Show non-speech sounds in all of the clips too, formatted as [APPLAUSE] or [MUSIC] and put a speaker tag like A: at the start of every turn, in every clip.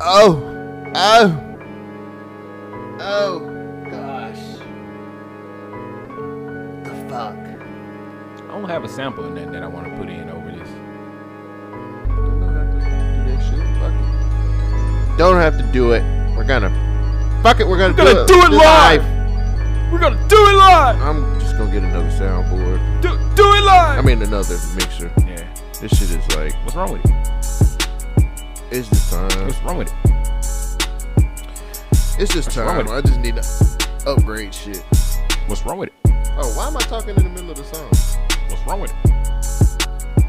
A: Oh, oh, oh, gosh. The fuck.
B: I don't have a sample in that that I want to put in over this.
A: Don't have to do that shit. Fuck it. Don't have to do it. We're gonna. Fuck it. We're gonna,
B: We're gonna
A: do, it,
B: do it live. We're gonna do it live.
A: I'm just gonna get another soundboard.
B: Do, do it live.
A: I mean, another mixer.
B: yeah.
A: This shit is like,
B: What's wrong with it?
A: it's just time.
B: What's wrong with it?
A: It's just
B: wrong
A: time.
B: with it?
A: I just need to upgrade shit.
B: What's wrong with it?
A: Oh, why am I talking in the middle of the song?
B: What's wrong with it?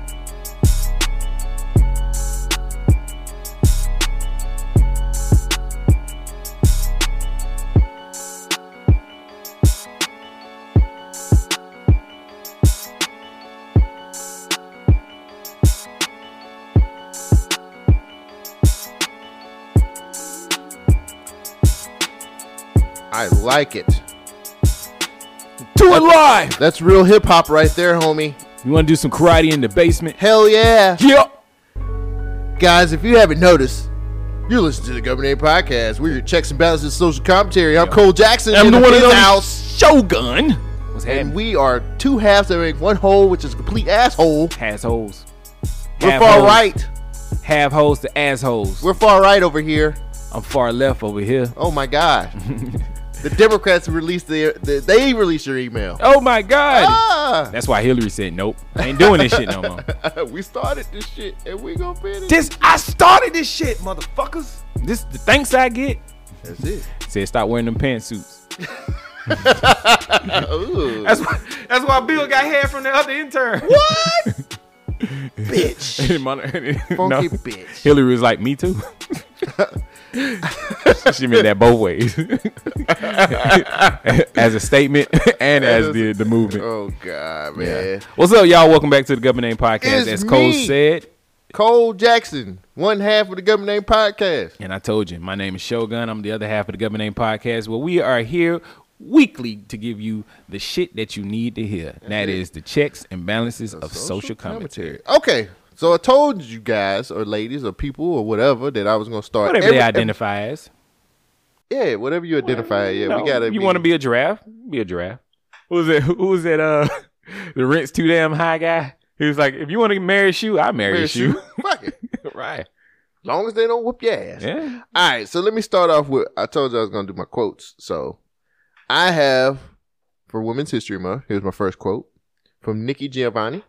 A: I like it.
B: Do it live.
A: That's real hip hop right there, homie.
B: You want to do some karate in the basement?
A: Hell yeah.
B: Yeah.
A: Guys, if you haven't noticed, you're listening to the Governor Podcast. We're your checks and balances social commentary. I'm Cole Jackson.
B: I'm
A: in
B: the one
A: Fifth
B: and only
A: house.
B: Shogun. What's
A: And
B: happening?
A: we are two halves that make one whole, which is a complete asshole.
B: Assholes.
A: We're
B: Half
A: far
B: hoes.
A: right.
B: Have hoes to assholes.
A: We're far right over here.
B: I'm far left over here.
A: Oh my
B: [LAUGHS]
A: God. the Democrats released their, the, they released your email.
B: Oh my God.
A: Ah! [LAUGHS]
B: That's why Hillary said, nope, I ain't doing this shit no more.
A: we started this shit and we gonna finish.
B: [LAUGHS] This, I started this shit, motherfuckers. This, the thanks I get.
A: That's
B: [LAUGHS]
A: it.
B: Said, stop wearing them pantsuits.
A: Ooh.
B: That's why, that's why Bill got hair from the other intern. [LAUGHS]
A: what? bitch.
B: And Mon- no.
A: [LAUGHS] Funky bitch.
B: Hillary was like, me too. [LAUGHS] she meant that both ways. [LAUGHS] as a statement and as the, the movement.
A: Oh God,
B: Yeah.
A: man.
B: What's up, y'all? Welcome back to the Government Name Podcast.
A: It's
B: as Cole
A: me.
B: said,
A: Cole Jackson, one half of the Government Name Podcast.
B: And I told you, my name is Shogun. I'm the other half of the Government Name Podcast, where we are here weekly to give you the shit that you need to hear. And that is the checks and balances of social, commentary.
A: Okay, so I told you guys or ladies or people or whatever that I was gonna start.
B: Whatever
A: every-
B: they identify as.
A: yeah, whatever you identify. Yeah,
B: No,
A: we gotta.
B: you want to be a giraffe? Be a giraffe. Who was that? [LAUGHS] Who was that? Uh, the rent's too damn high guy. He was like, if you want to marry a shoe, I marry a shoe.
A: [LAUGHS] Fuck it.
B: [LAUGHS] right.
A: Long as they don't whoop your ass.
B: Yeah.
A: All right, so let me start off with I told you I was going to do my quotes. So I have for Women's History Month, here's my first quote from Nikki Giovanni.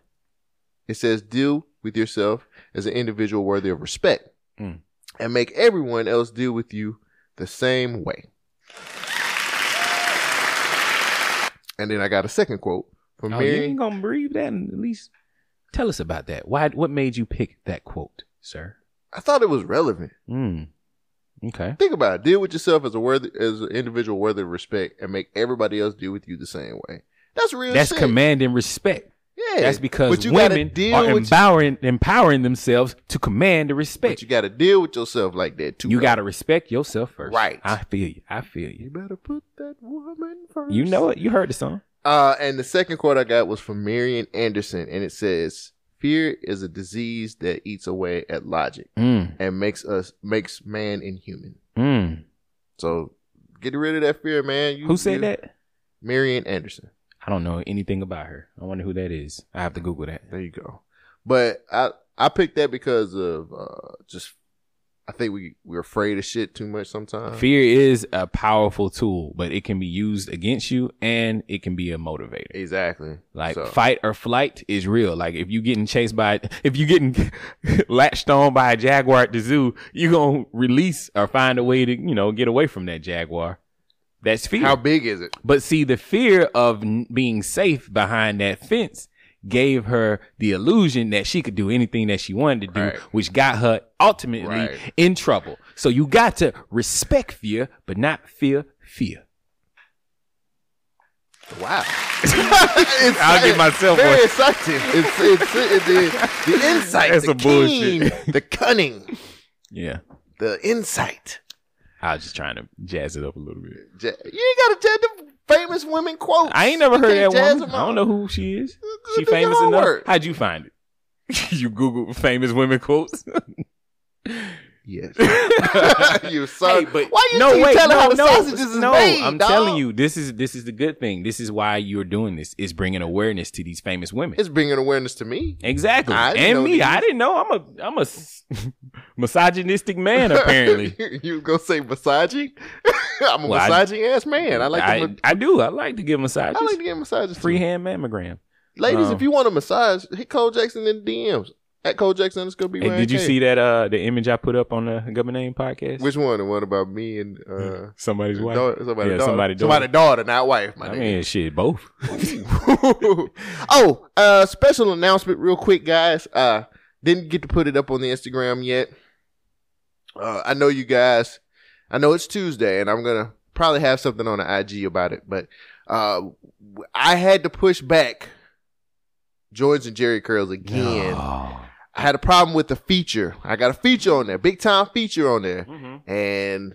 A: It says, Deal with yourself as an individual worthy of respect
B: Mm.
A: and make everyone else deal with you the same way. And then I got a second quote from
B: Oh, you
A: Mary.
B: ain't gonna breathe that. And at least tell us about that. Why? What made you pick that quote, sir?
A: I thought it was relevant.
B: Hmm. Okay.
A: Think about it. Deal with yourself as a worthy as an individual worthy of respect and make everybody else deal with you the same way. That's real
B: That's
A: shit.
B: command and respect.
A: Yeah.
B: That's because
A: But you gotta
B: women
A: deal
B: are
A: with
B: empowering empowering themselves to command the respect.
A: But you gotta deal with yourself like that too.
B: You
A: bro.
B: got to respect yourself first.
A: Right.
B: I feel you. I feel you.
A: You better put that woman first.
B: You know it. You heard the song.
A: Uh and the second quote I got was from Marian Anderson and it says Fear is a disease that eats away at logic
B: Mm.
A: and makes us makes man inhuman.
B: Mm.
A: So get rid of that fear, man. You,
B: Who said
A: you-
B: that?
A: Marian Anderson.
B: I don't know anything about her. I wonder who that is. I have to Google that.
A: There you go. But I I picked that because of uh just I think we we're afraid of shit too much sometimes.
B: Fear is a powerful tool, but it can be used against you and it can be a motivator.
A: Exactly.
B: Like
A: So,
B: fight or flight is real. Like if you getting chased by, [LAUGHS] if you getting latched on by a jaguar at the zoo, you gonna release or find a way to you know get away from that jaguar. That's fear.
A: how big is it?
B: but see, the fear of n- being safe behind that fence gave her the illusion that she could do anything that she wanted to do,
A: Right.
B: which got her ultimately
A: Right.
B: in trouble. So you got to respect fear, but not fear fear.
A: Wow. [LAUGHS] It's-
B: I'll give myself
A: very
B: one.
A: exciting. It's it's it, the,
B: [LAUGHS]
A: the insight,
B: That's
A: the
B: some bullshit.
A: keen, the cunning,
B: Yeah,
A: the insight.
B: I was just trying to jazz it up a little bit.
A: Ja- You ain't gotta tell the famous women quotes.
B: I ain't never
A: You
B: heard
A: can't
B: that
A: jazz
B: woman.
A: them
B: I don't
A: up.
B: know who she is.
A: Go
B: She
A: do your
B: famous enough.
A: [LAUGHS] homework.
B: [LAUGHS] How'd you find it? you Google famous women quotes.
A: Yes. [LAUGHS] you son.
B: Hey, but
A: Why you
B: no,
A: keep
B: wait,
A: telling
B: no,
A: how the
B: no,
A: sausages is
B: no,
A: made?
B: I'm
A: dog?
B: telling you, this is this is the good thing. This is why you're doing this. Is bringing awareness to these famous women.
A: It's bringing awareness to me.
B: exactly,
A: I didn't know
B: and me.
A: these.
B: I didn't know. I'm a I'm a s- [LAUGHS] misogynistic man. Apparently,
A: you was gonna say massaging? [LAUGHS] I'm a
B: Well, I-
A: massaging ass [LAUGHS] man. I like
B: I,
A: to ma-
B: I do. I like to give massages.
A: I like to get massages. Free
B: Freehand mammogram.
A: Ladies,
B: Um,
A: if you want a massage, hit Cole Jackson in the DMs. At Cole Jackson underscore B.
B: Hey, did you see that uh the image I put up on the Government Name podcast?
A: which one? The one about me and uh
B: Somebody's wife.
A: daughter, somebody
B: Yeah,
A: daughter.
B: somebody daughter.
A: Somebody daughter, not wife, my
B: I
A: nigga.
B: mean, shit, both.
A: [LAUGHS] oh, uh, special announcement, real quick, guys. Uh, didn't get to put it up on the Instagram yet. Uh, I know you guys. I know it's Tuesday, and I'm gonna probably have something on the IG about it. But uh, I had to push back Jordan's and Jerry curls again. I had a problem with the feature. I got a feature on there, big time feature on there
B: Mhm.
A: and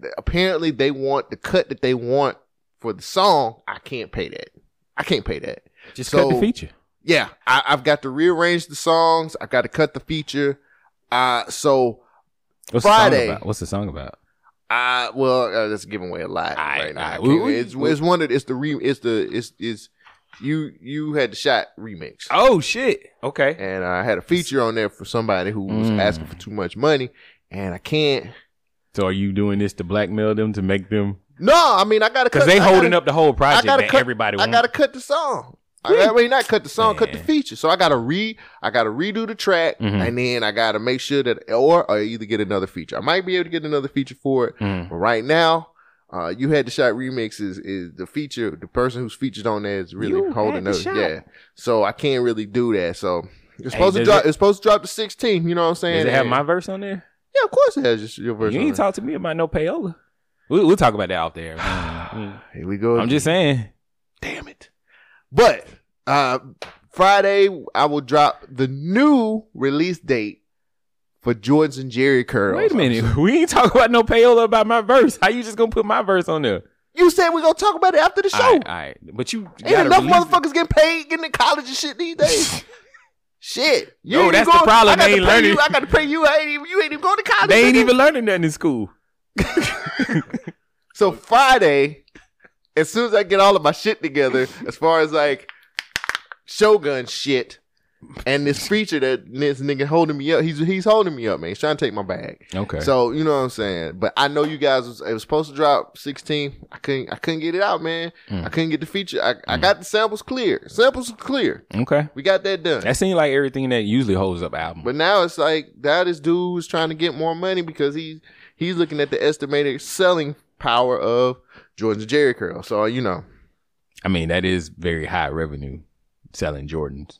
A: th- apparently they want the cut that they want for the song. I can't pay that. I can't pay that.
B: Just
A: So-
B: cut the feature.
A: Yeah, I, I've got to rearrange the songs. I've got to cut the feature. Uh, so
B: What's The
A: Friday.
B: song about? What's the song about?
A: I well, uh, that's giving away a lot
B: I-
A: right now.
B: I-
A: I
B: we-
A: can't-
B: we-
A: it's, it's one of it's the re it's the it's is you you had the shot remix.
B: Oh shit. Okay.
A: And I had a feature on there for somebody who was
B: Mm.
A: asking for too much money, and I can't.
B: So are you doing this to blackmail them to make them?
A: No, I mean I gotta
B: Because
A: cut-
B: they
A: I
B: holding
A: gotta-
B: up the whole project
A: gotta
B: that
A: cut-
B: everybody
A: I
B: wants.
A: gotta cut the song. I
B: Yeah.
A: gotta, well, not cut the song, cut the
B: Man.
A: feature. So I gotta re, I gotta redo the track,
B: Mhm.
A: and then I gotta make sure that, or I either get another feature. I might be able to get another feature for it,
B: Mm.
A: but right now, uh, you had the shot remix is, is the feature. The person who's featured on there is really
B: You
A: holding
B: Had the
A: up.
B: Shot.
A: Yeah, so I can't really do that. So it's
B: Hey,
A: supposed to
B: does
A: drop.
B: it-
A: it's supposed to drop the 16th. You know what I'm saying?
B: Does it have
A: And-
B: my verse on there?
A: yeah, of course it has your, your verse.
B: you
A: on
B: ain't
A: there.
B: talk to me about no payola. We, we'll talk about that out there. Mm.
A: [SIGHS] Here we go.
B: I'm just saying.
A: Damn it. But uh, Friday, I will drop the new release date for Jordan's and Jerry Curls.
B: Wait a minute. We ain't talking about no payola about my verse. How you just gonna put my verse on there?
A: You said we're going to talk about it after the show.
B: All right, all right. But you
A: Ain't
B: gotta
A: enough
B: release it.
A: motherfuckers getting paid, getting in college and shit these days.
B: [LAUGHS]
A: shit. You
B: No,
A: ain't even
B: that's the
A: going-
B: problem.
A: I got to
B: They ain't
A: pay
B: learning.
A: You, I got to pay you. I ain't even, you ain't even going to college.
B: They ain't
A: nigga.
B: even learning nothing in school.
A: So Friday, as soon as I get all of my shit
B: [LAUGHS]
A: together, as far as like Shogun shit, and this feature that this nigga holding me up, he's he's holding me up, man. He's trying to take my bag.
B: Okay.
A: So you know what I'm saying. But I know you guys was, it was supposed to drop 16. I couldn't I couldn't get it out, man.
B: Mm.
A: I couldn't get the feature. I, I got the samples clear. Samples are clear.
B: okay.
A: We got that done.
B: That seems like everything that usually holds up album.
A: But now it's like that is dude is trying to get more money because he's he's looking at the estimated selling power of Jordan's Jerry Curl. So you know,
B: I mean, that is very high revenue selling Jordans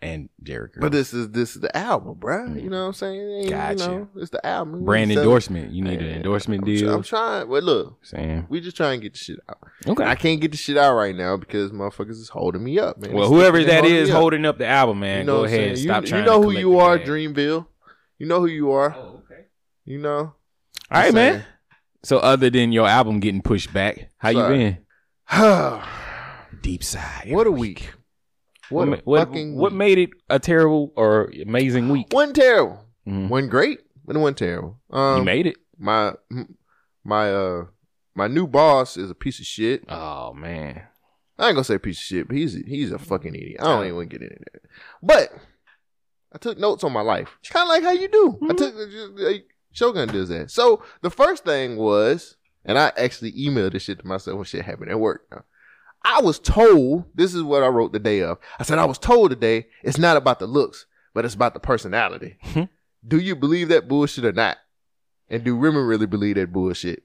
B: and Jerry Curls.
A: but this is this is the album, bruh.
B: Mm.
A: You know what I'm saying? It ain't,
B: Gotcha.
A: You know, it's the album.
B: brand
A: It's
B: endorsement. You need an
A: Yeah,
B: endorsement
A: selling- I'm,
B: deal.
A: try- I'm trying. Well, look,
B: Sam.
A: we just trying to get the shit out.
B: Okay.
A: I can't get the shit out right now because motherfuckers is holding me up, man.
B: well,
A: They
B: whoever
A: sticking- they
B: that
A: holding
B: is
A: me up.
B: holding up the album, man,
A: You know
B: go
A: what I'm
B: ahead and
A: saying?
B: stop
A: you,
B: trying.
A: You know
B: to
A: who
B: collect
A: you
B: the
A: are,
B: bag.
A: Dreamville. You know who you are.
B: Oh, okay.
A: You know.
B: All
A: Just
B: right, man.
A: saying.
B: So, other than your album getting pushed back, how
A: Sorry.
B: you been?
A: what
B: Deep side.
A: a week. What,
B: What,
A: a
B: ma- what,
A: fucking
B: what
A: week.
B: made it a terrible or amazing week?
A: One terrible,
B: Mhm.
A: one great, and one terrible.
B: you
A: Um,
B: made it.
A: my my uh my new boss is a piece of shit.
B: Oh man.
A: I ain't gonna say piece of shit, but he's he's a fucking idiot. I don't even want to get into that. But I took notes on my life. It's kind of like how you do. I
B: Mhm.
A: took just, like, Shogun does that. So the first thing was, and I actually emailed this shit to myself when shit happened at work. I was told this is what I wrote the day of. I said I was told today it's not about the looks, but it's about the personality.
B: Mhm.
A: do you believe that bullshit or not? And do women really believe that bullshit?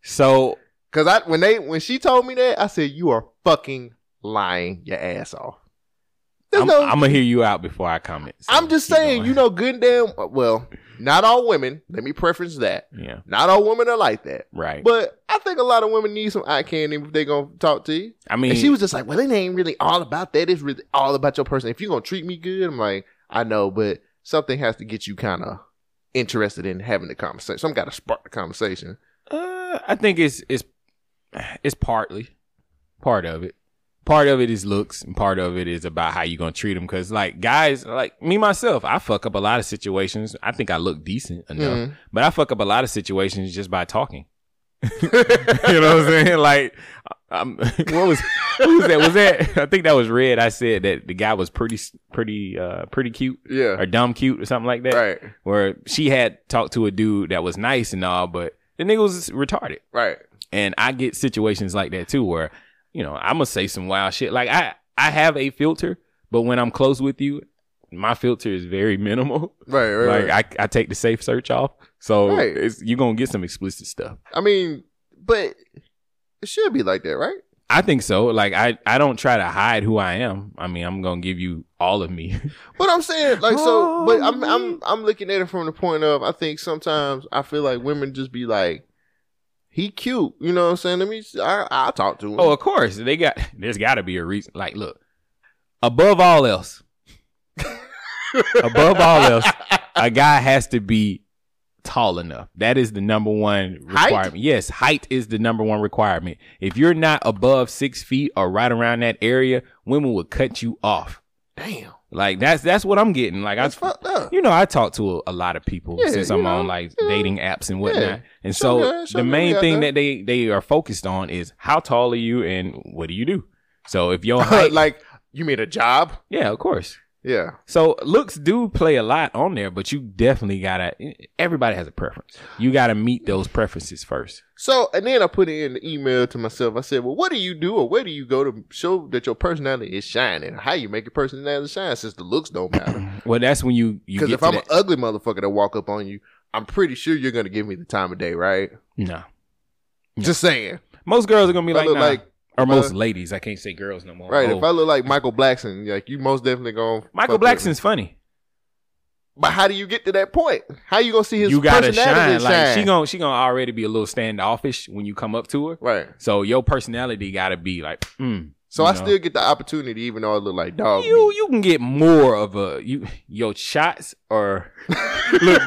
B: So
A: Cause I when they when she told me that, I said, You are fucking lying your ass off. There's
B: I'm,
A: no,
B: I'm
A: I'm,
B: gonna hear you out before I comment. So
A: just
B: keep
A: saying,
B: going.
A: you know, good and damn well, not all women, let me preference that.
B: Yeah.
A: Not all women are like that.
B: Right.
A: But I think a lot of women need some eye candy if they gonna talk to you.
B: I mean,
A: and she was just like, Well, it ain't really all about that. It's really all about your person. If you're gonna treat me good, I'm like, I know, but something has to get you kinda interested in having the conversation. Some gotta spark the conversation.
B: Uh, I think it's it's it's partly part of it. part of it is looks and part of it is about how you're gonna treat them because like guys like me myself i fuck up a lot of situations i think i look decent enough
A: Mhm.
B: but i fuck up a lot of situations just by talking [LAUGHS] you know what i'm saying like i'm [LAUGHS] what was who was that was that i think that was red i said that the guy was pretty pretty uh pretty cute
A: Yeah.
B: or dumb cute or something like that
A: Right.
B: where she had talked to a dude that was nice and all but the nigga was retarded
A: Right.
B: and I get situations like that too, where you know I'm gonna say some wild shit. Like I I have a filter, but when I'm close with you, my filter is very [LAUGHS] minimal.
A: Right. Right. right.
B: Like I I take the safe search off, so
A: Right.
B: it's, you're gonna get some explicit stuff.
A: I mean, but it should be like that, right?
B: I think so. Like I I don't try to hide who I am. I mean I'm gonna give you all of me.
A: But I'm saying like so. But I'm
B: Oh,
A: I'm I'm looking at it from the point of I think sometimes I feel like women just be like, he cute, you know what I'm saying? Let me I I'll talk to him.
B: oh, of course they got. [LAUGHS] There's got to be a reason. Like look, above all else, above all else, a guy has to be tall enough. That is the number one
A: Height?
B: requirement. Yes, height is the number one requirement. If you're not above six feet or right around that area, women will cut you off.
A: damn,
B: Like that's that's what I'm getting. Like
A: that's
B: I,
A: fucked up.
B: you know, I talk to a, a lot of people
A: Yeah,
B: since
A: you
B: I'm
A: know,
B: on like
A: you know.
B: dating apps and whatnot.
A: Yeah.
B: And
A: Some
B: so
A: guys-
B: the
A: some men
B: main
A: got
B: thing
A: that.
B: that they they are focused on is how tall are you and what do you do. So
A: [LAUGHS]
B: if your
A: [LAUGHS]
B: height,
A: like you mean a job?
B: yeah, of course.
A: Yeah.
B: So looks do play a lot on there, but you definitely gotta. Everybody has a preference. You gotta meet those preferences first.
A: So and then I put it in the email to myself. I said, "Well, what do you do, or where do you go to show that your personality is shining? How you make your personality shine since the looks don't matter?
B: Well, that's when you you
A: Because
B: get
A: if
B: to
A: I'm an
B: that.
A: ugly motherfucker that walk up on you, I'm pretty sure you're gonna give me the time of day, right?
B: no.
A: Just saying.
B: Most girls are gonna be
A: If I
B: like,
A: look
B: nah.
A: like
B: or most ladies. I can't say girls no more.
A: right.
B: Oh.
A: If I look like Michael Blackson, like you most definitely gonna
B: Michael
A: fuck with me.
B: Blackson's funny.
A: But how do you get to that point? How you gonna see his
B: You gotta shine.
A: personality shine?
B: Like she gonna she gonna already be a little standoffish when you come up to her.
A: right.
B: So your personality gotta be like, mm,
A: So
B: you
A: I
B: know.
A: still get the opportunity, even though I look like dog.
B: you you can get more of a you your shots
A: [LAUGHS]
B: or look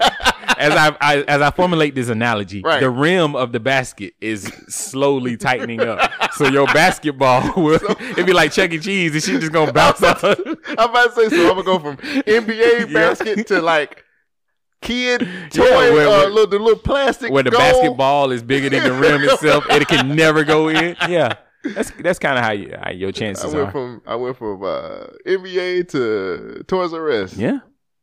B: as I, I as I formulate this analogy,
A: Right.
B: the rim of the basket is slowly tightening up. So your basketball [LAUGHS] will it be like Chuck E. Cheese and she just
A: [LAUGHS]
B: gonna bounce
A: [LAUGHS]
B: off. [LAUGHS]
A: I'm about to say so. I'm gonna go from NBA
B: Yeah.
A: basket to like
B: [LAUGHS]
A: kid toy,
B: where-
A: uh,
B: where-
A: little, the little plastic
B: Where the
A: goal.
B: basketball is bigger than the
A: [LAUGHS]
B: rim itself and it can never go in. Yeah. That's that's kind of how, you, how your
A: I
B: chances
A: went
B: are.
A: from I went from uh, NBA to Toys R Us.
B: Yeah.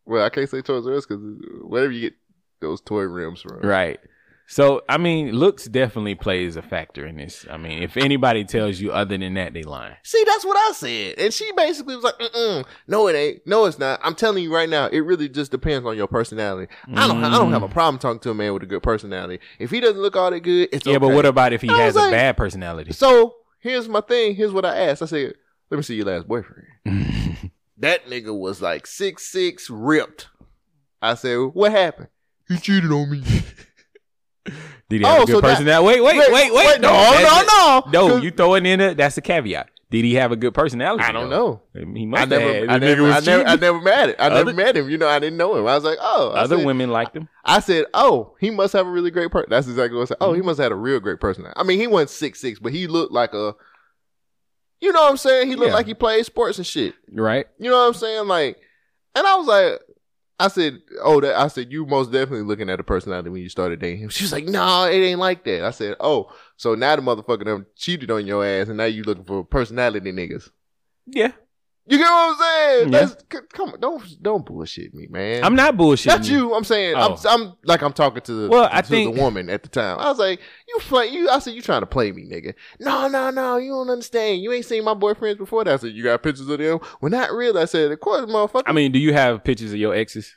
A: Well, I can't say Toys R Us because whatever you get those toy rims from.
B: Right. So I mean, looks definitely plays a factor in this. I mean, if anybody tells you other than that, they lying.
A: See, that's what I said, and she basically was like, Mm-mm, "No, it ain't. No, it's not. I'm telling you right now, it really just depends on your personality. I don't, ha- I don't
B: Mm.
A: have a problem talking to a man with a good personality. If he doesn't look all that good, it's
B: Mm. Yeah,
A: okay.
B: but what about if he
A: I
B: has
A: was
B: a
A: like-
B: bad [LAUGHS] personality?
A: So here's my thing. Here's what I asked. I said, "Let me see your last boyfriend." That nigga was like six six, ripped. I said, "What happened?" He cheated on me.
B: Did he have
A: Oh,
B: a good
A: so that-
B: personality? wait, wait, wait, wait,
A: no,
B: That's-
A: no, no,
B: No, you throw it in there. That's a caveat. Did he have a good personality?
A: I don't
B: though?
A: know.
B: He must
A: I
B: have.
A: never, I
B: The nigga
A: never,
B: was
A: I never, I
B: cheating.
A: never met it. I
B: Other-
A: never met him. You know, I didn't know him. I was like, oh, I
B: Other
A: said-
B: women liked him.
A: I said, "Oh, he must have a really great person." That's exactly what I said. Oh,
B: Mm-hmm.
A: he must have had a real great person. I mean, he wasn't six six, but he looked like a, you know what I'm saying? He looked
B: Yeah.
A: like he played sports and shit.
B: Right.
A: You know what I'm saying? Like, and I was like, I said, "Oh, that." I said, "You most definitely looking at a personality when you started dating him." She was like, "No, it ain't like that." I said, "Oh, so now the motherfucker done cheated on your ass, and now you looking for personality niggas."
B: Yeah.
A: You get what I'm saying?
B: Yeah.
A: That's, c- come on, don't don't bullshit me, man.
B: I'm not bullshitting.
A: Not you. I'm saying
B: Oh.
A: I'm, I'm like I'm talking to the
B: Well,
A: to
B: I think-
A: the woman at the time. I was like, you play you. I said you trying to play me, nigga. No, no, no. You don't understand. You ain't seen my boyfriends before. That I said you got pictures of them. Well, not real. I said of course, motherfucker.
B: I mean, do you have pictures of your exes?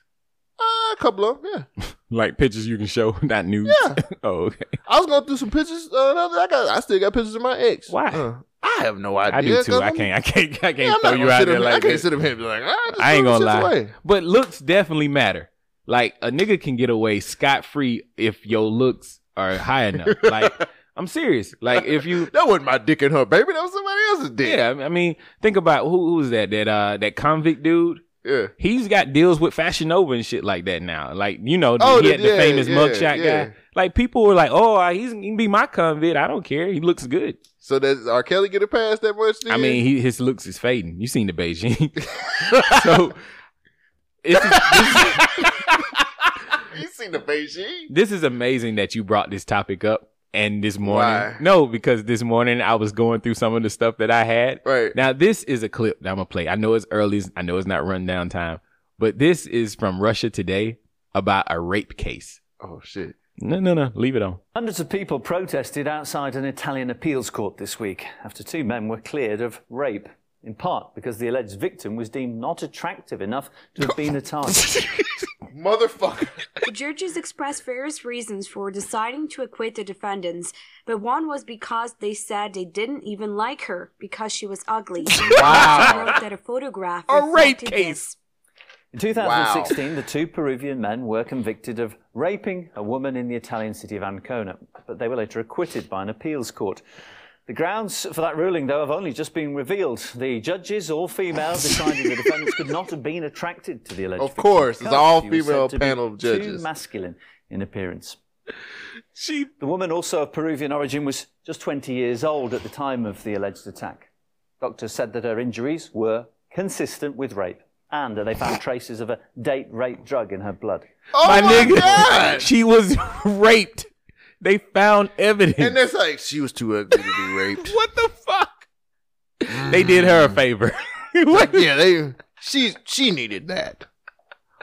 A: uh, a couple of them. Yeah,
B: Like pictures you can show, [LAUGHS] not nudes.
A: yeah.
B: oh, okay.
A: I was going through some pictures. Uh, the other- I got. I still got pictures of my ex.
B: Why?
A: Uh, I have no idea.
B: I do
A: 'cause
B: too. I
A: I'm-
B: can't. I can't. I can't
A: Yeah, I'm
B: throw
A: not
B: you
A: gonna
B: out
A: sit
B: there
A: up here- I
B: like
A: can't
B: this.
A: sit up here and be like, "Ah, just
B: I ain't
A: throw
B: gonna
A: shits
B: lie.
A: away."
B: But looks definitely matter. Like a nigga can get away scot free if your looks are high
A: [LAUGHS]
B: enough. like I'm serious. Like if you
A: That wasn't my dick in her, baby. That was somebody else's dick.
B: Yeah, I mean, think about who who was that that uh that convict dude.
A: yeah.
B: He's got deals with Fashion Nova and shit like that now. Like you know,
A: Oh,
B: he
A: the-
B: had the
A: yeah,
B: famous
A: yeah,
B: mugshot
A: yeah.
B: guy. Like people were like, "Oh, I- he's he can be my convict. I don't care. He looks good."
A: So does R. Kelly get a pass that much? Then? [LAUGHS]
B: I mean, he, his looks is fading. You seen the Beijing, [LAUGHS] so it's, this,
A: you seen the Beijing?
B: this is amazing that you brought this topic up. And this morning,
A: Why?
B: no, because this morning I was going through some of the stuff that I had.
A: Right.
B: Now this is a clip that I'm gonna play. I know it's early. I know it's not rundown time, but this is from Russia today about a rape case.
A: Oh shit.
B: No, no, no. Leave it on.
C: Hundreds of people protested outside an Italian appeals court this week after two men were cleared of rape, in part because the alleged victim was deemed not attractive enough to have been a target.
A: [LAUGHS]
B: [LAUGHS]
A: Motherfucker.
D: The judges expressed various reasons for deciding to acquit the defendants, but one was because they said they didn't even like her because she was ugly. Wow. wrote that a photograph
B: A rape
D: reflected
B: case.
D: this.
C: In 2016, the two Peruvian men were convicted of raping a woman in the Italian city of Ancona, but they were later acquitted by an appeals court. The grounds for that ruling, though, have only just been revealed. The judges, all female, decided the defendants could not have been attracted to the alleged
A: Of
C: victim
A: course, it's
C: because
A: all
C: she was said
A: female
C: to be
A: panel of judges.
C: Too masculine in appearance.
B: She
C: The woman, also of Peruvian origin, was just 20 years old at the time of the alleged attack. Doctors said that her injuries were consistent with rape and that they found traces of a date rape drug in her blood.
A: Oh
B: my,
A: my,
B: nigga,
A: god.
B: [LAUGHS] she was raped. They found evidence.
A: And it's like she was too ugly to be raped. Mm.
B: what the fuck? They did her a favor. [LAUGHS] [LAUGHS] what?
A: yeah, they. She she needed that.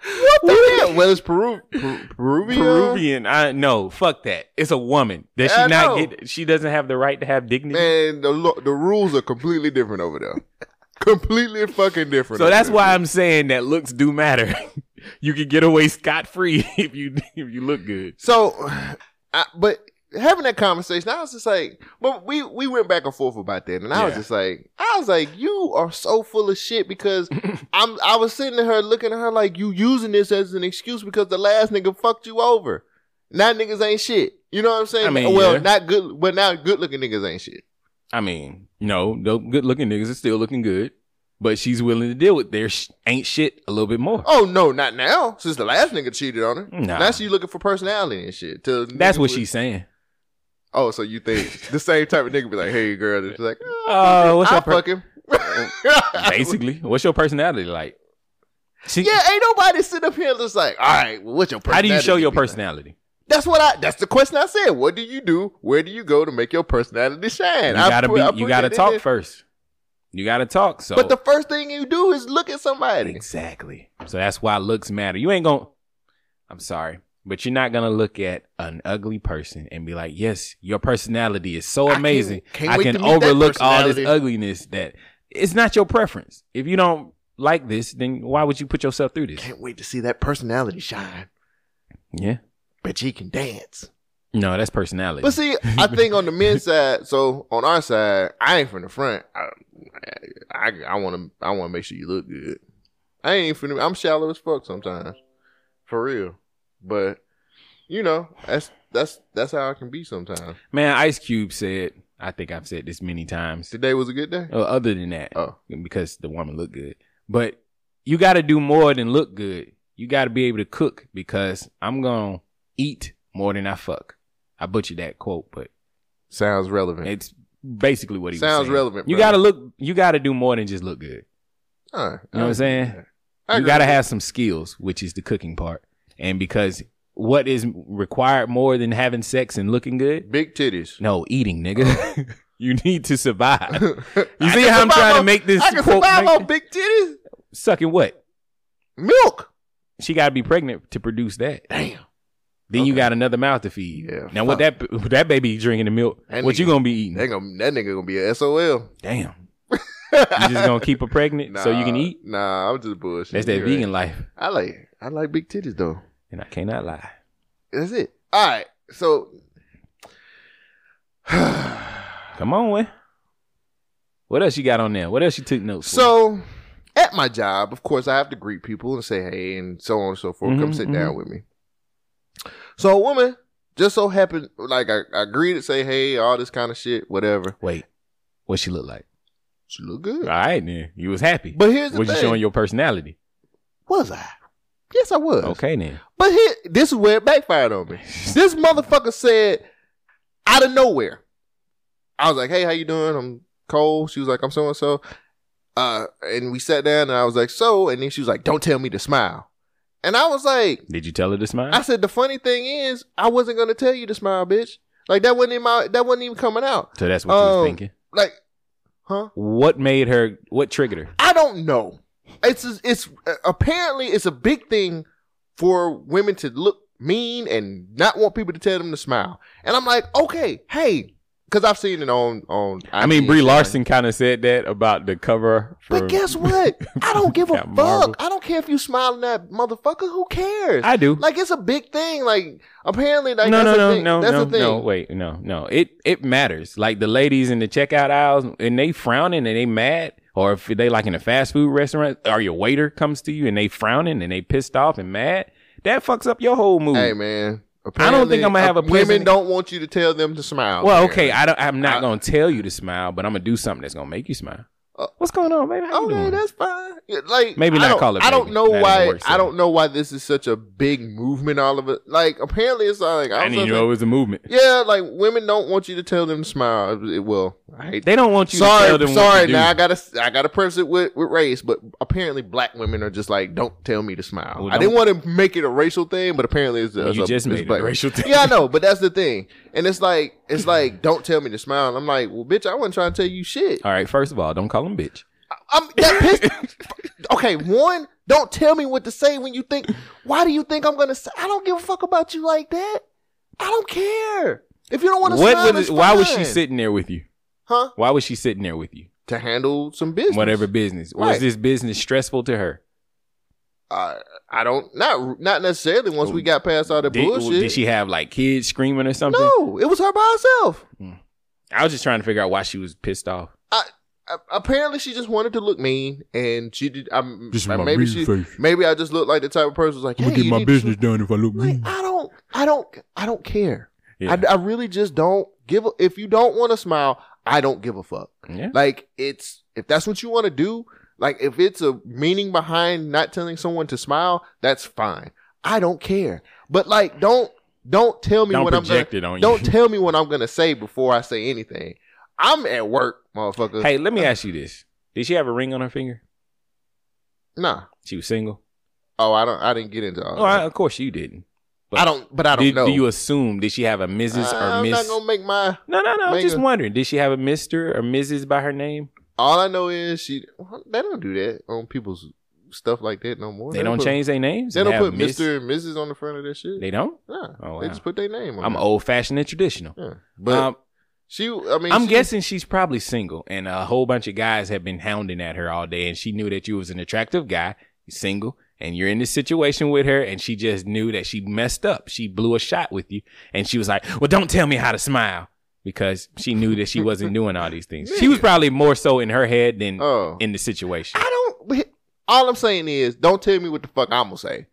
A: Oh,
B: What
A: Yeah, well, it's Peru, Peru, Peruvian.
B: Peruvian? I no. Fuck that. It's a woman. Does she
A: I
B: not
A: know.
B: get? She doesn't have the right to have dignity.
A: Man, the lo- the rules are completely different over there. completely fucking different.
B: so
A: over
B: that's
A: there.
B: why I'm saying that looks do matter. [LAUGHS] you can get away scot free [LAUGHS] if you if you look good.
A: So, I, but having that conversation, I was just like, but we we went back and forth about that, and I was
B: Yeah.
A: just like, I was like, you are so full of shit
B: [LAUGHS]
A: because I'm I was sitting to her looking at her like you using this as an excuse because the last nigga fucked you over. Now niggas ain't shit. You know what I'm saying?
B: I mean,
A: well,
B: yeah.
A: not good, but now good looking niggas ain't shit.
B: I mean, no, no good looking niggas are still looking good, but she's willing to deal with their sh- ain't shit a little bit more.
A: Oh no, not now. Since the last nigga cheated on her,
B: Nah.
A: now she looking for personality and shit. till
B: That's
A: niggas
B: what
A: with-
B: she's saying.
A: Oh, so you think [LAUGHS] the same type of nigga be like, "Hey, girl," and she's like,
B: Uh, what's
A: "I
B: up?
A: fuck him."
B: Basically, what's your personality like? She,
A: [LAUGHS] Yeah, ain't nobody sit up here and just like, all right, well, what's your
B: how do
A: personality?
B: you show your
A: be like?"
B: personality?
A: That's what I. That's the question I said. What do you do? Where do you go to make your personality shine?
B: you
A: I
B: gotta
A: put- I
B: be. You
A: put
B: gotta
A: that in
B: talk
A: there.
B: first. You gotta talk. So
A: But the first thing you do is look at somebody.
B: exactly. So that's why looks matter. You ain't gonna. I'm sorry, but you're not gonna look at an ugly person and be like, "Yes, your personality is so
A: I can't-
B: amazing.
A: can't
B: I
A: wait
B: can
A: to meet that
B: overlook all this
A: personality."
B: ugliness that it's not your preference. If you don't like this, then why would you put yourself through this?
A: Can't wait to see that personality shine.
B: Yeah.
A: Bet you he can dance.
B: No, that's personality.
A: But see, I
B: [LAUGHS]
A: think on the men's side, so on our side, I ain't from the front. I, I, I want to, I want to make sure you look good. I ain't from. The, I'm shallow as fuck sometimes, for real. But you know, that's that's that's how I can be sometimes.
B: Man, Ice Cube said, I think I've said this many times.
A: Today was a good day.
B: Uh, other than that,
A: Oh,
B: because the woman looked good. But you got to do more than look good. You got to be able to cook because I'm going to eat more than I fuck. I butchered that quote, but
A: sounds relevant.
B: it's basically what he was
A: Sounds
B: saying.
A: relevant,
B: You
A: brother.
B: got to look, you got to do more than just look good.
A: All right.
B: You know what I'm saying?
A: I
B: you
A: agree
B: got to
A: with
B: have some skills, which is the cooking part. And because what is required more than having sex and looking good
A: big titties.
B: No, eating, nigga. [LAUGHS] you need to survive. [LAUGHS]
A: Oh.
B: You
A: [LAUGHS] I
B: see
A: can
B: how
A: survive
B: I'm trying to
A: on-
B: make this
A: I can
B: quote
A: survive
B: make-
A: on big titties.
B: sucking what?
A: Milk.
B: She got to be pregnant to produce that.
A: Damn.
B: Then you
A: Okay.
B: got another mouth to feed.
A: Yeah,
B: now what that what that baby drinking the milk?
A: That
B: what you
A: nigga-
B: gonna be eating?
A: That, gonna, that nigga gonna be a sol. [LAUGHS]
B: Damn. You just gonna keep her pregnant [LAUGHS] so you can
A: Nah,
B: eat?
A: Nah, I'm just bullshit.
B: That's that
A: You're
B: vegan
A: right.
B: life,
A: I like I like big titties though.
B: and I cannot lie.
A: That's it. All right. So [SIGHS]
B: Come on, man. What else you got on there? What else you took notes? for?
A: so at my job, of course, I have to greet people and say hey and so on and so forth. Come
B: Mhm,
A: sit
B: mhm.
A: down with me. So a woman just so happened, like I, I greeted, say hey, all this kind of shit, whatever.
B: wait, what she look like?
A: She look
B: All
A: good.
B: right, then you was happy,
A: But here's the
B: was you
A: thing.
B: showing your personality?
A: was I? Yes, I was.
B: Okay then.
A: But here, this is where it backfired on me. This motherfucker said out of nowhere. I was like, "Hey, how you doing? I'm Cole." She was like, "I'm so and so." Uh, and we sat down, and I was like, "So," and then she was like, "Don't tell me to smile," and I was like,
B: Did you tell her to smile?
A: I said, the funny thing is, I wasn't gonna tell you to smile, bitch. Like that wasn't in my that wasn't even coming out.
B: so that's what you was
A: Um,
B: thinking.
A: Like, huh?
B: What made her? What triggered her?
A: I don't know. It's it's apparently it's a big thing for women to look mean and not want people to tell them to smile. And I'm like, okay, hey, because I've seen it on on.
B: I mean, Brie
A: IG.
B: Larson kind of said that about the cover. For,
A: But guess what? I
B: [LAUGHS]
A: don't give a
B: Got Marvel.
A: fuck. I don't care if you smiling at that motherfucker. Who cares?
B: I do.
A: like it's a big thing. Like apparently, like
B: no, no,
A: that's a
B: no,
A: thing.
B: no,
A: that's
B: no,
A: a thing.
B: no. Wait, no, no. It it matters. Like the ladies in the checkout aisles, and they frowning and they mad, or if they like in a fast food restaurant, or your waiter comes to you and they frowning and they pissed off and mad. That fucks up your whole mood.
A: Hey man,
B: don't think I'm gonna have
A: apparently,
B: a
A: uh,
B: prison-
A: women don't want you to tell them to smile.
B: well,
A: man.
B: okay, I don't. I'm not
A: I-
B: gonna tell you to smile, but I'm gonna do something that's gonna make you smile.
A: Uh,
B: What's going on, baby? How you
A: Okay,
B: doing?
A: that's fine. Yeah, Like
B: Maybe
A: I
B: not
A: don't-
B: call it
A: I don't
B: baby.
A: know
B: That
A: why.
B: even worse,
A: I
B: yeah.
A: don't know why this is such a big movement. All of it. Like apparently, it's like I, was
B: I didn't even
A: like-
B: know it was a movement.
A: Yeah, like women don't want you to tell them to smile. It- well, I hate.
B: They don't want you. to tell
A: sorry,
B: them What
A: sorry.
B: to do.
A: Now I gotta I gotta preface it with, with race, but apparently black women are just like, don't tell me to smile.
B: Well,
A: I didn't want to make it a racial thing, but apparently it's,
B: Well,
A: it's
B: you
A: a,
B: just
A: it's
B: made it a
A: black-
B: racial thing.
A: Yeah, I know, but that's the thing, and it's like it's like don't tell me to smile. And I'm like, well, bitch, I wasn't trying to tell you shit.
B: All right. First of all, don't call him bitch.
A: I'm Um,
B: [LAUGHS]
A: that pissed. okay, one, don't tell me what to say when you think. Why do you think I'm gonna say? I don't give a fuck about you like that. I don't care if you don't want to.
B: What
A: smile,
B: was?
A: it's
B: it- why was
A: fine.
B: she sitting there with you?
A: Huh?
B: Why was she sitting there with you?
A: To handle some business.
B: whatever business. Was
A: Right.
B: this business stressful to her?
A: I, I don't. Not not necessarily. Once we got past all the
B: Oh, Did,
A: bullshit.
B: did she have like kids screaming or something?
A: No, it was her by herself.
B: I was just trying to figure out why she was pissed off.
A: A- apparently she just wanted to look mean, and she did. I'm,
E: This is
A: like,
E: my
A: maybe
E: mean
A: she,
E: face.
A: maybe I just look like the type of person who's like,
E: I'm
A: hey,
E: gonna get
A: you
E: my
A: need to-
E: business done if I look
A: Like
E: mean.
A: I don't, I don't, I don't care.
B: Mm. Yeah.
A: I, I really just don't give. A, if you don't want to smile, I don't give a fuck.
B: Yeah.
A: Like it's if that's what you want to do. Like if it's a meaning behind not telling someone to smile, that's fine. I don't care. But like, don't don't tell me
B: Don't
A: what I'm gonna,
B: project it on you.
A: Don't tell me what I'm gonna say before I say anything. I'm at work, motherfucker.
B: Hey, let me ask you this. Did she have a ring on her finger?
A: nah.
B: She was single?
A: Oh, I don't. I didn't get into all.
B: Oh, I,
A: that.
B: of course you didn't.
A: I don't. But I don't
B: Did-
A: know.
B: Do you assume did she have a Mrs. or
A: I'm
B: Miss?
A: not gonna make my.
B: no, no, no. I'm
A: make
B: just
A: a-
B: wondering. Did she have a Mr. or Mrs. by her name?
A: All I know is she. well, They don't do that on people's stuff like that no more.
B: They don't
A: put-
B: change their names.
A: They don't
B: have
A: put
B: Miss-
A: Mister and Mrs. on the front of that shit.
B: They don't.
A: nah,
B: Oh,
A: they
B: wow.
A: just put their name on.
B: I'm
A: it.
B: old fashioned and traditional.
A: Yeah. But
B: um,
A: she. I mean,
B: I'm
A: she-
B: guessing she's probably single, and a whole bunch of guys have been hounding at her all day, and she knew that you was an attractive guy, you're single, and you're in this situation with her, and she just knew that she messed up. She blew a shot with you, and she was like, "Well, don't tell me how to smile," because she knew that she
A: [LAUGHS]
B: wasn't doing all these things. She was probably more so in her head than
A: Oh,
B: in the situation.
A: I don't. All I'm saying is, don't tell me what the fuck I'm gonna say,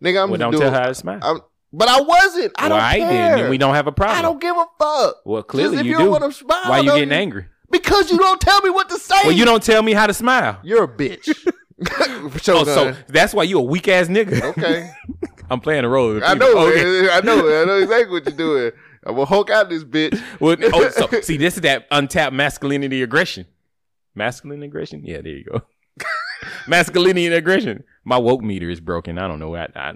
A: nigga. I'm just
B: well, don't
A: doing,
B: tell her how to smile.
A: I'm, but I wasn't. I
B: well,
A: don't
B: I
A: care.
B: didn't, and we don't have a problem.
A: I don't give a fuck.
B: well, clearly
A: Just if
B: you,
A: you
B: do.
A: don't wanna smile,
B: Why you
A: don't
B: getting
A: you?
B: angry?
A: Because you don't tell me what to say.
B: Well, you don't tell me how to smile.
A: You're a bitch. [LAUGHS]
B: Oh,
A: Shogun.
B: so that's why you a weak ass nigga.
A: okay.
B: I'm playing the role. of the
A: I
B: people.
A: know.
B: Okay.
A: it. I know. it. I know exactly what you're doing. I'm gonna hulk out this
B: [LAUGHS]
A: bitch. [LAUGHS]
B: Well, oh, so, see, this is that untapped masculinity aggression. Masculine aggression? Yeah, there you go. [LAUGHS] masculinity and aggression. My woke meter is broken. I don't know. I, I,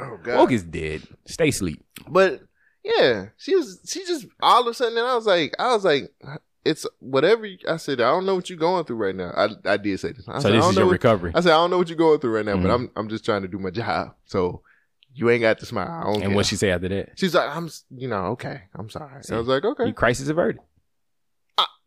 A: Oh, God.
B: woke is dead. Stay sleep.
A: But yeah, she was. She just all of a sudden, and I was like, I was like, it's whatever. you- I said, I don't know what you're going through right now. I, I did say this. I
B: So
A: said, I
B: this
A: don't
B: is
A: know
B: your
A: what-
B: recovery.
A: I said, I don't know what you're going through right now, but
B: Mhm.
A: I'm I'm just trying to do my job. So you ain't got to smile. I don't
B: And
A: care.
B: what she say after that?
A: She's like, I'm, s- you know, okay, I'm sorry.
B: See,
A: I was like, okay,
B: You crisis averted.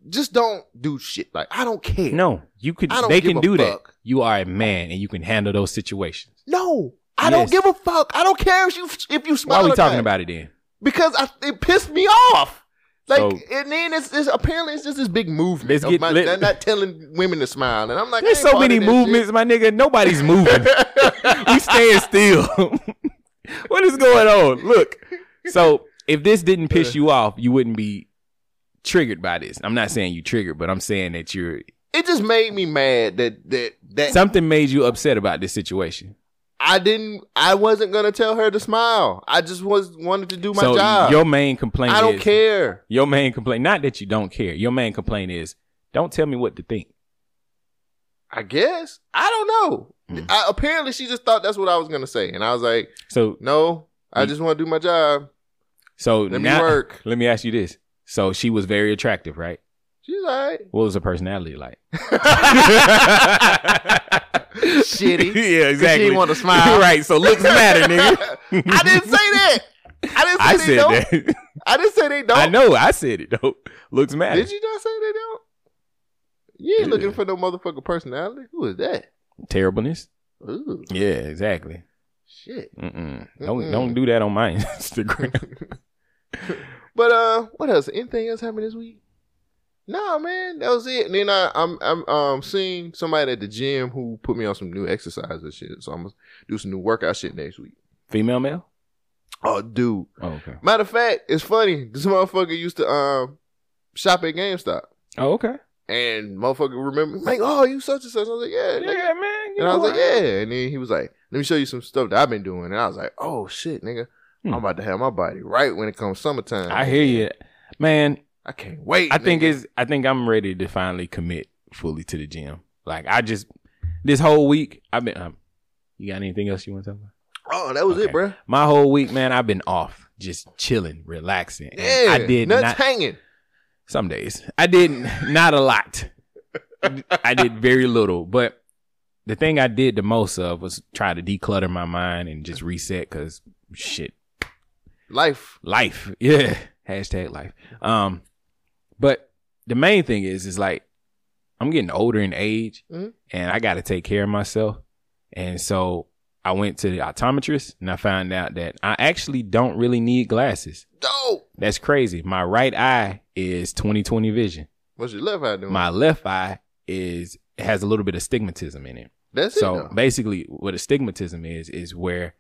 A: just don't do shit. Like I don't care.
B: No, you could.
A: I don't
B: They
A: give
B: can
A: a
B: do that.
A: fuck.
B: You are a man, and you can handle those situations.
A: no, I
B: Yes.
A: don't give a fuck. I don't care if you if you
B: Why
A: smile.
B: are we
A: or
B: talking
A: not.
B: about it then?
A: because I, it pissed me off. Like,
B: So-
A: and then it's, it's apparently it's just this big movement
B: Let's
A: of
B: get
A: my,
B: lit-
A: they're not telling women to smile, and I'm like, I
B: There's
A: ain't
B: so
A: part of
B: many
A: that [LAUGHS]
B: movements, my nigga. Nobody's moving. we staying still. [LAUGHS] what is going on? Look. So if this didn't piss you off, you wouldn't be triggered by this. I'm not saying you triggered, but I'm saying that you're
A: shit. It just made me mad that that that
B: something made you upset about this situation.
A: I didn't. I wasn't gonna tell her to smile. I just was wanted to do my
B: so
A: job.
B: your main complaint
A: I don't
B: is,
A: care.
B: Your main complaint, not that you don't care. Your main complaint is don't tell me what to think.
A: I guess I don't know.
B: Hmm.
A: I, apparently, she just thought that's what I was gonna say, and I was like,
B: So
A: "No, I
B: You-
A: just want to do my job."
B: so
A: Let me
B: now
A: work.
B: let me ask you this. So she was very attractive, right?
A: She's like,
B: What was her personality [LAUGHS] like?
A: "Shitty."
B: [LAUGHS] Yeah,
A: She didn't
B: exactly.
A: want to smile.
B: [LAUGHS] right. So looks matter, nigga.
A: [LAUGHS] I didn't say that. I didn't say
B: I
A: they
B: said
A: don't.
B: that. [LAUGHS]
A: I didn't say they don't.
B: I know. I said it though. Looks matter.
A: Did you not say they don't? You ain't looking for no motherfucking personality. Who is that?
B: Terribleness.
A: Ooh,
B: Yeah, exactly.
A: shit. [LAUGHS]
B: Mm-mm. Don't
A: Mm-mm.
B: don't do that on my [LAUGHS] Instagram.
A: But uh, what else? Anything else happened this week? Nah, man, that was it. And then I, I'm I'm um seeing somebody at the gym who put me on some new exercise and shit. So I'm gonna do some new workout shit next week.
B: Female male?
A: Oh, dude.
B: Oh, okay.
A: Matter of fact, it's funny. This motherfucker used to um shop at GameStop,
B: Oh, okay.
A: and motherfucker remember like, oh, you such and such. I was like, yeah, nigga.
B: Yeah, man.
A: And I was like, yeah. And then he was like, let me show you some stuff that I've been doing. And I was like, oh shit, nigga.
B: Hmm.
A: I'm about to have my body right when it comes summertime.
B: I hear you, man.
A: I can't wait.
B: I think
A: nigga.
B: it's. I think I'm ready to finally commit fully to the gym. Like I just this whole week I've been. Um, you got anything else you want to talk about?
A: Oh, that was
B: Okay.
A: it, bruh.
B: My whole week, man, I've been off, just chilling, relaxing. And
A: Yeah.
B: I did
A: nuts
B: not.
A: hanging.
B: some days I did not a lot. I did very little, but the thing I did the most of was try to declutter my mind and just reset. Cause shit,
A: Life.
B: life. Yeah. Hashtag life. Um, but the main thing is, is like I'm getting older in age
A: Mhm.
B: and I got to take care of myself. And so I went to the optometrist and I found out that I actually don't really need glasses.
A: Dope.
B: That's crazy. My right eye is 20/20 vision.
A: What's your left eye doing?
B: My left eye is has a little bit of stigmatism in it.
A: That's it.
B: So
A: though.
B: basically, what astigmatism is is where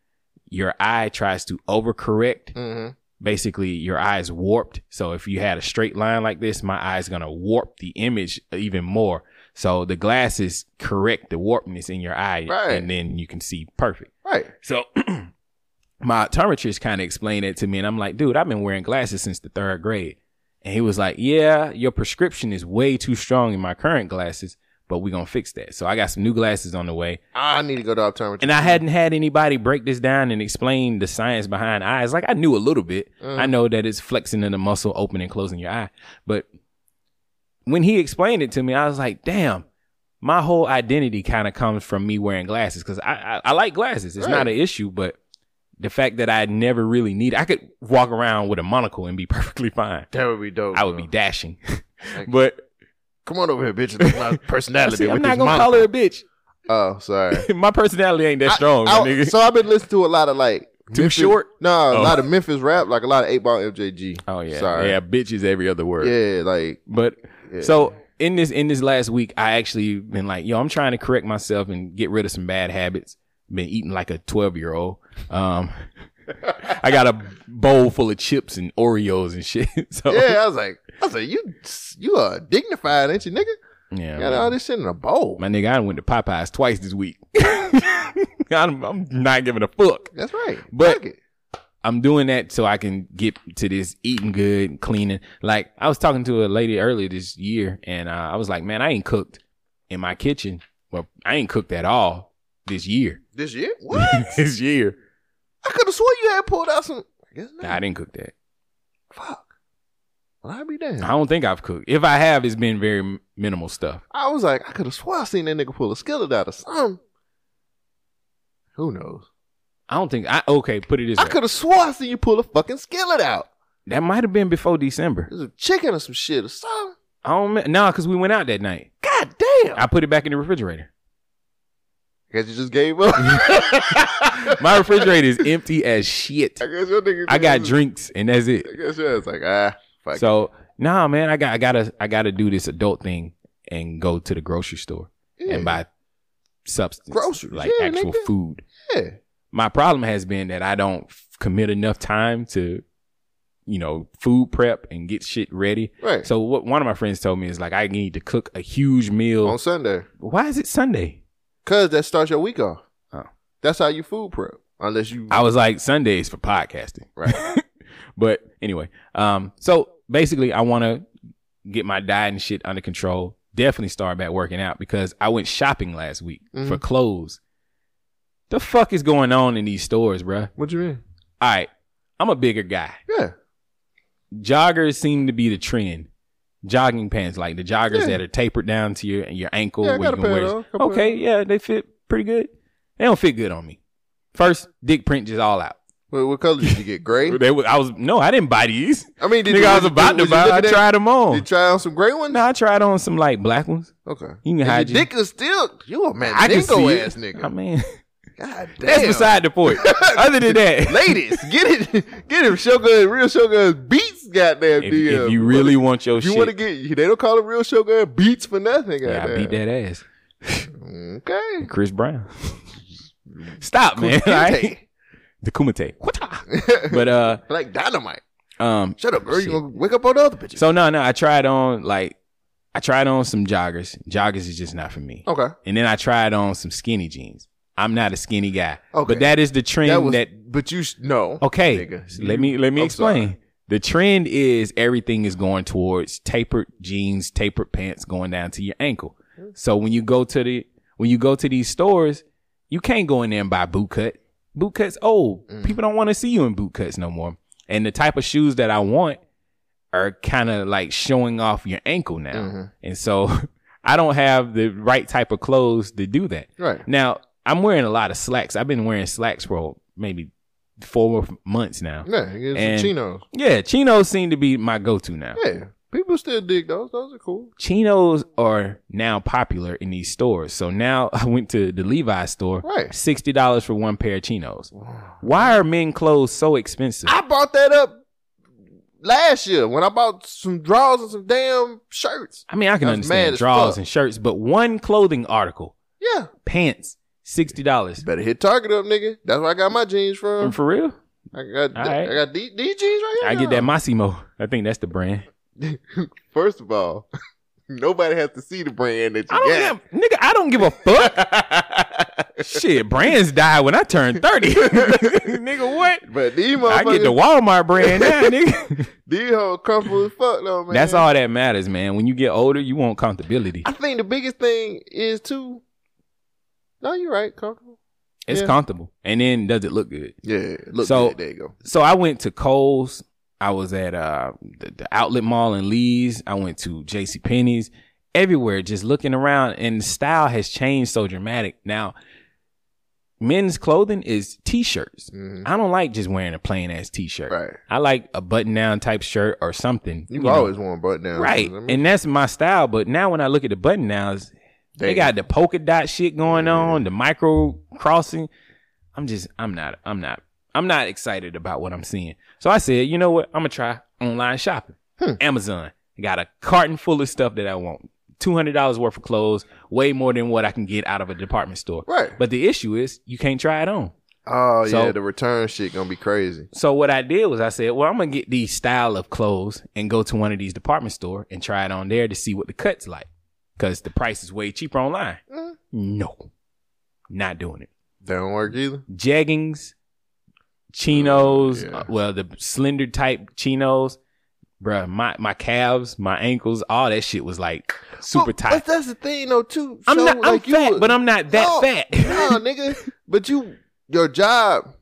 B: your eye tries to overcorrect.
A: Mhm.
B: Basically, your eye is warped. So if you had a straight line like this, my eye is gonna warp the image even more. So the glasses correct the warpness in your eye,
A: Right.
B: and then you can see perfect.
A: Right.
B: So [CLEARS THROAT] my optometrist kind of explained it to me, and I'm like, dude, I've been wearing glasses since the third grade. And he was like, yeah, your prescription is way too strong in my current glasses, but we're gonna fix that. So I got some new glasses on the way.
A: I need to go to optometry.
B: And I hadn't had anybody break this down and explain the science behind eyes. Like I knew a little bit. I know that it's flexing in the muscle, opening and closing your eye. But when he explained it to me, I was like, damn, my whole identity kind of comes from me wearing glasses because I, I I like glasses. It's not
A: Right.
B: an issue, but the fact that I never really need I could walk around with a monocle and be [LAUGHS] perfectly fine.
A: that would be dope.
B: I would
A: bro.
B: be dashing. [LAUGHS] but
A: Come on over here, bitch. Look at
B: [LAUGHS]
A: my personality
B: see, I'm
A: with
B: not
A: this
B: gonna call her a bitch.
A: monocle. Oh, sorry.
B: [LAUGHS] my personality ain't that strong,
A: I-
B: my Oh, [LAUGHS] nigga.
A: So I've been listening to a lot of like
B: Too
A: Memphis-
B: short?
A: No, a
B: Oh.
A: lot of Memphis rap, like a lot of eight ball MJG.
B: oh yeah.
A: Sorry.
B: Yeah, bitch is every other word.
A: Yeah, like
B: But
A: Yeah.
B: so in this in this last week, I actually been like, yo, I'm trying to correct myself and get rid of some bad habits. Been eating like a 12 year old. Um, I got a bowl full of chips and Oreos and shit. [LAUGHS] So
A: yeah. I was like, I was like, you you are dignified, ain't you, nigga?
B: yeah,
A: Got all this shit in a bowl.
B: my nigga, I done went to Popeyes twice this week. [LAUGHS] I'm, I'm not giving a fuck.
A: That's right.
B: But-
A: Fuck it.
B: I'm doing that so I can get to this eating good and cleaning. Like I was talking to a lady earlier this year, and uh, I was like, "Man, I ain't cooked in my kitchen. Well, I ain't cooked at all this year. [LAUGHS]
A: this year, what?
B: this year,
A: I could have swore you had pulled out some. I guess not.
B: Nah, I didn't cook that.
A: Fuck. Well, I'd be damned.
B: I don't think I've cooked. If I have, it's been very m- minimal stuff.
A: I was like, I could have swore I seen that nigga pull a skillet out of something. Who knows?
B: I don't think I. Okay, put it this
A: I
B: way.
A: could have swore I seen you pull a fucking skillet out.
B: That might have been before December.
A: There's a chicken or some shit or something.
B: I don't. No, nah, because we went out that night.
A: God damn.
B: I put it back in the refrigerator. [LAUGHS]
A: I guess you just gave up. I
B: My refrigerator is empty as shit.
A: guess your nigga.
B: I got
A: just-
B: drinks, and that's it.
A: I guess yeah, it's like ah, fuck. it.
B: So nah, man, I got I gotta I gotta do this adult thing and go to the grocery store
A: yeah.
B: and buy substance,
A: Groceries,
B: like
A: yeah,
B: actual
A: nigga.
B: food.
A: Yeah.
B: My problem has been that I don't f- commit enough time to, you know, food prep and get shit ready.
A: Right.
B: So what one of my friends told me is like I need to cook a huge meal.
A: on Sunday,
B: Why is it Sunday?
A: cause that starts your week off.
B: Oh.
A: That's how you food prep, unless you.
B: I was like Sundays for podcasting, right? [LAUGHS] but anyway, um, so basically, I want to get my diet and shit under control. Definitely start back working out because I went shopping last week
A: Mm-hmm.
B: for clothes. The fuck is going on in these stores, bruh?
A: what you mean?
B: All right, I'm a bigger guy.
A: Yeah,
B: Joggers seem to be the trend. Jogging pants, like the joggers
A: Yeah.
B: that are tapered down to your your ankle,
A: Yeah, I
B: where
A: got a
B: you can
A: pair
B: wear.
A: of those. Couple of
B: Okay, yeah, they fit pretty good. They don't fit good on me. First, dick print just all out.
A: what, what color did you get?
B: [LAUGHS]
A: Gray.
B: They was, I was no, I didn't buy these.
A: I mean, did
B: Nigga,
A: you,
B: I was about to buy. I tried them
A: Did you
B: on.
A: try on some gray ones?
B: No, I tried on some like black ones.
A: Okay.
B: You can
A: And
B: hide
A: your
B: your-
A: dick is still you a man.
B: I can see it.
A: ass nigga.
B: I mean,
A: God damn.
B: that's beside
A: [LAUGHS]
B: the point. Other than that,
A: Ladies,
B: [LAUGHS]
A: get it, get him. Shogun, real Shogun beats. Goddamn,
B: if,
A: DM.
B: if you really want your
A: if you
B: shit,
A: want to get, they don't call it real Shogun beats for nothing.
B: yeah, I
A: goddamn.
B: beat that ass.
A: Okay.
B: Chris
A: [LAUGHS]
B: Brown. Stop, man. all [LAUGHS] right? The Kumite.
A: [LAUGHS] Kumite.
B: But uh,
A: like dynamite.
B: um,
A: Shut up, girl.
B: Shit.
A: You gonna wake up on the other bitches.
B: so no, no, I tried on like I tried on some joggers. Joggers is just not for me.
A: okay.
B: And then I tried on some skinny jeans. I'm not a skinny guy.
A: Okay.
B: But that is the trend
A: That was.
B: that
A: but you s- no.
B: Okay,
A: nigga.
B: so let
A: You-
B: me let me
A: I'm
B: explain.
A: sorry.
B: The trend is everything is going towards tapered jeans, tapered pants going down to your ankle. So when you go to the when you go to these stores, you can't go in there and buy boot cut. Boot cuts old.
A: Mm.
B: People don't want to see you in boot cuts no more. And the type of shoes that I want are kind of like showing off your ankle now.
A: Mm-hmm.
B: And so [LAUGHS] I don't have the right type of clothes to do that.
A: Right.
B: Now, I'm wearing a lot of slacks. I've been wearing slacks for maybe four months now.
A: Yeah, it's
B: And-
A: chinos.
B: Yeah, chinos seem to be my go-to now.
A: Yeah, people still dig those. Those are cool.
B: Chinos are now popular in these stores. So now [LAUGHS] I went to the Levi's store.
A: Right.
B: Sixty dollars for one pair of chinos. Why are men clothes so expensive?
A: I bought that up last year when I bought some drawers and some damn shirts.
B: I mean, I can
A: That's mad
B: understand
A: as
B: drawers
A: fuck.
B: and shirts, but one clothing article,
A: Yeah,
B: pants, sixty dollars.
A: better hit Target up, nigga. That's where I got my jeans from.
B: For real?
A: I got
B: All right.
A: I got these, these jeans right here.
B: I get
A: now.
B: that Massimo. I think that's the brand.
A: First of all, [LAUGHS] nobody has to see the brand that you
B: I don't
A: got.
B: give, nigga. I don't give
A: [LAUGHS]
B: a fuck. Shit, brands die when I turn thirty. nigga, what?
A: But these
B: I
A: motherfuckers,
B: get the Walmart
A: [LAUGHS]
B: brand now, nigga.
A: these hoes comfortable as fuck though, man.
B: That's all that matters, man. When you get older, you want comfortability.
A: I think the biggest thing is too. No, you're right. Comfortable.
B: It's
A: yeah.
B: comfortable, and then does it look good?
A: Yeah, look
B: So-
A: good. There you go.
B: So I went to Kohl's. I was at uh the, the outlet mall in Lee's. I went to J.C. Penney's. Everywhere, just looking around, and the style has changed so dramatic. Now, men's clothing is t-shirts.
A: Mhm.
B: I don't like just wearing a plain ass t-shirt.
A: Right.
B: I like a button-down type shirt or something.
A: You've
B: you know.
A: always worn button down.
B: Right. And that's my style. But now when I look at the button downs, they
A: Damn.
B: got the polka dot shit going on, the micro crossing. I'm just I'm not I'm not I'm not excited about what I'm seeing. So I said, you know what? I'm gonna try online shopping. Amazon. I got a carton full of stuff that I want. Two hundred dollars worth of clothes, way more than what I can get out of a department store.
A: Right.
B: But the issue is you can't try it on.
A: oh
B: So-
A: yeah, the return shit gonna be crazy.
B: So what I did was I said, well, I'm gonna get these style of clothes and go to one of these department store and try it on there to see what the cuts like, because the price is way cheaper online.
A: Mm-hmm.
B: No, not doing it.
A: That don't work either.
B: Jeggings, chinos,
A: Oh, Yeah.
B: uh, well, the slender type chinos, bruh, my my calves, my ankles, all that shit was like super
A: Well,
B: tight.
A: But that's the thing though too.
B: I'm
A: So,
B: not,
A: like,
B: I'm
A: you
B: fat,
A: would-
B: but I'm not that
A: no,
B: fat. [LAUGHS]
A: no, nigga. But you, your job,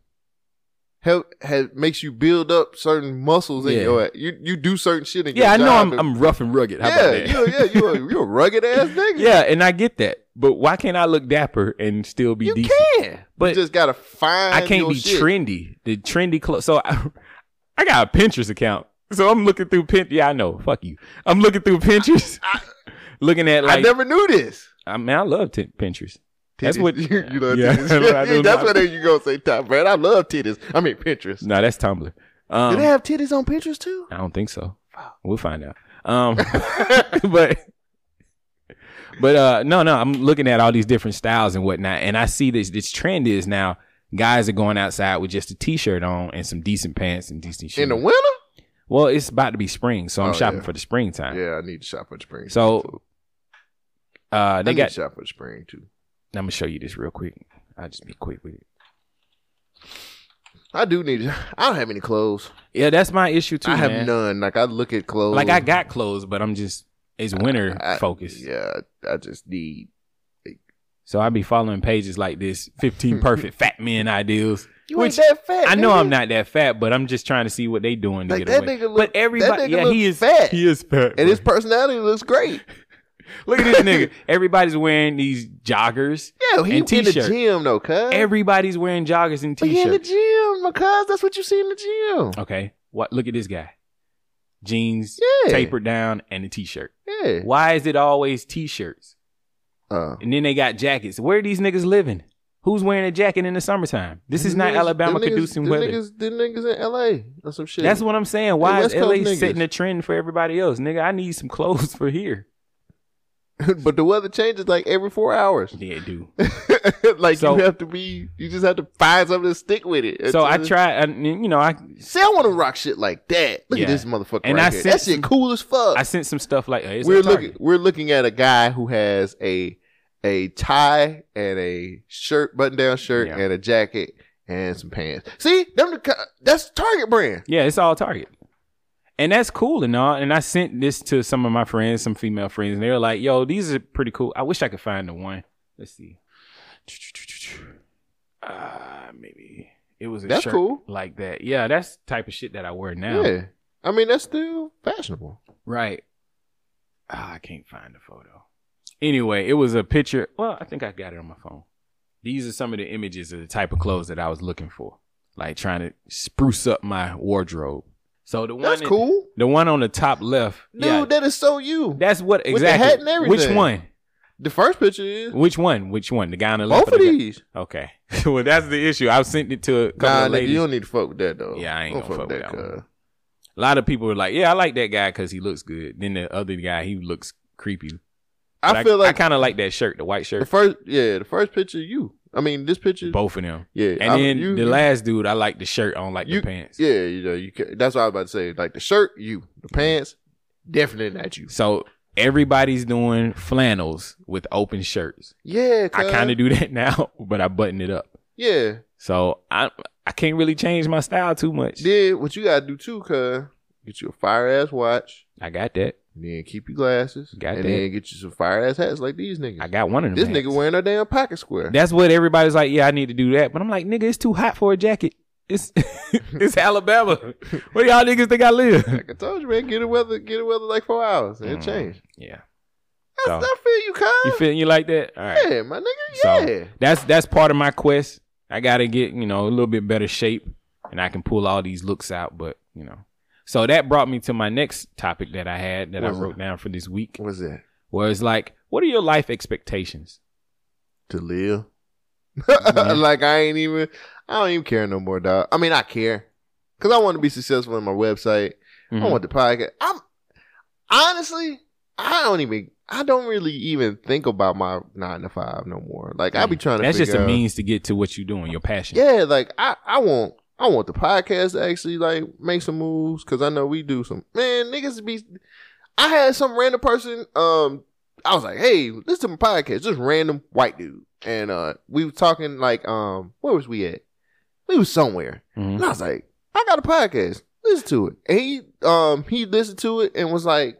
A: help has makes you build up certain muscles in
B: Yeah.
A: your. You you do certain shit in
B: yeah, I
A: your
B: know
A: job.
B: I'm, I'm rough and rugged. How
A: yeah,
B: about that?
A: you yeah, you a, you a rugged
B: [LAUGHS]
A: ass nigga.
B: Yeah, and I get that. But why can't I look dapper and still be
A: you
B: decent?
A: can.
B: But
A: you just gotta find.
B: I can't
A: your
B: be
A: shit.
B: trendy. The trendy clothes. So I, [LAUGHS] I got a Pinterest account. So I'm looking through Pinterest. Yeah, I know. Fuck you. I'm looking through Pinterest. [LAUGHS] looking at like
A: I
B: I,
A: never knew this.
B: mean, I love t- Pinterest. That's
A: Titties.
B: what
A: you, [LAUGHS] you love
B: Yeah, [LAUGHS] I
A: titties.
B: do
A: That's
B: not.
A: what you gonna say, top man. I love titties. I mean Pinterest.
B: No, that's Tumblr. Um,
A: do they have titties on Pinterest too?
B: I don't think so. We'll find out.
A: [LAUGHS]
B: Um, [LAUGHS] but but uh, no, no, I'm looking at all these different styles and whatnot, and I see this this trend is now guys are going outside with just a t-shirt on and some decent pants and decent shoes.
A: In the winter?
B: well, it's about to be spring, so I'm
A: Oh,
B: shopping
A: yeah.
B: for the springtime.
A: Yeah, I need to shop for the spring.
B: So uh,
A: I
B: they
A: need
B: got. Uh,
A: to shop for the spring too.
B: I'm gonna show you this real quick. I just be quick with it.
A: I do need. [LAUGHS] I don't have any clothes.
B: Yeah, that's my issue too.
A: I have
B: man.
A: none. Like I look at clothes.
B: Like I got clothes, but I'm just it's winter
A: I-
B: focused.
A: Yeah, I just need.
B: So I be following pages like this,
A: [LAUGHS]
B: 15 perfect fat men ideals.
A: You
B: Which
A: ain't that fat.
B: I know
A: nigga.
B: I'm not that fat, but I'm just trying to see what they doing to
A: Like,
B: get
A: that
B: away.
A: nigga look-
B: but everybody,
A: that nigga
B: yeah,
A: look
B: he is
A: fat.
B: He is fat.
A: And his
B: bro.
A: personality looks great.
B: [LAUGHS] look at this nigga. Everybody's wearing these joggers.
A: [LAUGHS] Yeah, he
B: And
A: in the
B: t-shirt.
A: gym though, cuz.
B: Everybody's wearing joggers and
A: But he in the
B: t-shirts.
A: gym, because that's what you see in the gym.
B: Okay, what? Look at this guy. Jeans
A: Yeah.
B: tapered down and a t-shirt.
A: Yeah.
B: Why is it always t-shirts?
A: Uh,
B: And then they got jackets. Where are these niggas living? Who's wearing a jacket in the summertime? This is not
A: them niggas-
B: Alabama
A: them niggas-
B: conducing
A: them
B: weather.
A: Niggas, them niggas in LA or some shit. [LAUGHS]
B: That's what I'm saying. Why
A: West
B: is
A: Coast
B: LA
A: niggas.
B: setting a trend for everybody else? Nigga, I need some [LAUGHS] clothes for here.
A: but the weather changes like every four hours. [LAUGHS]
B: Yeah, dude.
A: like
B: So-
A: you have to be, you just have to find something to stick with it.
B: so I
A: It's-
B: try, I, you know, I
A: See, I want to rock shit like that. Look
B: Yeah.
A: at this motherfucker
B: And
A: right
B: I
A: here.
B: sent
A: That shit
B: some-
A: cool as fuck.
B: I sent some stuff like hey, it's
A: we're
B: at
A: looking,
B: Target.
A: we're looking at a guy who has a a tie and a shirt, button down shirt,
B: Yeah.
A: and a jacket and some pants. See, them the, ki- that's Target brand.
B: Yeah, it's all Target. And that's cool and all. And I sent this to some of my friends, some female friends, and they were like, yo, these are pretty cool. I wish I could find the one. Let's see. Uh, maybe it was a
A: That's
B: shirt
A: cool.
B: like that. Yeah, that's the type of shit that I wear now.
A: Yeah. I mean that's still fashionable.
B: Right. Ah, I can't find the photo. Anyway, it was a picture. Well, I think I got it on my phone. These are some of the images of the type of clothes that I was looking for, like trying to spruce up my wardrobe. So the one
A: That's
B: in-
A: cool,
B: The one on the top left.
A: dude.
B: yeah,
A: That is so you.
B: that's what
A: the
B: exactly.
A: hat and
B: Which
A: everything.
B: one?
A: the first picture is
B: Which one? Which one? The guy on the left.
A: both
B: or
A: of
B: the guy-
A: these.
B: Okay. [LAUGHS] well, that's the issue. I've sent it to a couple
A: Nah,
B: of
A: nigga,
B: ladies.
A: you don't need to fuck with that though.
B: Yeah, I ain't
A: Don't
B: gonna fuck with that
A: cuz.
B: one. a lot of people were like, "Yeah, I like that guy because he looks good." Then the other guy, he looks creepy. But
A: I feel
B: I
A: like
B: kind of like that shirt, the white
A: the
B: shirt.
A: first, yeah, the first picture you. I mean, this picture,
B: Both of them.
A: yeah,
B: And
A: I-
B: then
A: you-
B: the last dude, I like the shirt. I don't like
A: You-
B: the pants.
A: Yeah, you know, you can, that's what I was about to say. Like the shirt, you, the pants, definitely not you.
B: So everybody's doing flannels with open shirts.
A: Yeah,
B: I kind of do [LAUGHS] that now, but I button it up.
A: Yeah,
B: So I I can't really change my style too much.
A: then what you gotta do too, cuz get you a fire ass watch,
B: I got that.
A: and then keep your glasses,
B: Got
A: and
B: that.
A: then get you some fire ass hats like these niggas.
B: I got one of them.
A: this
B: hats.
A: nigga wearing a damn pocket square.
B: That's what everybody's like. Yeah, I need to do that. But I'm like, nigga, it's too hot for a jacket. It's [LAUGHS] it's Alabama. Where y'all niggas think I live?
A: like I told you, man, get a weather, get a weather like four hours, and
B: Mm.
A: it changed.
B: Yeah.
A: That's,
B: So-
A: I feel you, cuz.
B: You feeling you like that? All right.
A: Yeah, my nigga.
B: So-
A: Yeah.
B: That's that's part of my quest. I gotta get, you know, a little bit better shape and I can pull all these looks out, but you know. So that brought me to my next topic that I had that I
A: What's
B: wrote down for this week.
A: What's that?
B: Where it's like, what are your life expectations?
A: To live.
B: Yeah.
A: [LAUGHS] like I ain't even. I don't even care no more, dog. I mean, I care because I want to be successful in my website. I
B: Mhm.
A: want the podcast. I'm honestly, I don't even. I don't really even think about my nine to five no more. Like I be trying to.
B: That's just
A: figure
B: a
A: out-
B: means to get to what you're doing, your passion.
A: Yeah, like I, I want, I want the podcast to actually like make some moves because I know we do some. Man, niggas be. I had some random person. Um, I was like, hey, listen to my podcast. Just random white dude, and uh, we were talking like, um, where was we at? We was somewhere,
B: Mhm.
A: and I was like, I got a podcast. Listen to it. And he, um, he listened to it and was like,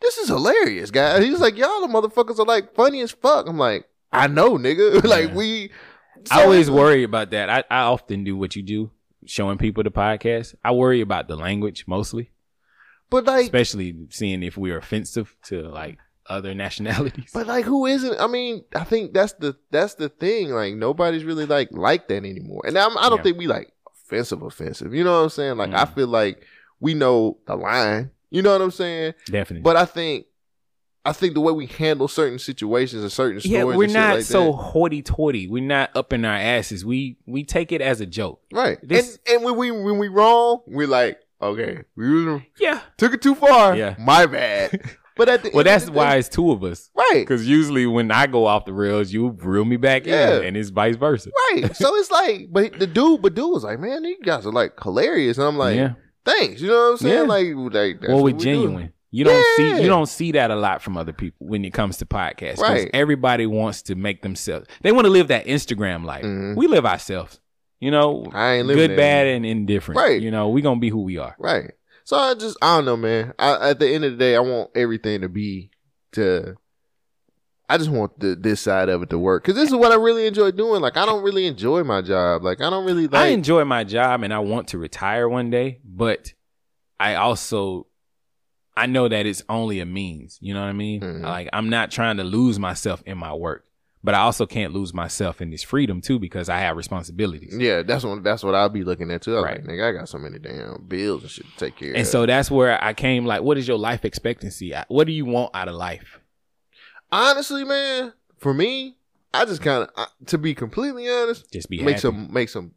A: this is hilarious, guys. He was like, y'all the motherfuckers are like funny as fuck. I'm like, I know, nigga. [LAUGHS] like
B: Yeah.
A: we.
B: I always worry about that. I, I often do what you do, showing people the podcast. I worry about the language mostly,
A: But like,
B: especially seeing if we're offensive to like other [LAUGHS] nationalities.
A: But like, who isn't? I mean, I think that's the that's the thing. Like, nobody's really like like that anymore. And I'm, I don't
B: Yeah.
A: think we like offensive, offensive. You know what I'm saying? Like, I
B: Mm.
A: feel like we know the line. You know what I'm saying?
B: Definitely.
A: But I think, I think the way we handle certain situations and certain stories,
B: yeah, we're
A: and shit
B: not
A: like
B: so hoity toity. We're not up in our asses. We we take it as a joke.
A: that. right.
B: this-
A: and and when we when we wrong, we're like, okay, we
B: Yeah.
A: took it too far.
B: Yeah.
A: my
B: [LAUGHS]
A: bad. But at the
B: Well,
A: end of
B: that's
A: the
B: why
A: day-
B: it's two of us.
A: right?
B: Because usually when I go off the rails, you reel me back
A: Yeah.
B: in, and it's vice versa.
A: Right. So it's like, but the dude, but dude was like, man, these guys are like hilarious. And I'm like,
B: yeah.
A: thanks. You know what I'm saying?
B: Yeah.
A: Like, like that's
B: Well,
A: what
B: we're
A: we do.
B: genuine. You don't
A: Yeah.
B: see you don't see that a lot from other people when it comes to podcasts. 'cause
A: Right.
B: Everybody wants to make themselves. They want to live that Instagram life.
A: Mhm.
B: We live ourselves. You know,
A: I ain't living
B: good,
A: that
B: bad, and indifferent.
A: Right.
B: You know, we gonna be who we are.
A: Right. So I just I don't know, man. I, at the end of the day, I want everything to be to. I just want the, this side of it to work because this is what I really enjoy doing. Like I don't really enjoy my job. Like I don't really like.
B: I enjoy my job and I want to retire one day, but I also I know that it's only a means. You know what I mean?
A: Mhm.
B: Like I'm not trying to lose myself in my work, but I also can't lose myself in this freedom too because I have responsibilities.
A: yeah, that's what that's what I'll be looking at too. I'm
B: Right.
A: like, nigga, I got so many damn bills and shit to take care of.
B: And so that's where I came. Like, what is your life expectancy? I- What do you want out of life?
A: honestly, man, for me, I just kind of to be completely honest,
B: Just be
A: make
B: happy.
A: some make some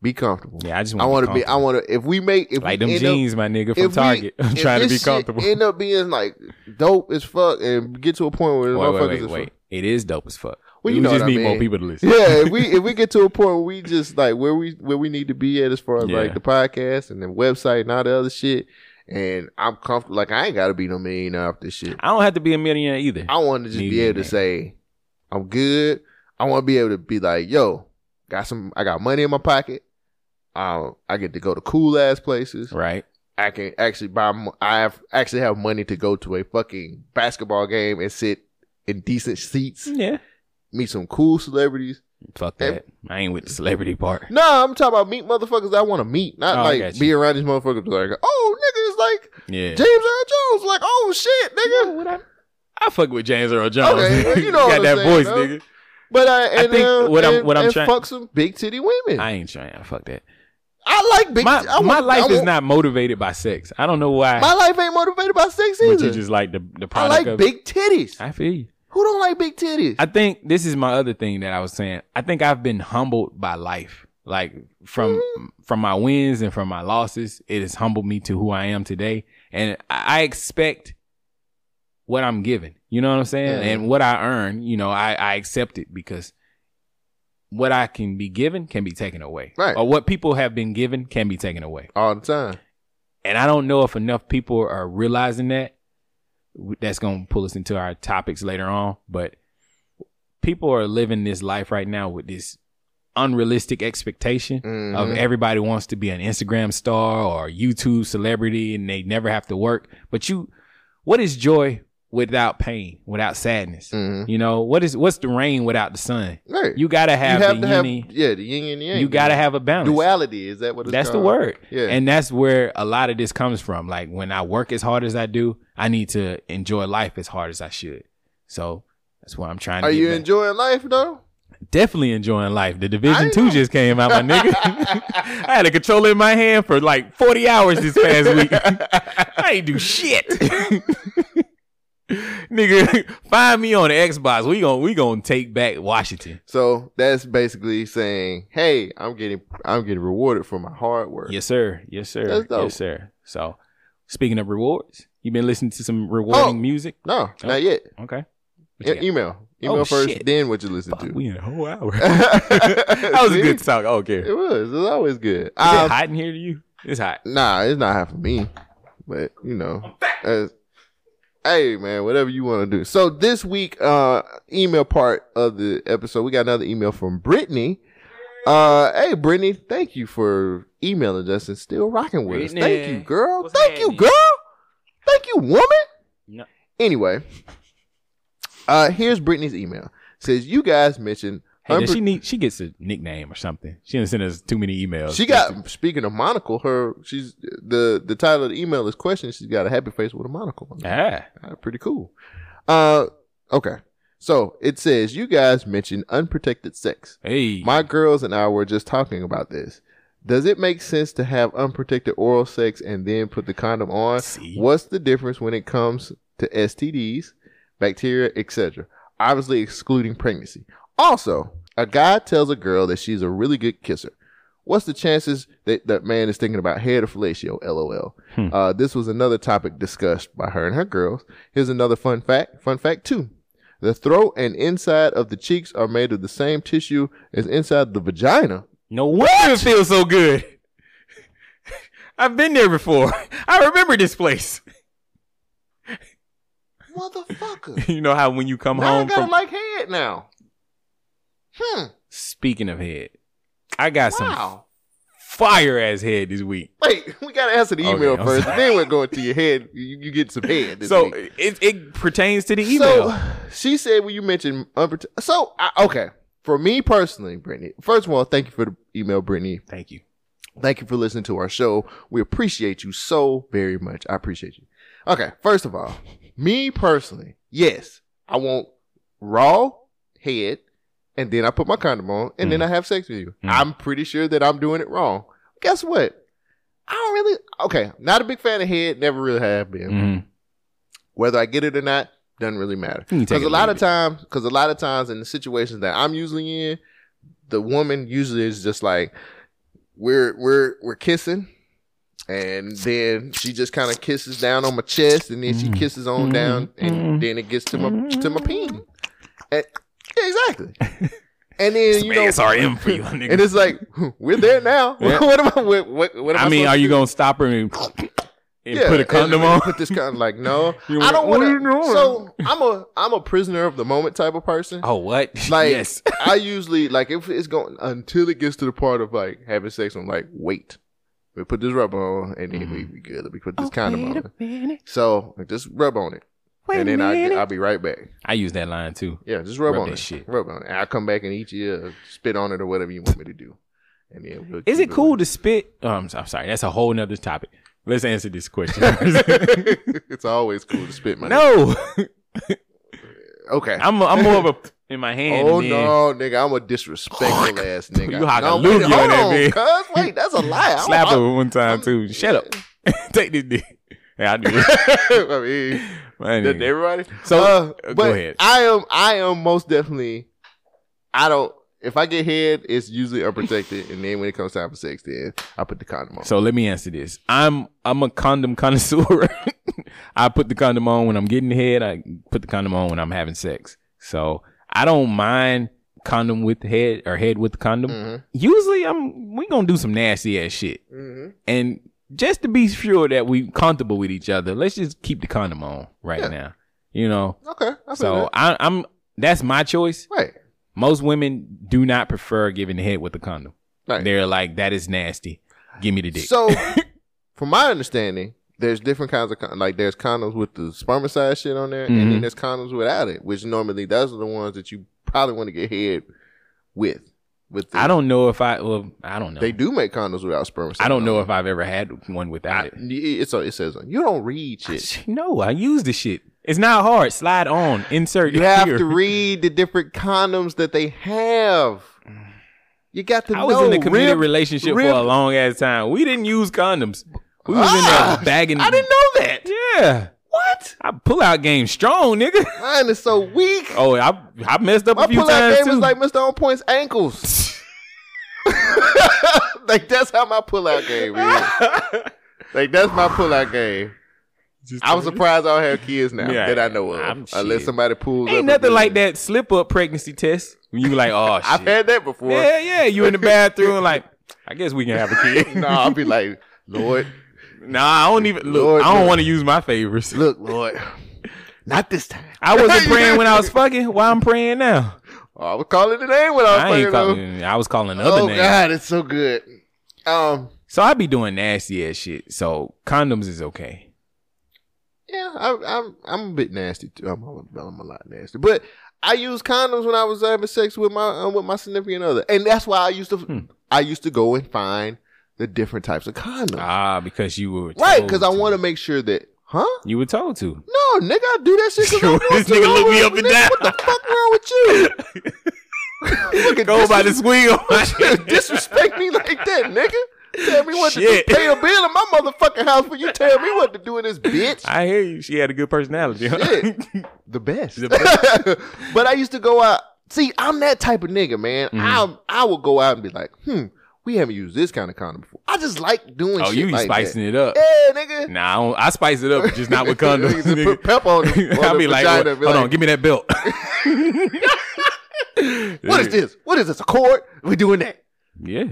A: be comfortable.
B: yeah, I just
A: I
B: want.
A: want to be. I want to. If we make if
B: like
A: we
B: them
A: end up-
B: jeans, my nigga, from
A: we-
B: Target. [LAUGHS] I'm
A: if
B: trying to
A: this
B: be
A: shit
B: comfortable.
A: End up being like dope as fuck and get to a point where the
B: wait,
A: motherfuckers
B: wait, wait,
A: is
B: wait. It is dope as fuck.
A: Well,
B: We
A: you know
B: just
A: what I
B: need more
A: mean.
B: people to
A: [LAUGHS]
B: listen.
A: yeah, if we if we get to a point where we just like where we where we need to be at as far as like
B: Yeah.
A: the podcast and the website and all the other shit, and I'm comfortable. Like I ain't got to be no millionaire off this shit.
B: I don't have to be a millionaire either.
A: I want to just be able to
B: Millionaire.
A: say I'm good. I want to be able to be like, yo, got some. I got money in my pocket. Um, I get to go to cool ass places.
B: Right.
A: I can actually buy. mo- I have actually have money to go to a fucking basketball game and sit in decent seats,
B: Yeah.
A: meet some cool celebrities.
B: Fuck
A: Hey.
B: that. I ain't with the celebrity part.
A: No, I'm talking about meet motherfuckers that I want to meet, not
B: Oh, I
A: like
B: got you.
A: be around these motherfuckers. Like, oh nigga, it's like
B: Yeah.
A: James Earl Jones. Like, oh shit, nigga.
B: I, I fuck with James Earl Jones.
A: Okay, well,
B: [LAUGHS]
A: you know
B: got
A: what
B: that
A: I'm saying,
B: voice,
A: though.
B: nigga.
A: But I and,
B: think
A: uh,
B: what I'm-
A: and-
B: what I'm
A: and
B: trying-
A: fuck some big titty women.
B: I
A: I,
B: ain't trying. Fuck that.
A: like big.
B: My
A: I want-
B: my
A: I
B: life is
A: want-
B: not motivated by sex. I don't know why.
A: My life ain't motivated by sex
B: but you
A: either.
B: just like the the
A: I
B: product
A: like
B: of
A: big titties.
B: I feel you.
A: Who don't like big titties?
B: I think this is my other thing that I was saying. I think I've been humbled by life. Like from from my wins and from my losses, it has humbled me to who I am today. And I I expect what I'm given. You know what I'm saying?
A: Mhm.
B: And what I earn, you know, I, I accept it because what I can be given can be taken away.
A: Right.
B: Or what people have been given can be taken away.
A: All the time.
B: And I don't know if enough people are realizing that. That's going to pull us into our topics later on. But people are living this life right now with this unrealistic expectation of
A: Mhm.
B: everybody wants to be an Instagram star or a YouTube celebrity and they never have to work. But you, what is joy without pain, without sadness?
A: Mhm.
B: You know, what is, what's the rain without the sun?
A: Right.
B: You got to have
A: you have
B: the
A: to have
B: uni.
A: yeah the yin and yang.
B: you got to have a balance.
A: duality. Is that what it's
B: That's
A: called?
B: the word.
A: Yeah.
B: And that's where a lot of this comes from. Like when I work as hard as I do, I need to enjoy life as hard as I should. So that's what I'm trying to
A: Are
B: get
A: you
B: back.
A: enjoying life though?
B: Definitely enjoying life. The
A: I
B: Division 2
A: know.
B: just
A: [LAUGHS]
B: came out, my nigga. [LAUGHS] I had a controller in my hand for like 40 hours this past week. [LAUGHS] I ain't do shit. [LAUGHS] nigga, [LAUGHS] find me on the Xbox. We gon' we going to take back Washington.
A: So that's basically saying, hey, I'm getting I'm getting rewarded for my hard work.
B: Yes, sir. Yes, sir.
A: That's dope.
B: Yes, sir. So, speaking of rewards, you been listening to some rewarding
A: Oh.
B: music?
A: No,
B: Oh.
A: not yet.
B: Okay. What
A: E-
B: you got?
A: email. Email
B: Oh,
A: first,
B: shit.
A: then what you listen
B: Fuck,
A: to. [LAUGHS]
B: we in a whole hour. [LAUGHS] that
A: that
B: was a good talk. I don't care.
A: It was. It was always good.
B: Is it
A: Um,
B: hot in here to you? It's hot.
A: nah, it's not hot for me. But you know. uh, hey man, whatever you want to do. So this week, uh email part of the episode, we got another email from Brittany. Uh hey Brittany, thank you for emailing us and still rocking with us. Thank
B: Brittany.
A: you, girl.
B: What's
A: thank you,
B: happening?
A: girl. Thank you, woman.
B: No.
A: Anyway. Uh here's Brittany's email. Says you guys mentioned
B: Hey, does
A: unpro-
B: she need? She gets a nickname or something. She didn't send us too many emails.
A: She got speaking of monocle, her she's the the title of the email is question. She's got a happy face with a monocle. On it.
B: ah.
A: Uh, pretty cool. Uh, okay. So it says you guys mentioned unprotected sex.
B: Hey,
A: My girls and I were just talking about this. Does it make sense to have unprotected oral sex and then put the condom on?
B: See?
A: What's the difference when it comes to STDs, bacteria, etc.? Obviously, excluding pregnancy. Also, a guy tells a girl that she's a really good kisser. What's the chances that that man is thinking about head or fellatio? LOL. Uh, this was another topic discussed by her and her girls. Here's another fun fact. Fun fact two. The throat and inside of the cheeks are made of the same tissue as inside the vagina.
B: no wonder it feels so [LAUGHS] good. I've been there before. I remember this place. [LAUGHS]
A: motherfucker.
B: you know how when you come
A: now I
B: home
A: gotta
B: from
A: like head now. Hmm.
B: speaking of head, I got some
A: Wow.
B: fire ass head this week.
A: Wait, we gotta answer the
B: Okay,
A: email
B: I'm
A: first.
B: sorry.
A: Then we're going to your head. You, you get some head. This
B: So
A: week.
B: it, it pertains to the email.
A: So she said when you mentioned unprote- so I, okay for me personally, Brittany. First of all, thank you for the email, Brittany.
B: Thank you.
A: Thank you for listening to our show. We appreciate you so very much. I appreciate you. Okay, first of all, me personally, yes, I want raw head, and then I put my condom on, and then I have sex with you.
B: Mm.
A: I'm pretty sure that I'm doing it wrong. Guess what? I don't really. Okay, not a big fan of head. Never really have been
B: Mhm.
A: whether I get it or not doesn't really matter.
B: You can take
A: Because
B: it
A: a
B: or
A: lot of
B: leave it.
A: times, because a lot of times in the situations that I'm usually in, the woman usually is just like we're we're we're kissing, and then she just kind of kisses down on my chest, and then she
B: Mm.
A: kisses on
B: Mm.
A: down, and
B: Mm.
A: then it gets to my to my
B: Mm-hmm.
A: peen. And- yeah, exactly. And then you know,
B: Man,
A: [LAUGHS]
B: sorry, M for you, nigga.
A: and it's like [LAUGHS] we're there now. [LAUGHS]
B: Yeah.
A: what am I? What, what, what am
B: I mean,
A: supposed
B: are
A: to
B: you
A: do?
B: gonna stop her and, and
A: Yeah,
B: put a
A: and-
B: condom
A: and
B: on?
A: Put this condom. Like no,
B: [LAUGHS] You
A: I don't
B: went,
A: want
B: "What are you
A: to.
B: doing?"
A: So I'm a I'm a prisoner of the moment type of person.
B: Oh, what?
A: [LAUGHS] Like
B: yes.
A: I usually like if it's going until it gets to the part of like having sex. I'm like, wait, we put this rub on, and then
B: Mm-hmm.
A: we be good. We put this condom on. So like, just rub on it, and then I I'll be right back.
B: I use that line too.
A: Yeah, just rub,
B: Rub
A: on
B: that
A: it.
B: shit.
A: Rub on it. And I come back and eat you, or spit on it, or whatever you want me to do. And then we'll
B: Is
A: keep
B: it cool
A: moving.
B: to spit? Oh, I'm, so- I'm sorry. That's a whole nother topic. Let's answer this
A: [LAUGHS]
B: question. [LAUGHS]
A: it's always cool to spit my
B: no,
A: Okay.
B: I'm I'm more of a in my hand.
A: Oh
B: and then-
A: no, nigga, I'm a disrespectful ass nigga.
B: You hock a
A: no,
B: loogie on that
A: on,
B: bitch.
A: cuz. Wait, that's a
B: [LAUGHS]
A: lie. I'm-
B: Slap
A: I'm-
B: her one time too. Shut up. [LAUGHS] Take this dick. Yeah, I do. it.
A: [LAUGHS] [LAUGHS] I mean,
B: My
A: didn't
B: nigga.
A: everybody.
B: So,
A: Uh,
B: uh, go
A: but
B: ahead.
A: I am, I am most definitely. I don't. If I get head, it's usually unprotected, and then when it comes time for sex, then I put the condom on.
B: So let me answer this. I'm I'm a condom [LAUGHS] connoisseur. I put the condom on when I'm getting head. I put the condom on when I'm having sex. So I don't mind condom with the head or head with the condom.
A: Mm. Mm-hmm.
B: Usually I'm we gonna do some nasty ass shit.
A: Mm-hmm.
B: And just to be sure that we comfortable with each other, let's just keep the condom on right
A: Yeah.
B: now. You know.
A: okay, I feel
B: So
A: that.
B: I, I'm that's my choice.
A: right,
B: Most women do not prefer giving the head with the condom.
A: right.
B: They're like that is nasty. Give me the dick. [LAUGHS]
A: So, from my understanding, there's different kinds of con- like there's condoms with the spermicide shit on there, and then
B: Mhm.
A: there's condoms without it, which normally those are the ones that you probably want to get head with. With the,
B: I don't know if I. Well, I don't know.
A: They do make condoms without spermicide.
B: I don't know
A: on
B: if I've ever had one without
A: it. Y- It's it says you don't read
B: [LAUGHS]
A: shit.
B: it. No, I use the shit. It's not hard. Slide on. Insert. [LAUGHS]
A: You have
B: here.
A: to read the different condoms that they have. You got to
B: I was
A: know
B: in a committed
A: rib-
B: relationship
A: rib-
B: for a long ass time. We didn't use condoms. We was in
A: Ah!
B: there bagging.
A: I didn't know that.
B: Yeah. What? I pull out game strong, nigga.
A: Mine is so weak.
B: Oh, I I messed up
A: My
B: a few
A: pull-out
B: times
A: game
B: too.
A: is like Mr. On Point's
B: [LAUGHS]
A: ankles. [LAUGHS] like that's how my pull-out game
B: [LAUGHS]
A: is. Like that's my pull-out game. I'm surprised I don't have kids now
B: Yeah,
A: that I know of,
B: I'm-
A: unless
B: shit.
A: somebody pulls. up
B: Ain't
A: and
B: nothing
A: do
B: like that slip up pregnancy test when you like, [LAUGHS] oh shit.
A: I've had that before.
B: yeah, yeah. You [LAUGHS] in the bathroom and like, I guess we can have a
A: [LAUGHS]
B: kid.
A: no, I'll be like, Lord,
B: Nah, I don't even look.
A: Lord,
B: I don't
A: look.
B: want to use my favors.
A: look,
B: [LAUGHS]
A: Lord, not this time.
B: I
A: [LAUGHS]
B: wasn't praying when I was fucking. Why I'm praying now?
A: I was calling the name when I was
B: I
A: fucking,
B: ain't
A: though.
B: calling. I was calling another
A: Oh
B: name.
A: God, it's so good. Um,
B: So I be doing nasty ass shit. So condoms is okay.
A: Yeah, I, I'm I'm a bit nasty too. I'm, a- I'm a lot nasty, but I used condoms when I was having sex with my um, with my significant other, and that's why I used to
B: Hmm.
A: I used to go and find the different types of condoms, Right, 'cause
B: Ah, oh, because you were
A: right? Because I want
B: to.
A: to make sure that, huh?
B: You were
A: [LAUGHS]
B: told to.
A: No, nigga, I do that shit.
B: [LAUGHS]
A: 'cause I want
B: This
A: to.
B: nigga
A: I
B: look me
A: want-
B: up and
A: nigga,
B: down.
A: What the fuck wrong with you?
B: [LAUGHS]
A: Fucking
B: Go by
A: [LAUGHS]
B: the squeal.
A: disres- disrespect me like that, nigga. Tell me what
B: Shit.
A: to do. Pay a bill in my motherfucking house when you tell me what to do in this bitch.
B: [LAUGHS] I hear you. She had a good personality. huh? [LAUGHS]
A: Shit. The best.
B: The
A: [LAUGHS] but I used to go out. See, I'm that type of nigga, man.
B: Mm-hmm.
A: I'm I will go out and be like, hmm, we haven't used this kind of condom before. I just like doing
B: oh,
A: shit.
B: you be
A: like
B: spicing
A: that.
B: it up.
A: Yeah, nigga.
B: Nah, I, don't, I spice it up, just
A: [LAUGHS]
B: not with condoms.
A: Niggas
B: nigga.
A: put pep
B: [LAUGHS]
A: on the- on
B: I'll
A: the
B: be like,
A: vagina,
B: "Well,
A: be
B: hold
A: like-
B: on, give me
A: [LAUGHS]
B: that belt. [LAUGHS]
A: What is this? What is this? A cord? We doing that.
B: Yeah.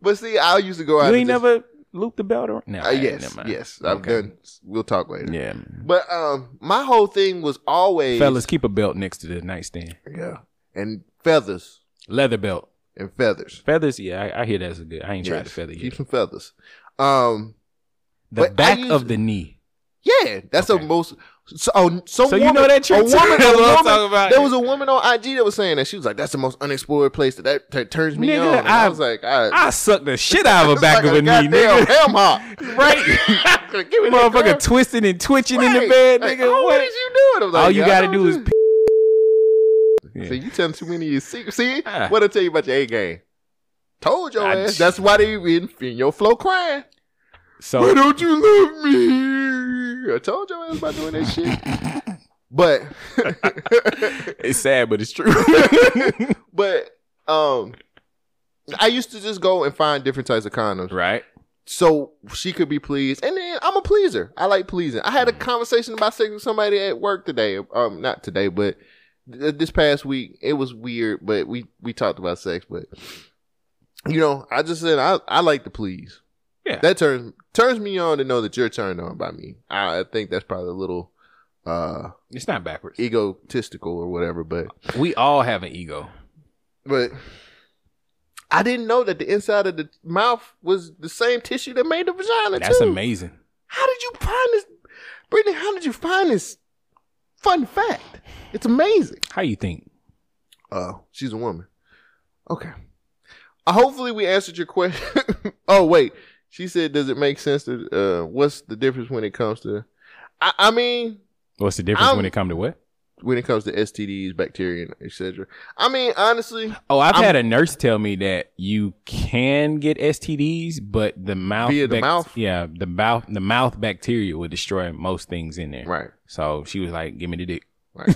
A: But see, I used to go out
B: You
A: and
B: ain't
A: just-
B: never loop the belt around? No,
A: Uh, yes,
B: never mind.
A: yes. I've
B: Okay.
A: done. We'll talk later.
B: Yeah,
A: But um, my whole thing was always
B: fellas, keep a belt next to the nightstand.
A: Yeah, and feathers
B: Leather belt,
A: and feathers.
B: feathers. Yeah, I, I hear that's a good. I ain't tried the
A: Yes,
B: feather
A: Keep
B: yet.
A: some feathers. Um,
B: The
A: But I
B: back
A: use-
B: of
A: [LAUGHS]
B: the knee.
A: yeah, that's
B: Okay.
A: the most. So, oh, some
B: So you
A: woman,
B: know that trick
A: a
B: too.
A: woman,
B: [LAUGHS] That's
A: a
B: what I'm
A: woman-
B: talking about.
A: There was a woman on IG that was saying that she was like, "That's the most unexplored place that that, that turns me
B: Nigga,
A: on." And I,
B: I-
A: was like, "I,
B: I suck the shit out of a
A: it's
B: back
A: like
B: of a, knee,
A: goddamn [LAUGHS]
B: nigga.
A: Ham hock, [LAUGHS]
B: [LAUGHS] Right.
A: Give me that
B: Motherfucker
A: girl.
B: twisting and twitching in the
A: uh, Right.
B: bed,
A: Like,
B: nigga.
A: oh,
B: what?
A: what is you doing? I was like,
B: All you
A: "Yeah, I
B: gotta
A: know
B: do
A: what
B: is.
A: you-
B: Pee. Yeah.
A: See, you telling too many of your secrets. See,
B: Ah.
A: what I tell you about your A game? Told your
B: I-
A: ass. That's why they in, in your flow crying. [LAUGHS] Why
B: So
A: don't you love me? I told your ass about doing that shit.
B: [LAUGHS]
A: But, [LAUGHS]
B: it's sad, but it's true.
A: but, um, I used to just go and find different types of condoms.
B: right.
A: so she could be pleased. And then I'm a pleaser. I like pleasing. I
B: Mm-hmm.
A: had a conversation about sex with somebody at work today. Um, not today, but th- this past week. It was weird, but we we talked about sex. But you know, I just said I I like to please.
B: Yeah.
A: that turns turns me on to know that you're turned on by me. I, I think that's probably a little uh
B: It's not backwards.
A: egotistical or whatever, but
B: We all have an ego.
A: but. I didn't know that the inside of the mouth was the same tissue that made the vagina.
B: That's
A: too.
B: amazing.
A: How did you find this, Brittany? How did you find this fun fact? It's amazing.
B: How you think?
A: Oh, she's a woman. Okay. Uh, hopefully, we answered your question. [LAUGHS] oh wait, she said, "Does it make sense to uh, what's the difference when it comes to?" I, I mean,
B: What's the difference
A: I'm-
B: when it come to what?
A: when it comes to STDs, bacteria, etc. I mean, honestly,
B: Oh, I've
A: I'm-
B: had a nurse tell me that you can get STDs, but the mouth,
A: Via the mouth?
B: yeah, the mouth, the mouth bacteria will destroy most things in there.
A: right,
B: So she was like, "Give me the dick." [LAUGHS]
A: right.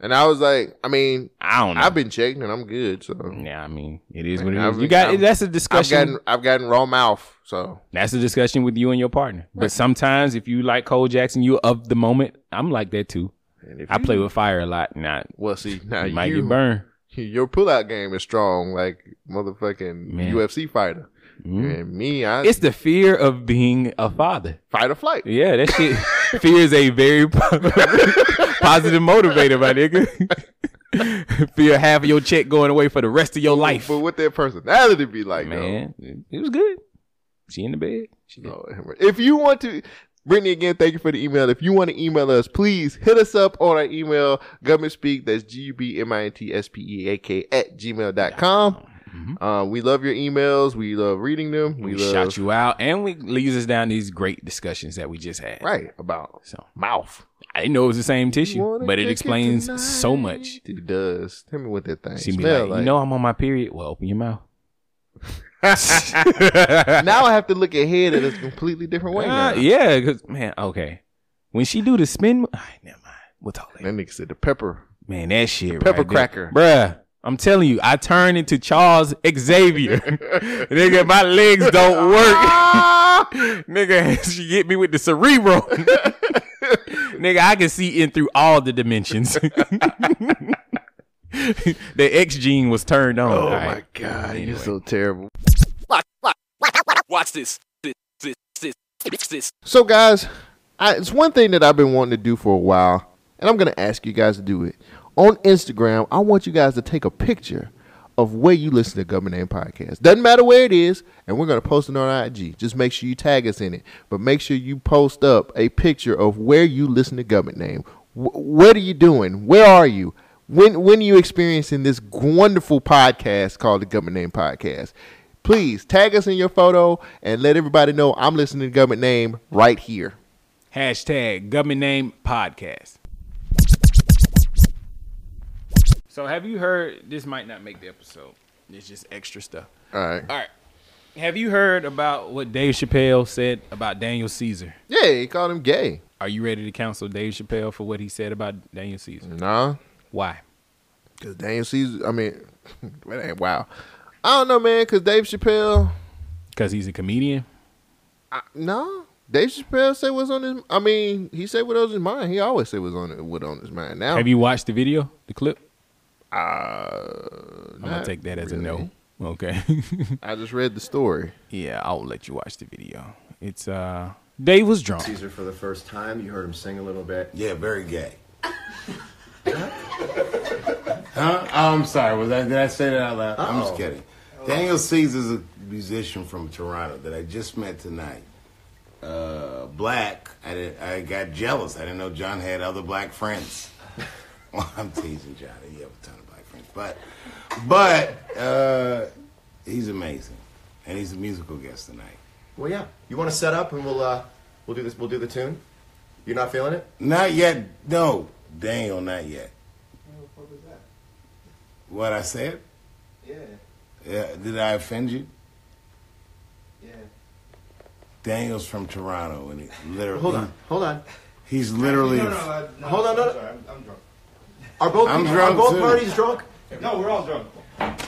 A: and I was like, I mean,
B: I don't know.
A: I've been checked and I'm good. So
B: yeah, I mean, it is what it
A: I've
B: is.
A: been-
B: You got
A: I'm-
B: that's a
A: I've
B: discussion.
A: gotten I've gotten raw mouth. So
B: That's a discussion with you and your partner. But sometimes, if you like Cole Jackson, you of the moment. I'm like that too.
A: and if
B: I
A: you-
B: play with fire a lot, and I
A: Well, see, now
B: might
A: you
B: get burned.
A: [LAUGHS] your pullout game is strong, like motherfucking
B: Man.
A: UFC fighter.
B: Mm.
A: And me, I
B: It's the fear of being a father.
A: fight or flight.
B: Yeah, that shit. fear is a very [LAUGHS] po- positive motivator, my nigga. [LAUGHS] fear of half of your check going away for the rest of your life.
A: But what that personality be like, man?
B: Man, it was good. She in the bed. She did.
A: if you want to, Brittany, again, thank you for the email. If you want to email us, please hit us up on our email, government speak. That's G U B M I N T S P E A K at gmail.com.
B: Mhm.
A: Uh, we love your emails. We love reading them. We,
B: We,
A: love,
B: shout you out, and we leads us down these great discussions that we just had.
A: right about
B: So
A: mouth.
B: I didn't know it was the same tissue,
A: Wanna
B: but
A: kick
B: it
A: it
B: explains so
A: tonight?
B: much.
A: It does. Tell me what that thing
B: She be
A: smell
B: like,
A: like.
B: you know, I'm on my period. Well, open
A: [LAUGHS]
B: your mouth. [LAUGHS]
A: now I have to look ahead at it a completely different way.
B: Uh,
A: now.
B: yeah, because man, okay. When she do the spin, mo- ah, never mind. We'll talk later.
A: That nigga said the
B: [LAUGHS]
A: pepper.
B: Man, that shit.
A: Pepper
B: right there.
A: cracker.
B: bruh. I'm telling you, I turn into Charles
A: [LAUGHS]
B: Xavier. Nigga, my legs don't work. Nigga, [LAUGHS] she get me with the cerebral. [LAUGHS] Nigga, I can see in through all
A: [LAUGHS]
B: the dimensions. [LAUGHS] the X gene was turned on.
A: Oh
B: All
A: my
B: right.
A: god, you're
B: Anyway.
A: so terrible.
E: Watch this. This, this, this, this, this.
A: So guys, I, it's one thing that I've been wanting to do for a while, and I'm gonna ask you guys to do it on Instagram. I want you guys to take a picture of where you listen to Government Name Podcast. Doesn't matter where it is, and we're gonna post it on IG. Just make sure you tag us in it, but make sure you post up a picture of where you listen to Government Name. Wh- what are you doing? Where are you? When when are you experiencing this wonderful podcast called the Government Name Podcast? Please tag us in your photo and let everybody know I'm listening to Government Name right here.
B: Hashtag Gummy Name Podcast. So have you heard this might not make the episode. It's just extra stuff.
A: All right.
B: All right. Have you heard about what Dave Chappelle said about Daniel Caesar?
A: Yeah, he called him gay.
B: Are you ready to counsel Dave Chappelle for what he said about Daniel Caesar?
A: Nah,
B: Why?
A: because Daniel Caesar. I mean, [LAUGHS] that ain't wow. I don't know, man. Because Dave Chappelle.
B: Because he's a comedian.
A: I, no, Dave Chappelle said what's on his. I mean, he said what was on his mind. He always said what's on what on his mind.
B: Oh.
A: Now,
B: Have you watched the video, the clip?
A: uh,
B: I'm gonna take that as a no. Okay. [LAUGHS]
A: I just read the story.
B: yeah, I'll let you watch the video. It's uh Dave was drunk.
F: Caesar for the first time. You heard him sing a little bit.
G: Yeah, very gay. huh? Oh, I'm sorry. Was I, did I say that out loud? I'm just kidding. Daniel Caesar's a musician from Toronto that I just met tonight. Uh, black. I, did, I got jealous. I didn't know John had other black friends. [LAUGHS] well, I'm teasing John. He have a ton of black friends, but but uh, he's amazing, and he's a musical guest tonight.
F: Well, yeah. You want to set up, and we'll uh, we'll do this. We'll do the tune. You're not feeling it?
G: Not yet. No, Daniel, not yet. What I said? Yeah. Did I offend you? Yeah. Daniel's from Toronto, and he literally.
F: Hold on. Hold on.
G: He's literally.
H: No, no, uh, no,
F: Hold on, no, no.
H: I'm sorry, I'm, I'm drunk.
F: Are both
G: I'm
F: people-
G: drunk,
F: are both
G: too.
F: parties drunk?
H: No, we're all drunk.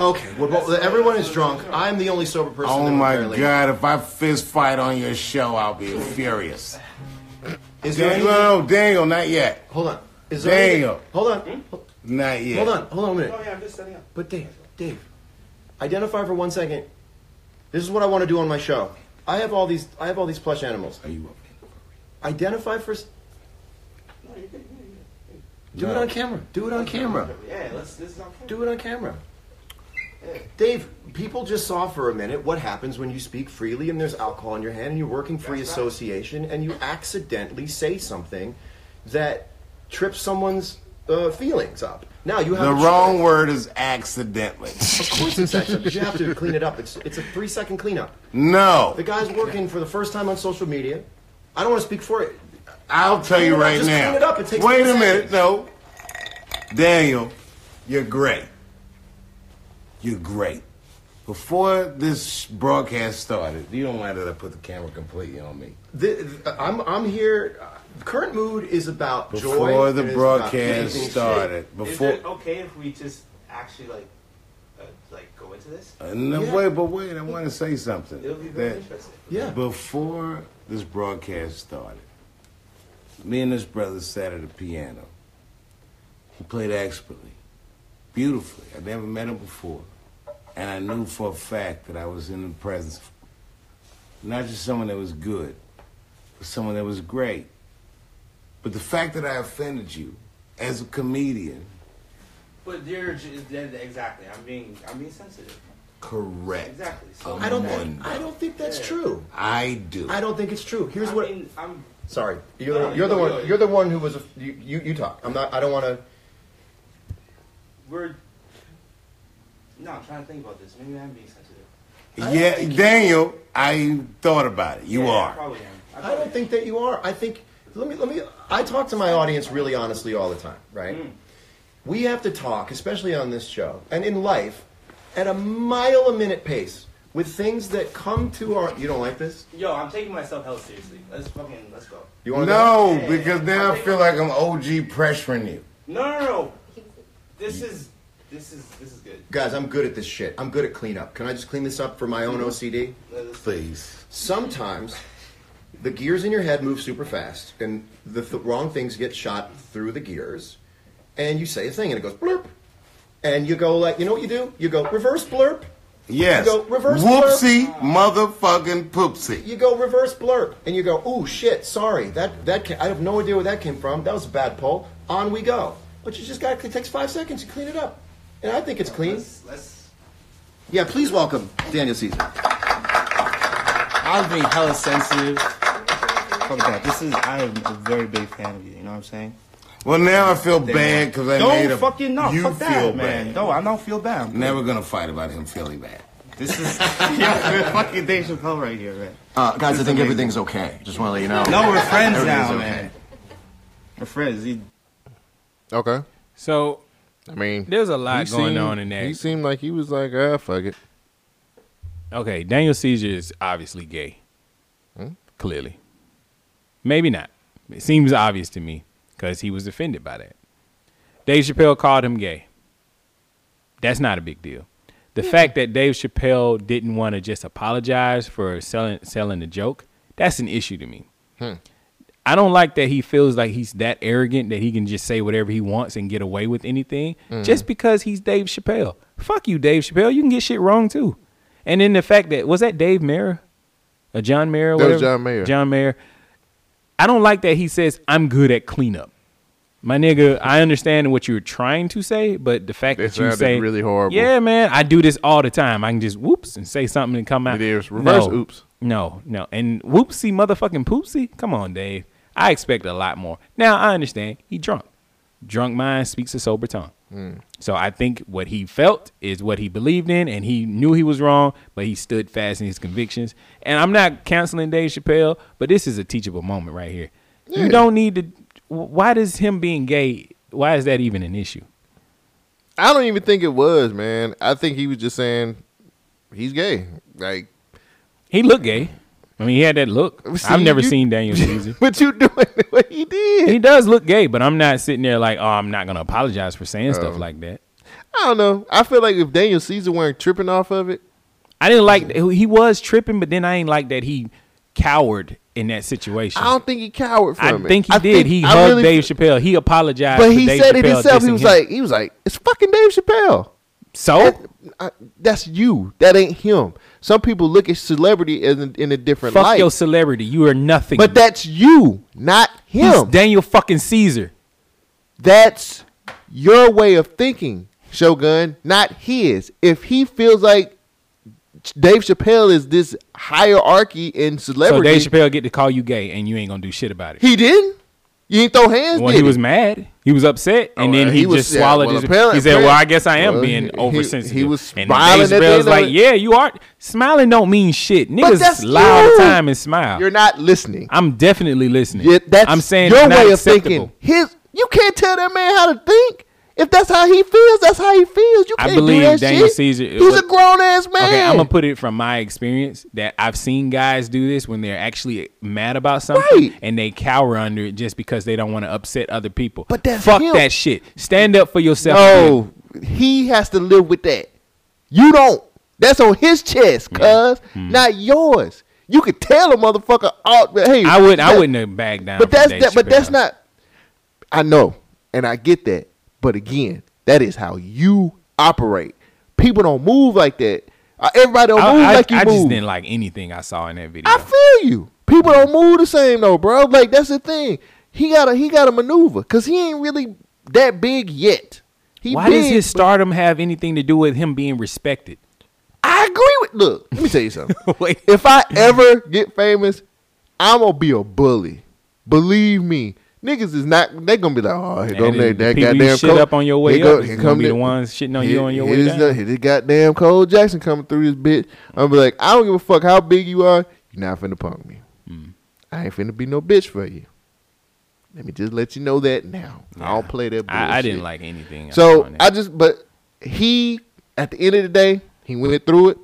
F: Okay. We're both, everyone is drunk. I'm the only sober person.
G: oh
F: there,
G: my
F: apparently.
G: God! If I fist fight on your show, I'll be furious.
F: Is there
G: Daniel,
F: anything,
G: no, no, Daniel, not yet.
F: Hold on. Is there anything-
G: Daniel.
F: Hold on.
G: Not yet.
F: Hold on. Hold on a minute.
H: Hmm? Oh yeah, I'm just setting up.
F: But Dave, Dave, identify for one second. This is what I want to do on my show. I have all these. I have all these plush animals.
G: Are you up?
F: Identify for. s- Do it on camera. Do it on camera.
H: Yeah, let's. This is on camera.
F: Do it on camera. Dave, people just saw for a minute what happens when you speak freely and there's alcohol in your hand and you're working free association and you accidentally say something that trips someone's uh, feelings up. Now you have
G: The
F: a choice.
G: wrong word is accidentally.
F: Of course it's accident, but you have to clean it up. It's, it's a three second cleanup.
G: No,
F: The guy's working for the first time on social media. I don't want to speak for it.
G: I'll tell
F: Clean it
G: you
F: up,
G: right
F: just
G: now.
F: clean it up, it takes
G: Wait a
F: ten
G: minute,
F: seconds.
G: no, Daniel, you're great. You're great. Before this broadcast started, you don't mind that I put the camera completely on me.
F: Th th- I'm, I'm here. uh, current mood is about joy.
G: Before the
F: and it's about
G: broadcast
F: making shit.
G: started, before
H: Is it okay if we just actually like, uh, like go into this?
G: Uh, no,
F: Yeah.
G: wait, but wait, I want to say something.
H: It'll be very
G: That-
H: interesting.
F: Yeah.
G: Before this broadcast started, me and this brother sat at a piano. He played expertly, beautifully. I never met him before. And I knew for a fact that I was in the presence of not just someone that was good, but someone that was great. But the fact that I offended you as a comedian,
H: But you're j- then- exactly. I'm being I'm being sensitive.
G: correct.
H: Exactly. So
F: I don't
G: Amanda.
F: think I don't think that's true.
G: I do.
F: I don't think it's true. Here's
H: I
F: what.
H: mean, I'm
F: Sorry, you're,
H: No,
F: the, you're the
H: no,
F: one.
H: no.
F: You're the one who was. A, you, you you talk. I'm not. I don't want to.
H: we're. No, I'm trying to think about this. Maybe I'm being sensitive.
G: Yeah, Daniel, I thought about it. You
H: Yeah, I
G: are.
H: probably am. I,
F: I
H: probably
F: don't think that you are. I think. Let me. Let me. I talk to my audience really honestly all the time. Right.
H: Mm.
F: We have to talk, especially on this show and in life, at a mile a minute pace with things that come to our. You don't like this?
H: am. Yo, I'm taking myself hell seriously. Let's fucking let's go.
F: You want to?
G: No, because now I feel like I'm OG pressuring you.
H: No, no, no. This is this is this is good.
F: Guys, I'm good at this shit. I'm good at cleanup. Can I just clean this up for my own OCD?
G: Please.
F: sometimes the gears in your head move super fast and the th- wrong things get shot through the gears and you say a thing and it goes blurp and you go like you know what you do you go reverse blurp
G: Yes.
F: You go reverse
G: Whoopsie, motherfucking poopsie.
F: you go reverse blurp and you go oh shit sorry that that ca- i have no idea where that came from that was a bad pull on we go but you just got it takes five seconds you clean it up and i think it's clean
H: Let's let's.
F: yeah please welcome daniel caesar
I: I was being hella sensitive. Fuck that. This is I am a very big fan of you. You know what I'm saying?
G: Well, now I feel bad because I made a.
I: Don't fucking no.
G: You
I: fuck that,
G: feel
I: man.
G: bad.
I: No, I don't feel bad. I'm
G: Never gonna fight about him feeling bad.
I: good. This is yeah, fucking Dave Chappelle right here, man.
F: uh, guys i think everything's okay just want to let you know
I: No, we're friends now,
F: Everything's okay.
I: man. We're friends. He-
A: Okay.
B: So
A: I mean,
B: There's a lot
A: he
B: going
A: seemed-
B: on in there.
A: He seemed like he was like, ah, fuck it.
B: okay, Daniel Caesar is obviously gay. Clearly, maybe not. It seems obvious to me because he was offended by that. Dave Chappelle called him gay. That's not a big deal. The
A: Hmm.
B: fact that Dave Chappelle didn't want
A: Hmm.
B: to just apologize for selling selling the joke, that's an issue to me. I don't like that he feels like he's that arrogant that he can just say whatever he wants and get away with anything
A: Mhm.
B: just because he's Dave Chappelle. Fuck you, Dave Chappelle. You can get shit wrong too. And then the fact that was that Dave Mayer, or John Mayer, or
A: That was
B: whatever?
A: John Mayer.
B: John Mayer. I don't like that he says I'm good at cleanup. My nigga, I understand what you're trying to say, but the fact
A: That
B: that you
A: sounded
B: say
A: really horrible.
B: Yeah, man, I do this all the time. I can just whoops and say something and come out.
A: It is reverse
B: no,
A: oops.
B: No, no, and whoopsie motherfucking poopsie. Come on, Dave. I expect a lot more. Now I understand he drunk. Drunk mind speaks a sober tongue.
A: Mm.
B: So I think what he felt is what he believed in, and he knew he was wrong, but he stood fast in his convictions. And I'm not canceling Dave Chappelle, but this is a teachable moment right here. You don't need to. Why does him being gay? Why is that even an issue?
A: I don't even think it was, man. I think he was just saying he's gay. Like
B: he looked gay. I mean, he had that look. I've never seen
A: [LAUGHS]
B: Daniel Caesar.
A: But you doing [LAUGHS] what he did?
B: He does look gay, but I'm not sitting there like, oh, I'm not gonna apologize for saying stuff
A: Oh.
B: like that.
A: I don't know. I feel like if Daniel Caesar weren't tripping off of it,
B: I didn't like he was tripping, but then I ain't like that he cowered in that situation.
A: I don't think he cowered
B: I
A: from it.
B: think he did. he
A: I
B: hugged
A: really-
B: Dave Chappelle. He apologized,
A: but
B: for
A: he
B: Dave
A: said it
B: Chappelle
A: himself. He
B: dissing
A: was
B: him. Oh.
A: like, he was like, it's fucking Dave Chappelle.
B: So
A: I, that's you. That ain't him. Some people look at celebrity as in, in a different
B: "Fuck
A: light.
B: your celebrity, you are nothing."
A: But that's you, not him.
B: He's Daniel fucking Caesar.
A: That's your way of thinking, Shogun, not his. If he feels like Dave Chappelle is this hierarchy in
B: so
A: celebrity,
B: Dave Chappelle get to call you gay, and you ain't gonna do shit about it.
A: he didn't. You didn't throw hands.
B: Well,
A: did
B: he was mad. He was upset, and
A: Oh,
B: then
A: uh,
B: he,
A: he was-
B: just
A: yeah,
B: swallowed
A: well,
B: his.
A: apparent-
B: he said, "Well, I
A: apparent-
B: guess I am
A: well,
B: being
A: he- he-
B: oversensitive."
A: he was
B: and
A: smiling
B: Dave
A: at the
B: Chappelle's
A: end of
B: like,
A: it.
B: "Yeah, you are smiling. Don't mean shit,
A: But
B: niggas.
A: that's
B: Lie all
A: you.
B: the time and smile.
A: You're not listening.
B: I'm definitely listening.
A: Yeah, that's
B: I'm saying
A: your
B: it's not
A: way of
B: acceptable.
A: thinking. His, you can't tell that man how to think. If that's how he feels, that's how he feels. You
B: I
A: can't
B: believe
A: do that
B: Daniel
A: shit.
B: Caesar-
A: He's
B: what-
A: a grown ass man.
B: Okay, I'm gonna put it from my experience that I've seen guys do this when they're actually mad about something
A: Right.
B: and they cower under it just because they don't want to upset other people. But
A: that's
B: fuck
A: him.
B: that shit. Stand up for yourself.
A: No, Oh, he has to live with that. You don't. That's on his chest, cuz,
B: Hmm.
A: not yours. You could tell a motherfucker, all, hey,
B: I wouldn't. I
A: that-
B: wouldn't have backed down.
A: But
B: from
A: that's
B: Dave
A: that. But that's
B: Chappelle.
A: not. I know, and I get that. But again, that is how you operate. People don't move like that. Uh, Everybody don't move
B: I, I-
A: like you
B: I
A: move.
B: just didn't like anything I saw in that video.
A: I feel you. People don't move the same though, bro. Like that's the thing. He gotta he gotta maneuver because he ain't really that big yet. He
B: Why
A: big,
B: does his
A: but-
B: stardom have anything to do with him being respected?
A: I agree with. Look, let me tell you something.
B: [LAUGHS] Wait.
A: if I ever get famous, I'm gonna be a bully. Believe me, niggas is not. They gonna be like, oh, here
B: And
A: come
B: then
A: that,
B: the
A: that
B: people you
A: goddamn
B: shit
A: Cole-
B: up on your way
A: here
B: up is gonna be the ones shitting on you
A: here-
B: on your
A: here
B: way
A: this-
B: down.
A: Here this goddamn Cole Jackson coming through this bitch. I'm be like, I don't give a fuck how big you are. You're not finna punk me.
B: Hmm.
A: I ain't finna be no bitch for you. Let me just let you know that now. I don't play that. Bullshit.
B: I, I didn't like anything. I saw
A: So
B: in that.
A: I just, but he, at the end of the day, he went through it.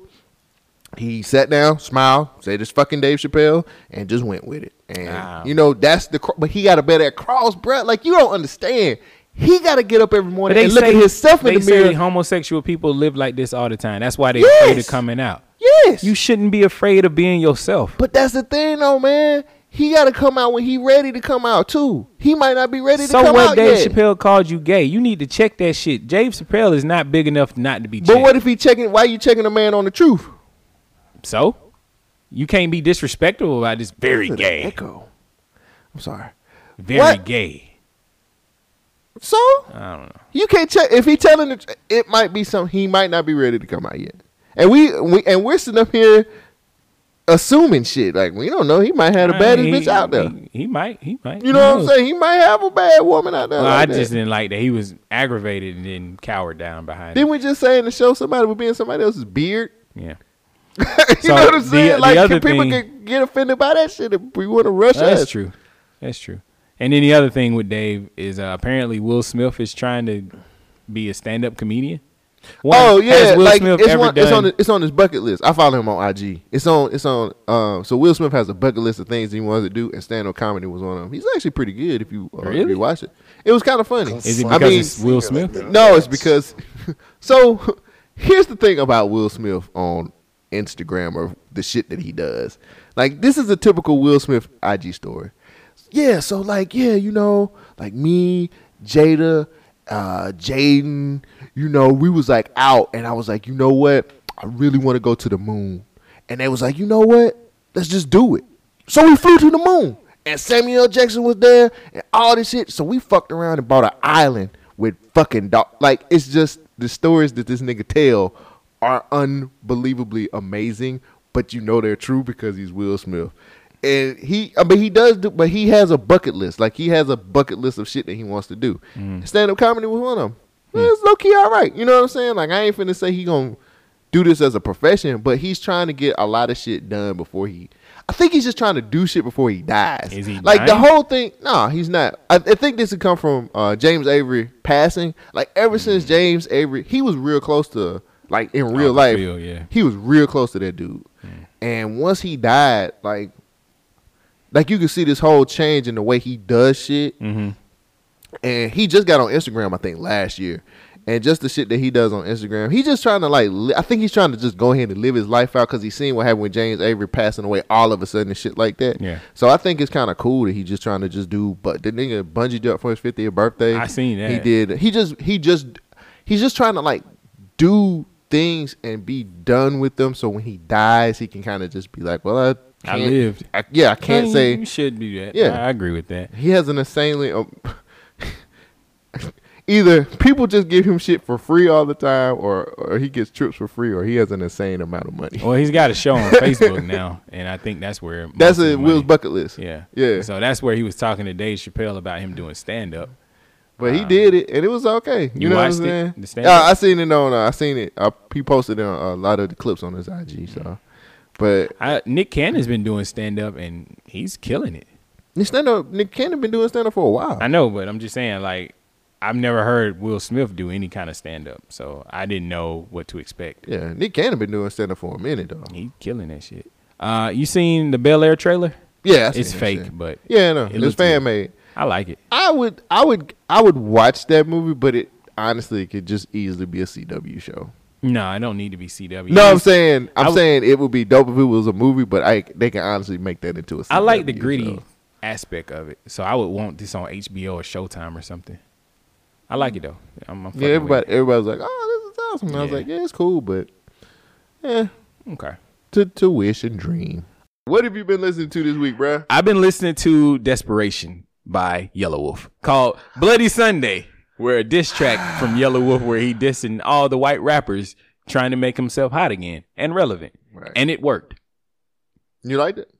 A: He sat down, smiled, said it's fucking Dave Chappelle, and just went with it. And
B: Wow.
A: you know that's the. cro- But he got a better at cross, bruh. Like you don't understand. He got to get up every
B: But
A: morning
B: they
A: and look
B: say-
A: at himself
B: they
A: in the
B: say
A: mirror.
B: homosexual people live like this all the time. That's why they're afraid
A: Yes.
B: of coming out.
A: Yes,
B: You shouldn't be afraid of being yourself.
A: [LAUGHS] but that's the thing, though, man. He got to come out when he ready to come out too. He might not be ready to
B: So
A: come
B: what?
A: out
B: Dave
A: yet.
B: Chappelle called you gay. You need to check that shit. Dave Chappelle is not big enough not to be.
A: but
B: checked.
A: what if he checking? Why you checking a man on the truth?
B: So you can't be disrespectful about this. Very
A: Look at that
B: gay.
A: Echo. I'm sorry.
B: Very
A: What?
B: gay.
A: So
B: I don't know.
A: You can't check if he telling the, tr- it might be something he might not be ready to come out yet. And we, we and we're sitting up here assuming shit like we don't know he might have the baddest
B: He-
A: bitch out there.
B: He, he might. He might.
A: you know what I'm
B: Who knows?
A: saying? He might have a bad woman out there.
B: Well, I
A: like that.
B: just didn't like that. He was aggravated and then cowered down behind.
A: Didn't
B: It.
A: we just say in the show somebody would be in somebody else's beard? [LAUGHS]
B: Yeah.
A: you know
B: So,
A: what I'm
B: the-
A: saying?
B: the
A: like
B: other
A: can people
B: thing-
A: get, get offended by that shit if we want to rush
B: Well,
A: us.
B: that's true. That's true. And then the other thing with Dave is uh, apparently Will Smith is trying to be a stand-up comedian. One,
A: Oh yeah,
B: has Will
A: like
B: Smith
A: it's,
B: ever
A: one,
B: done?
A: it's on it's on his bucket list. I follow him on IG. It's on it's on. Um, so Will Smith has a bucket list of things he wants to do, and stand up comedy was one of them. He's actually pretty good if you, uh, if
B: Really?
A: you watch it. It was kind of funny.
B: is it
A: I
B: because
A: mean,
B: it's Will Smith?
A: no, it's because. [LAUGHS] so [LAUGHS] here's the thing about Will Smith on Instagram or the shit that he does. Like this is a typical Will Smith IG story. yeah, so like, yeah, you know, like me, Jada, uh, Jaden, you know, we was like out and I was like, you know what? I really want to go to the moon. And they was like, you know what? Let's just do it. So we flew to the moon. And Samuel Jackson was there and all this shit. So we fucked around and bought an island with fucking dog. Like, it's just the stories that this nigga tell are unbelievably amazing, but you know they're true because he's Will Smith. And he, I mean, he does, do, but he has a bucket list. Like he has a bucket list of shit that he wants to do. Stand up comedy was one of them. It's low key all right. You know what I'm saying? Like I ain't finna say he gonna do this as a profession, but he's trying to get a lot of shit done before he. I think he's just trying to do shit before he dies.
B: Is he
A: like the
B: dying?
A: whole thing? No, he's not. I, I think this would come from uh, James Avery passing. Like ever
B: Mm.
A: since James Avery, he was real close to like in real
B: I
A: life.
B: feel, yeah. Mm.
A: He was real close to that dude. And once he died, like like you can see this whole change in the way he does shit.
B: Mm-hmm.
A: And he just got on Instagram, I think, last year. And just the shit that he does on Instagram, he's just trying to like. Li- I think he's trying to just go ahead and live his life out because he's seen what happened with James Avery passing away all of a sudden and shit like that.
B: Yeah.
A: So I think it's kind of cool that he just trying to just do. But the nigga bungee jumped for his fiftieth birthday.
B: I seen
A: He
B: that.
A: did. He just. He just. He's just trying to like do things and be done with them. So when he dies, he can kind of just be like, "Well, I."
B: I
A: can't-
B: lived.
A: I- yeah, I can't
B: Well,
A: say
B: you should do that.
A: Yeah.
B: I, I agree with that.
A: he has an insanely. Um, [LAUGHS] either people just give him shit for free all the time, or or he gets trips for free, or he has an insane amount of money.
B: Well, he's got a show on Facebook now, and I think that's where most
A: [LAUGHS] That's
B: of the
A: a
B: money-
A: Will's bucket list.
B: Yeah,
A: yeah.
B: So that's where he was talking to Dave Chappelle about him doing stand up.
A: but he did it, and it was okay. You,
B: uh, You
A: know what I'm
B: watched it?
A: saying?
B: The
A: Yeah,
B: stand-up?
A: I seen it on. Uh, I seen it. Uh, he posted it on a lot of the clips on his IG.
B: Mm-hmm.
A: So, but
B: I, Nick Cannon's been doing stand up, and he's killing it.
A: stand up. Nick Cannon been doing stand up for a while.
B: I know, but I'm just saying, like, I've never heard Will Smith do any kind of stand up, so I didn't know what to expect.
A: yeah, Nick Cannon been doing stand up for a minute though.
B: He killing that shit. Uh, you seen the Bel Air trailer?
A: Yeah, I seen
B: it's
A: that
B: fake,
A: shit.
B: but
A: Yeah, no,
B: it
A: it it's
B: looks
A: fan
B: good.
A: made.
B: I like it.
A: I would, I would, I would watch that movie, but it honestly could just easily be a CW show.
B: No, I don't need to be CW.
A: No, I'm saying, I'm
B: I would-
A: saying it would be dope if it was a movie, but I they can honestly make that into a.
B: I like the
A: CW
B: gritty
A: show.
B: aspect of it, so I would want this on HBO or Showtime or something. I like it though. I'm, I'm fucking
A: Yeah,
B: with
A: everybody,
B: it.
A: everybody was like, "Oh, this is awesome." And I was
B: Yeah.
A: like, "Yeah, it's cool," but yeah,
B: Okay.
A: to to wish and dream. What have you been listening to this week, bruh?
B: I've been listening to Desperation by Yellow Wolf called Bloody Sunday, where a diss track from Yellow Wolf where he dissing all the white rappers trying to make himself hot again and relevant.
A: Right.
B: And it worked.
A: You liked it?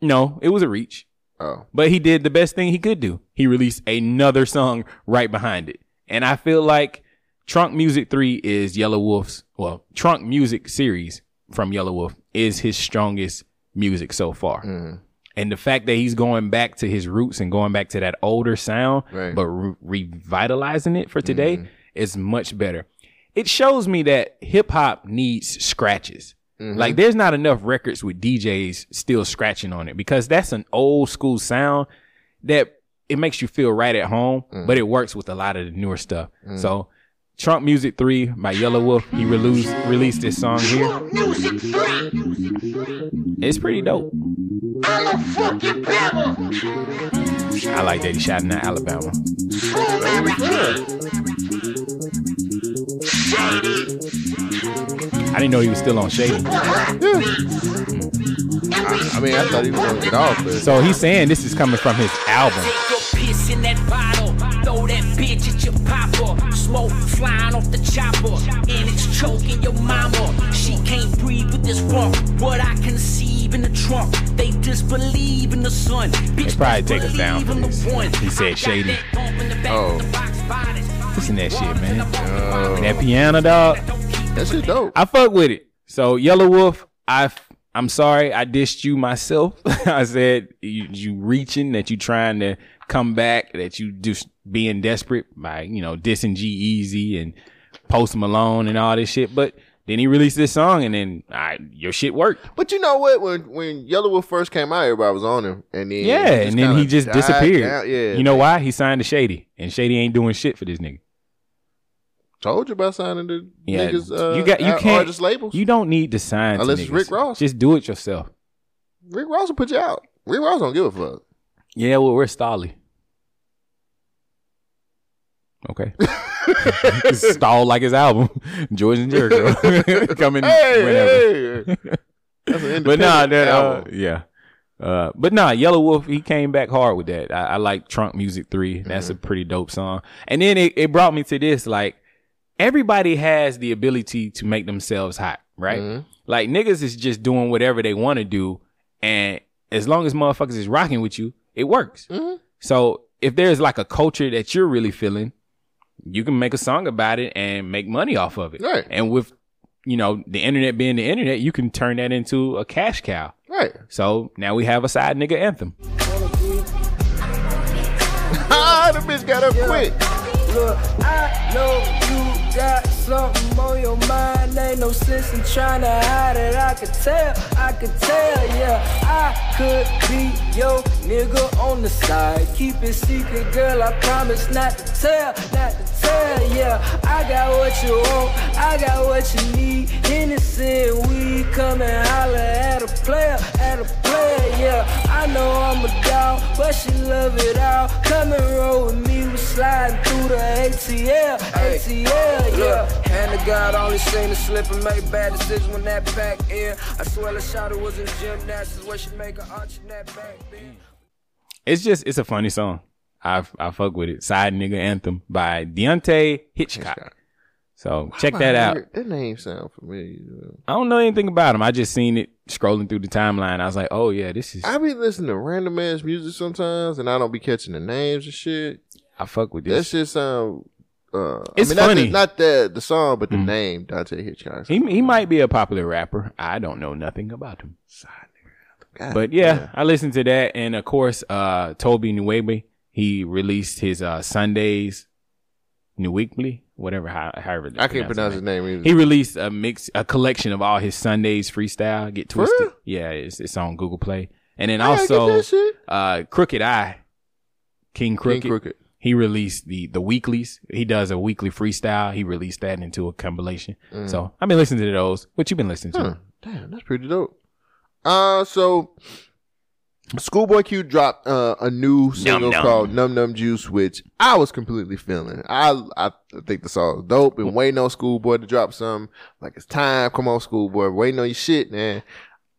B: No, it was a reach.
A: Oh,
B: But he did the best thing he could do. He released another song right behind it. And I feel like Trunk Music 3 is Yellow Wolf's, well, Trunk Music series from Yellow Wolf is his strongest music so far. And the fact that he's going back to his roots and going back to that older sound,
A: Right.
B: but re- revitalizing it for today is much better. It shows me that hip hop needs scratches. Like there's not enough records with DJs still scratching on it because that's an old school sound that it makes you feel right at home, but it works with a lot of the newer stuff. So Trump Music 3 by Yellow Wolf, he released released this song here. It's pretty dope. I like that he shot in Alabama. I didn't know he was still on Shady.
A: I mean, I thought he was gonna get off, but
B: So he's saying this is coming from his album.
J: Take your piss in that bottle. Throw that bitch at your papa. Smoke flying off the chopper. And it's choking your mama. She can't breathe with this rump. What I conceive in the trunk. They disbelieve in the sun. Bitch,
B: probably take us
J: disbelieve
B: down for
J: in the
B: this.
J: one.
B: He
J: I
B: said
J: got
B: shady.
J: that bump in the back
A: Oh.
J: with the box bodies.
B: Listen to that shit, man.
J: Oh.
B: That piano, dog.
A: that shit dope.
B: I fuck with it. So Yellow Wolf, I f- I'm sorry I dissed you myself. [LAUGHS] I said you, you reaching that you trying to come back that you just being desperate by you know dissing G Easy and Post Malone and all this shit. But then he released this song and then I, your shit worked.
A: But you know what? When when Yellow Wolf first came out, everybody was on him, and then
B: Yeah,
A: just
B: and then he
A: kinda
B: just
A: died
B: disappeared.
A: down. Yeah,
B: you know why? He signed to Shady and Shady ain't doing shit for this nigga.
A: Told you about signing the
B: Yeah,
A: niggas. Uh,
B: you got you
A: ar-
B: can't
A: artist labels.
B: You don't need to sign to
A: Unless it's
B: niggas.
A: Rick Ross.
B: Just do it yourself.
A: Rick Ross will put you out. Rick Ross don't give a fuck.
B: Yeah, well, we're Stolly.
A: [LAUGHS]
B: Okay. [LAUGHS] Stalled like his album, [LAUGHS] George and Jericho. [LAUGHS] Coming
A: Hey,
B: whenever.
A: hey.
B: [LAUGHS]
A: That's an
B: but nah,
A: independent
B: that, uh,
A: album.
B: yeah. Uh, but nah, Yellow Wolf, he came back hard with that. I, I like Trunk Music 3. That's
A: Mm-hmm.
B: a pretty dope song. And then it, it brought me to this like, everybody has the ability to make themselves hot, right?
A: Mm-hmm.
B: Like, niggas is just doing whatever they want to do. And as long as motherfuckers is rocking with you, it works. So if there's like a culture that you're really feeling, you can make a song about it and make money off of it.
A: Right.
B: And with you know the internet being the internet, you can turn that into a cash cow.
A: Right.
B: So now we have a side nigga anthem.
A: Ah, the bitch got up quick.
K: Look, I know you got something on your mind. Ain't no sense in trying to hide it. I could tell, I could tell, yeah. I could be your nigga on the side. Keep it secret, girl. I promise not to tell, not to tell, yeah. I got what you want, I got what you need. Innocent, we come and holler at a player, at a player, yeah. I know I'm a dog, but she love it all. Come and roll with me, we sliding through the ATL, ATL, yeah.
L: Look, hand to God, only seen her slip and make bad decisions when that back in. I swear the shot was in gymnastics where she make her arch in that back then.
B: It's just it's a funny song. I I fuck with it. Side nigga anthem by Deontay Hitchcock. So check that out.
A: That name sound familiar.
B: I don't know anything about him. I just seen it scrolling through the timeline. I was like, oh yeah, this is.
A: I be listening to random ass music sometimes, and I don't be catching the names and shit.
B: I fuck with
A: That's just um. Uh,
B: It's
A: I mean,
B: funny. Mm.
A: Not the, not the the song, but the name Dante Hitchcock.
B: He he might be a popular rapper. I don't know nothing about him. But yeah, I listened to that, and of course, uh, Toby Nuebe he released his uh Sundays, New Weekly, whatever. How, however, they
A: I can't pronounce
B: it.
A: his name either.
B: He released a mix, a collection of all his Sundays freestyle. Get
A: For
B: twisted.
A: real?
B: Yeah, it's it's on Google Play, and then
A: I gotta get
B: also
A: that shit.
B: uh, Crooked Eye, King Crooked.
A: Crooked.
B: He released the the weeklies. He does a weekly freestyle. He released that into a compilation.
A: Mm.
B: So I've been listening to those. What you been listening to?
A: Huh. Damn, that's pretty dope. Uh, so Schoolboy Q dropped uh, a new single
B: Num.
A: called "Num Num Juice," which I was completely feeling. I I think the song is dope. Been waiting on Schoolboy to drop something. Like it's time. Come on, Schoolboy. Waiting on your shit, man.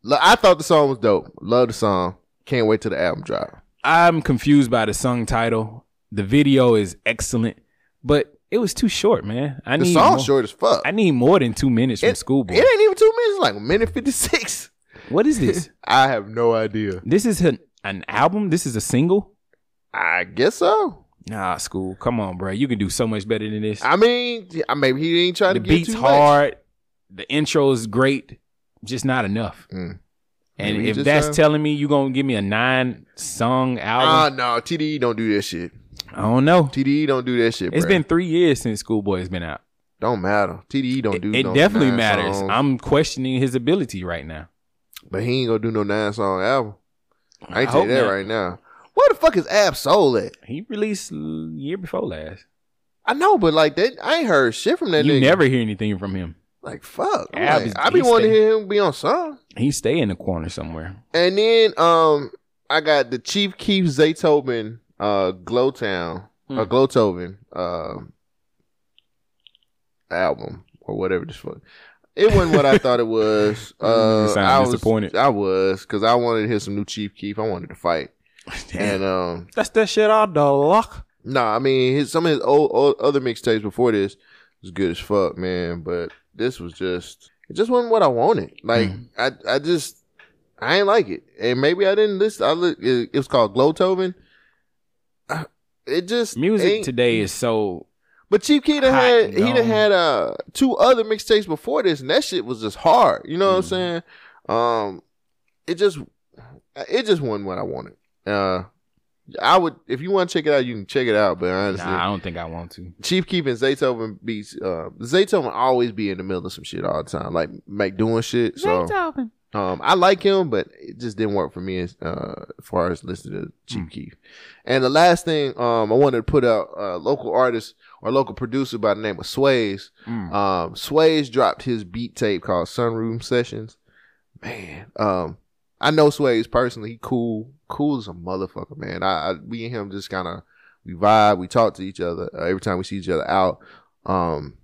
A: Lo- I thought the song was dope. Love the song. Can't wait till the album drop.
B: I'm confused by the song title. The video is excellent, but it was too short, man. I
A: The
B: need
A: song's
B: more-
A: short as fuck.
B: I need more than two minutes from
A: It-
B: Schoolboy.
A: It ain't even two minutes. It's like a minute fifty six.
B: What is this?
A: [LAUGHS] I have no idea.
B: This is an, an album. This is a single.
A: I guess so.
B: Nah, school. Come on, bro. You can do so much better than this.
A: I mean, yeah, maybe he ain't trying
B: the
A: to get
B: beats
A: too
B: hard. The intro is great. Just not enough. And
A: Mm. Maybe he
B: if
A: just
B: that's
A: have-
B: telling me you're gonna give me a nine song
A: Ah,
B: album,
A: no, TDE don't do that shit.
B: I don't know.
A: TDE don't do that shit.
B: it's
A: bruh.
B: been three years since Schoolboy has been out.
A: don't matter. TDE don't do.
B: It
A: no
B: definitely
A: nine
B: matters.
A: songs.
B: I'm questioning his ability right now.
A: but he ain't gonna do no nine song album. I ain't
B: I
A: tell you
B: hope
A: that
B: not.
A: right now. Where the fuck is Ab Soul at?
B: He released l- year before last.
A: I know, but like that, I ain't heard shit from that
B: You
A: nigga.
B: never hear anything from him.
A: like fuck. I'm
B: Ab
A: like,
B: is eh?
A: I be
B: beastin'.
A: wanting to hear him be on song.
B: He stay in the corner somewhere.
A: And then um, I got the Chief Keef Zaytoven, uh, Glowtown uh,
B: Hmm.
A: or Glowtoven, um, album or whatever this fuck. It wasn't what I thought it was. Uh,
B: [LAUGHS] You sound
A: I was
B: disappointed.
A: I was because I wanted to hear some new Chief Keef. I wanted to
B: [LAUGHS]
A: fight. and um,
B: That's that shit out the lock.
A: nah, I mean his, some of his old, old other mixtapes before this was good as fuck, man. But this was just it just wasn't what I wanted. Like
B: Hmm.
A: I I just I ain't like it, and maybe I didn't listen. I look it, it was called Glowtoven. Uh, It just
B: Music
A: ain't-
B: today is so
A: But Chief Keef done
B: hot
A: had
B: and
A: he done
B: gone.
A: had uh two other mixtapes before this, and that shit was just hard. You know what I'm
B: Hmm.
A: saying? Um, it just it just wasn't what I wanted. Uh, I would if you want to check it out, you can check it out. But honestly,
B: Nah, I don't think I want to.
A: Chief Keef and Zaytoven be uh, Zaytoven always be in the middle of some shit all the time, like make doing shit. So um, I like him, but it just didn't work for me as uh, as far as listening to Chief Keef. And the last thing um, I wanted to put out a local artist or local producer by the name of Sways.
B: Mm. Mm-hmm.
A: Um, Sways dropped his beat tape called Sunroom Sessions. Man, um, I know Sways personally. He cool, cool as a motherfucker, man. I, I we and him just kind of we vibe. We talk to each other uh, every time we see each other out. Um,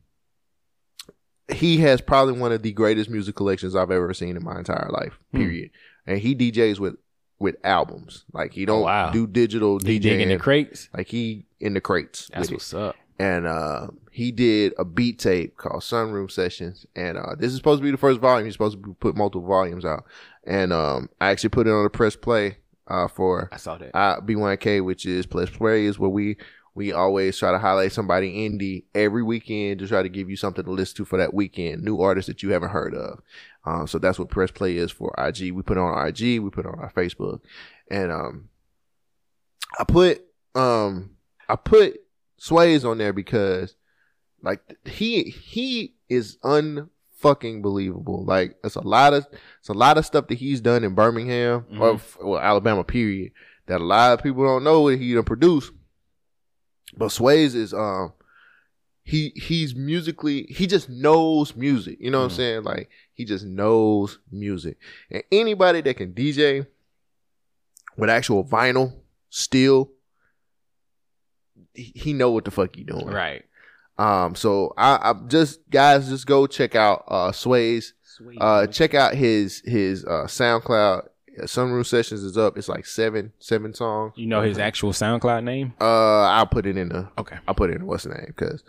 A: he has probably one of the greatest music collections I've ever seen in my entire life.
B: Hmm.
A: Period. And he DJs with with albums. Like he don't
B: Oh, wow.
A: do digital
B: He
A: DJing.
B: dig in the crates?
A: Like he in the crates.
B: That's
A: with it.
B: what's up.
A: And uh, he did a beat tape called Sunroom Sessions. And uh, this is supposed to be the first volume. He's supposed to put multiple volumes out. And um, I actually put it on a press play uh, for I
B: saw that.
A: uh, B1K, which is Plus Play, is where we we always try to highlight somebody indie every weekend to try to give you something to listen to for that weekend, new artists that you haven't heard of. Um, so that's what Press Play is for IG. We put it on IG, we put it on our Facebook, and um, I put um I put Sways on there because like he he is unfucking believable. Like it's a lot of it's a lot of stuff that he's done in Birmingham or f- well, Alabama period that a lot of people don't know that he done produced. But Sways is um he he's musically he just knows music. You know what I'm saying? Like he just knows music. And anybody that can DJ with actual vinyl still he he know what the fuck he doing.
B: Right.
A: Um, so I, I just guys just go check out uh Sways. Uh check out his his uh SoundCloud Sunroom Sessions is up. It's like seven seven songs.
B: You know his actual SoundCloud name?
A: Uh, I'll put it in the
B: okay.
A: I'll put it in what's the name because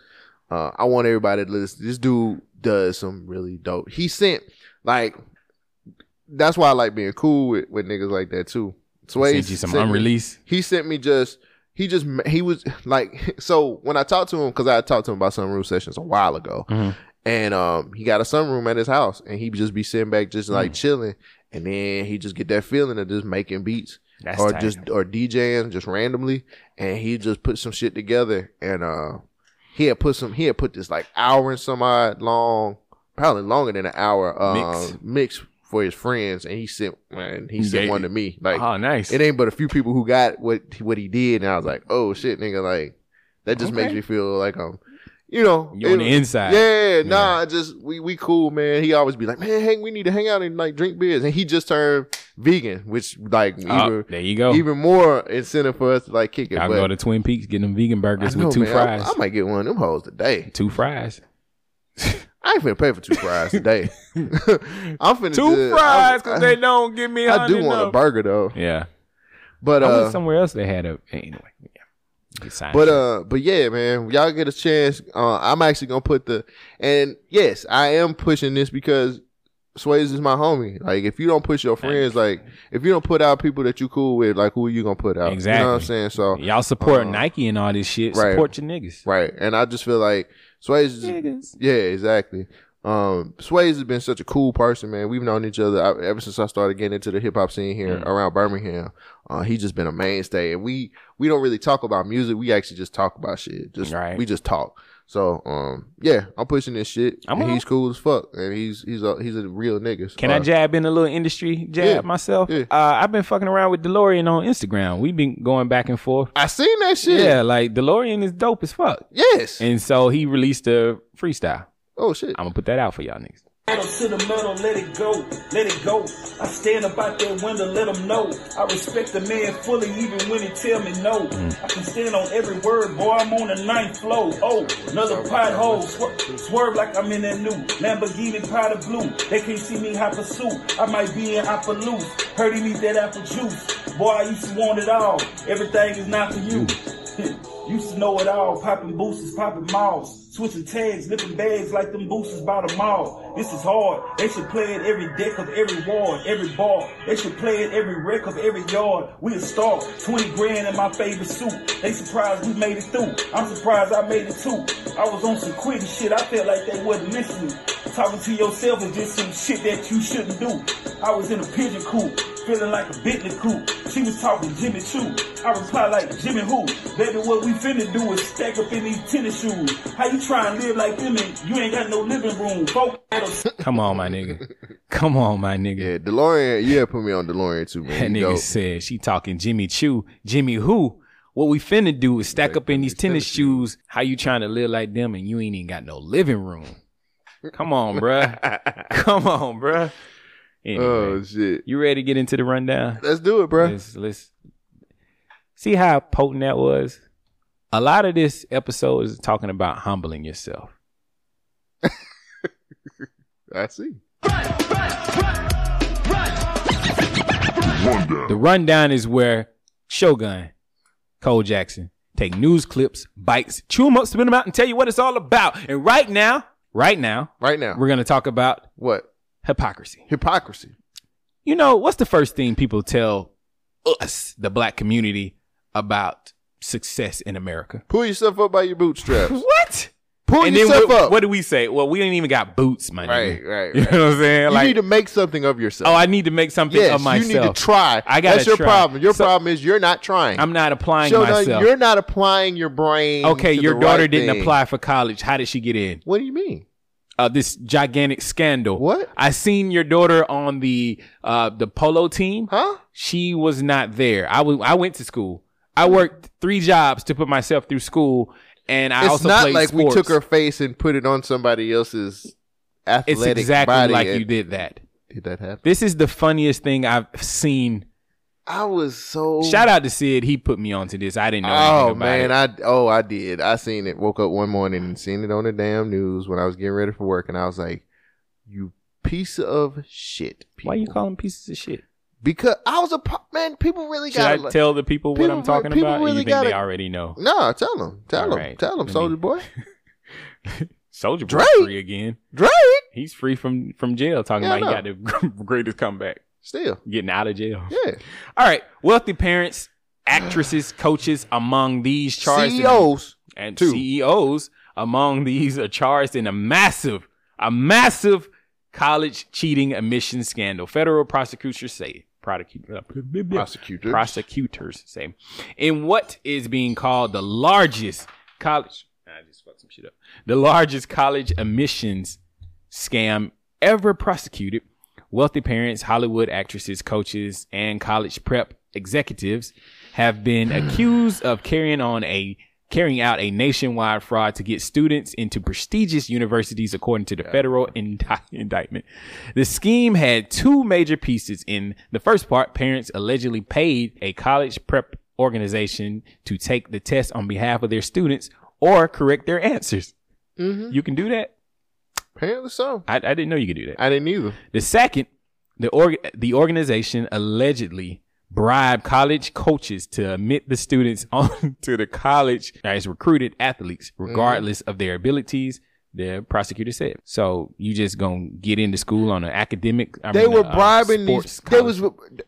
A: uh, I want everybody to listen. This dude does some really dope. He sent like that's why I like being cool with, with niggas like that too. Sway
B: sent you some
A: me-
B: unreleased?
A: he sent me just he just ma- he was like [LAUGHS] so when I talked to him because I had talked to him about sunroom sessions a while ago,
B: Mm-hmm.
A: and um he got a sunroom at his house and he just be sitting back just
B: Mm.
A: like chilling, and then he just get that feeling of just making beats
B: That's
A: or
B: tight.
A: just or DJing just randomly, and he just put some shit together and uh he had put some he had put this like hour and some odd long probably longer than an hour uh,
B: Mix.
A: mix for his friends and he sent man he
B: You
A: sent
B: gave
A: one
B: it-
A: to me like
B: Oh, nice.
A: it ain't but a few people who got what what he did and I was like oh shit nigga like that just makes
B: Okay.
A: me feel like I'm you know
B: You on the inside.
A: yeah, nah I just we we cool man he always be like man hang we need to hang out and like drink beers and he just turned vegan which like
B: Oh,
A: even,
B: there you go.
A: even more incentive for us to like kick it
B: Y'all
A: but-
B: go to Twin Peaks, get them vegan burgers
A: I know,
B: with two
A: man. I-
B: fries.
A: I, might get one of them hoes today.
B: Two
A: [LAUGHS]
B: fries.
A: I ain't finna pay for two fries today.
B: [LAUGHS]
A: [LAUGHS] I'm finna
B: Two
A: do-
B: fries, 'cause
A: I-
B: they don't give me
A: I do
B: honey
A: want a
B: enough.
A: burger though.
B: Yeah.
A: But
B: I went
A: uh,
B: somewhere else they had a anyway. Yeah. Good sign.
A: but uh, but yeah, man, y'all get a chance. Uh, I'm actually gonna put the and yes, I am pushing this because Swayze is my homie. Like, if you don't push your friends, like if you don't put out people that you cool with, like who are you gonna put out? You know what I'm
B: Exactly.
A: saying? So
B: y'all support
A: uh,
B: Nike and all this shit.
A: right.
B: Support your niggas.
A: Right. And I just feel like Swayze.
B: Niggas.
A: Yeah, exactly. Um, Swayze has been such a cool person, man. We've known each other I, ever since I started getting into the hip hop scene here
B: Mm.
A: around Birmingham. Uh, he's just been a mainstay, and we we don't really talk about music. We actually just talk about shit. Just
B: Right.
A: we just talk. So um, yeah, I'm pushing this shit,
B: I'm
A: and
B: on.
A: he's cool as fuck, and he's he's a he's a real nigga. So,
B: Can I
A: uh,
B: jab in a little industry jab
A: Yeah,
B: myself? Uh, I've been fucking around with DeLorean on Instagram. We've been going back and forth.
A: I seen that shit.
B: Yeah, like DeLorean is dope as fuck.
A: Yes.
B: And so he released a freestyle.
A: Oh shit.
B: I'm gonna put that out for y'all niggas.
M: Pedal to the metal, let it go, let it go. I stand up out that window, let 'em know. I respect the man fully, even when he tell me no. I can stand on every word, boy, I'm on the ninth floor. Oh, another pothole, swer- swerve like I'm in that new Lamborghini powder blue. They can't see me hot pursuit, I might be in Appaloosa. Heard he need that apple juice. Boy, I used to want it all, everything is not for you. [LAUGHS] Used to know it all, popping boosters, popping malls, switching tags, lifting bags like them boosters by the mall. This is hard. They should play it every deck of every ward, every bar. They should play it every wreck of every yard. We a star, 20 grand in my favorite suit. They surprised we made it through. I'm surprised I made it too. I was on some quitting shit, I felt like they wasn't listening. Talking to yourself is just some shit that you shouldn't do. I was in a pigeon coop, feeling like a Bentley coupe. She was talking Jimmy Choo. I reply like Jimmy who? Baby, what we finna do is stack up in these tennis shoes. How you try and live like them and you ain't got no living room? Folk
B: Come on, my nigga. [LAUGHS] Come on, my nigga.
A: Yeah, DeLorean. You had put me on DeLorean too,
B: [LAUGHS] That
A: man.
B: nigga
A: You dope.
B: said she talking Jimmy Choo, Jimmy who? What we finna do is stack up in these tennis shoes. How you trying to live like them and you [LAUGHS] ain't even got no living room? Come on, bruh. Come on, bruh. Anyway,
A: Oh, shit.
B: You ready to get into the rundown?
A: Let's do it, bro.
B: Let's, let's see how potent that was. A lot of this episode is talking about humbling yourself.
A: I see.
B: The rundown is where Shogun, Cole Jackson, take news clips, bites, chew them up, spin them out, and tell you what it's all about. And right now, right now,
A: right now,
B: we're gonna talk about
A: what
B: hypocrisy.
A: Hypocrisy.
B: You know what's the first thing people tell us, the black community, about success in America?
A: Pull yourself up by your bootstraps.
B: what?
A: Pull
B: and
A: yourself
B: then what,
A: up.
B: What do we say? Well, we ain't even got boots, my
A: Right,
B: nigga.
A: right,
B: You
A: right.
B: know what I'm saying?
A: You
B: like,
A: need to make something of yourself.
B: oh, I need to make something
A: yes,
B: of myself.
A: you need to try.
B: I got
A: That's your problem. Your problem is you're not trying.
B: I'm not applying
A: Show
B: myself.
A: you're not applying your brain.
B: okay,
A: to
B: your
A: the
B: daughter
A: right
B: didn't
A: thing.
B: apply for college. How did she get in?
A: What do you mean?
B: Uh, this gigantic scandal.
A: What?
B: I seen your daughter on the uh the polo team.
A: Huh?
B: She was not there. I was. I went to school. I worked three jobs to put myself through school, and I
A: it's
B: also
A: not
B: played
A: like
B: sports.
A: we took her face and put it on somebody else's
B: It's
A: athletic
B: exactly
A: body
B: like
A: and-
B: you did that.
A: Did that happen?
B: This is the funniest thing I've seen.
A: I was so
B: Shout out to Sid. He put me onto this. I didn't know.
A: Oh
B: anything about
A: man,
B: it.
A: I oh I did. I seen it. Woke up one morning and seen it on the damn news when I was getting ready for work, and I was like, "You piece of shit."
B: Why you
A: people."
B: calling pieces of shit?
A: Because I was a po- man. People really
B: Should
A: got.
B: I tell the people what
A: People
B: I'm
A: re-
B: talking
A: people
B: about? Or you
A: really
B: think they
A: gotta-
B: already know?
A: No, tell them. Tell
B: All
A: them.
B: right,
A: Tell them,
B: let
A: Soldier
B: [LAUGHS]
A: Boy.
B: Soldier Boy
A: Drake?
B: free again.
A: Drake.
B: He's free from from jail. Talking
A: Yeah, I
B: about he got the [LAUGHS] greatest comeback.
A: Still.
B: Getting out of jail.
A: Yeah.
B: All right. Wealthy parents, actresses, coaches among these charged
A: E
B: in-
A: CEOs,
B: and
A: too.
B: CEOs among these are charged in a massive, a massive college cheating admission scandal. Federal prosecutors say prosecutor,
A: prosecutors
B: prosecutors say in what is being called the largest college. I just fucked some shit up. The largest college admissions scam ever prosecuted. Wealthy parents, Hollywood actresses, coaches, and college prep executives have been accused of carrying on a carrying out a nationwide fraud to get students into prestigious universities according to the federal [LAUGHS] indi- indictment. The scheme had two major pieces. In the first part, parents allegedly paid a college prep organization to take the test on behalf of their students or correct their answers.
A: Mhm.
B: You can do that?
A: Apparently so.
B: I, I didn't know you could do that.
A: I didn't either.
B: The second, the org- the organization allegedly bribed college coaches to admit the students [LAUGHS] onto the college as recruited athletes,
A: Mm-hmm.
B: regardless of their abilities. The prosecutor said. So you just gonna get into school on an academic? I
A: they
B: mean,
A: were
B: uh,
A: bribing
B: sports
A: these. They was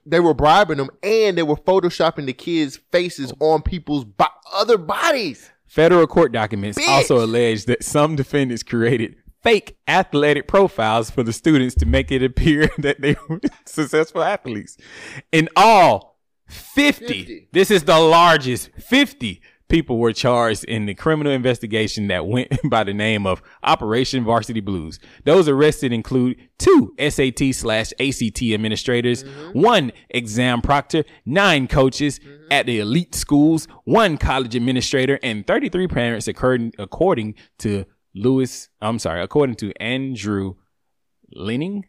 A: they were bribing them, and they were photoshopping the kids' faces
B: Oh.
A: on people's bo- other bodies.
B: Federal court documents
A: Bitch.
B: also allege that some defendants created fake athletic profiles for the students to make it appear [LAUGHS] that they were successful athletes. In all, 50, this is the largest, 50 people were charged in the criminal investigation that went [LAUGHS] by the name of Operation Varsity Blues. Those arrested include two SAT slash ACT administrators, one exam proctor, nine coaches at the elite schools, one college administrator, and 33 parents according, according to Lewis, I'm sorry, according to Andrew Lenning,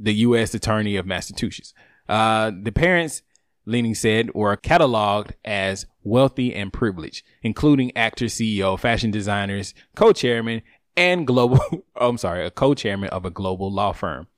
B: the U.S. Attorney of Massachusetts. Uh, the parents, Lenning said, were cataloged as wealthy and privileged, including actor, CEO, fashion designers, co-chairman, and global, [LAUGHS] I'm sorry, a co-chairman of a global law firm.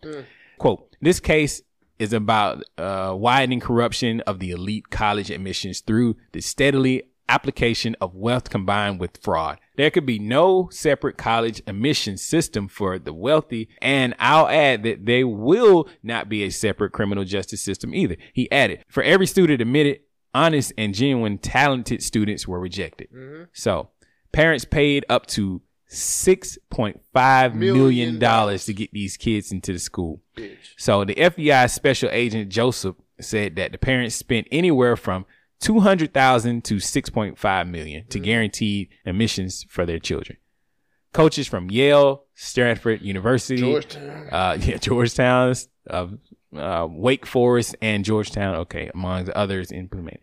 B: Quote, this case is about uh, widening corruption of the elite college admissions through the steadily application of wealth combined with fraud. There could be no separate college admission system for the wealthy, and I'll add that they will not be a separate criminal justice system either. He added, for every student admitted, honest and genuine talented students were rejected. So parents paid up to $6.5 million dollars to get these kids into the school. So the FBI special agent Joseph said that the parents spent anywhere from 200,000 to 6.5 million to guarantee admissions for their children. Coaches from Yale, Stanford University,
A: Georgetown.
B: uh, [LAUGHS] yeah, Georgetown, uh, uh, Wake Forest, and Georgetown. Okay, among the others implemented.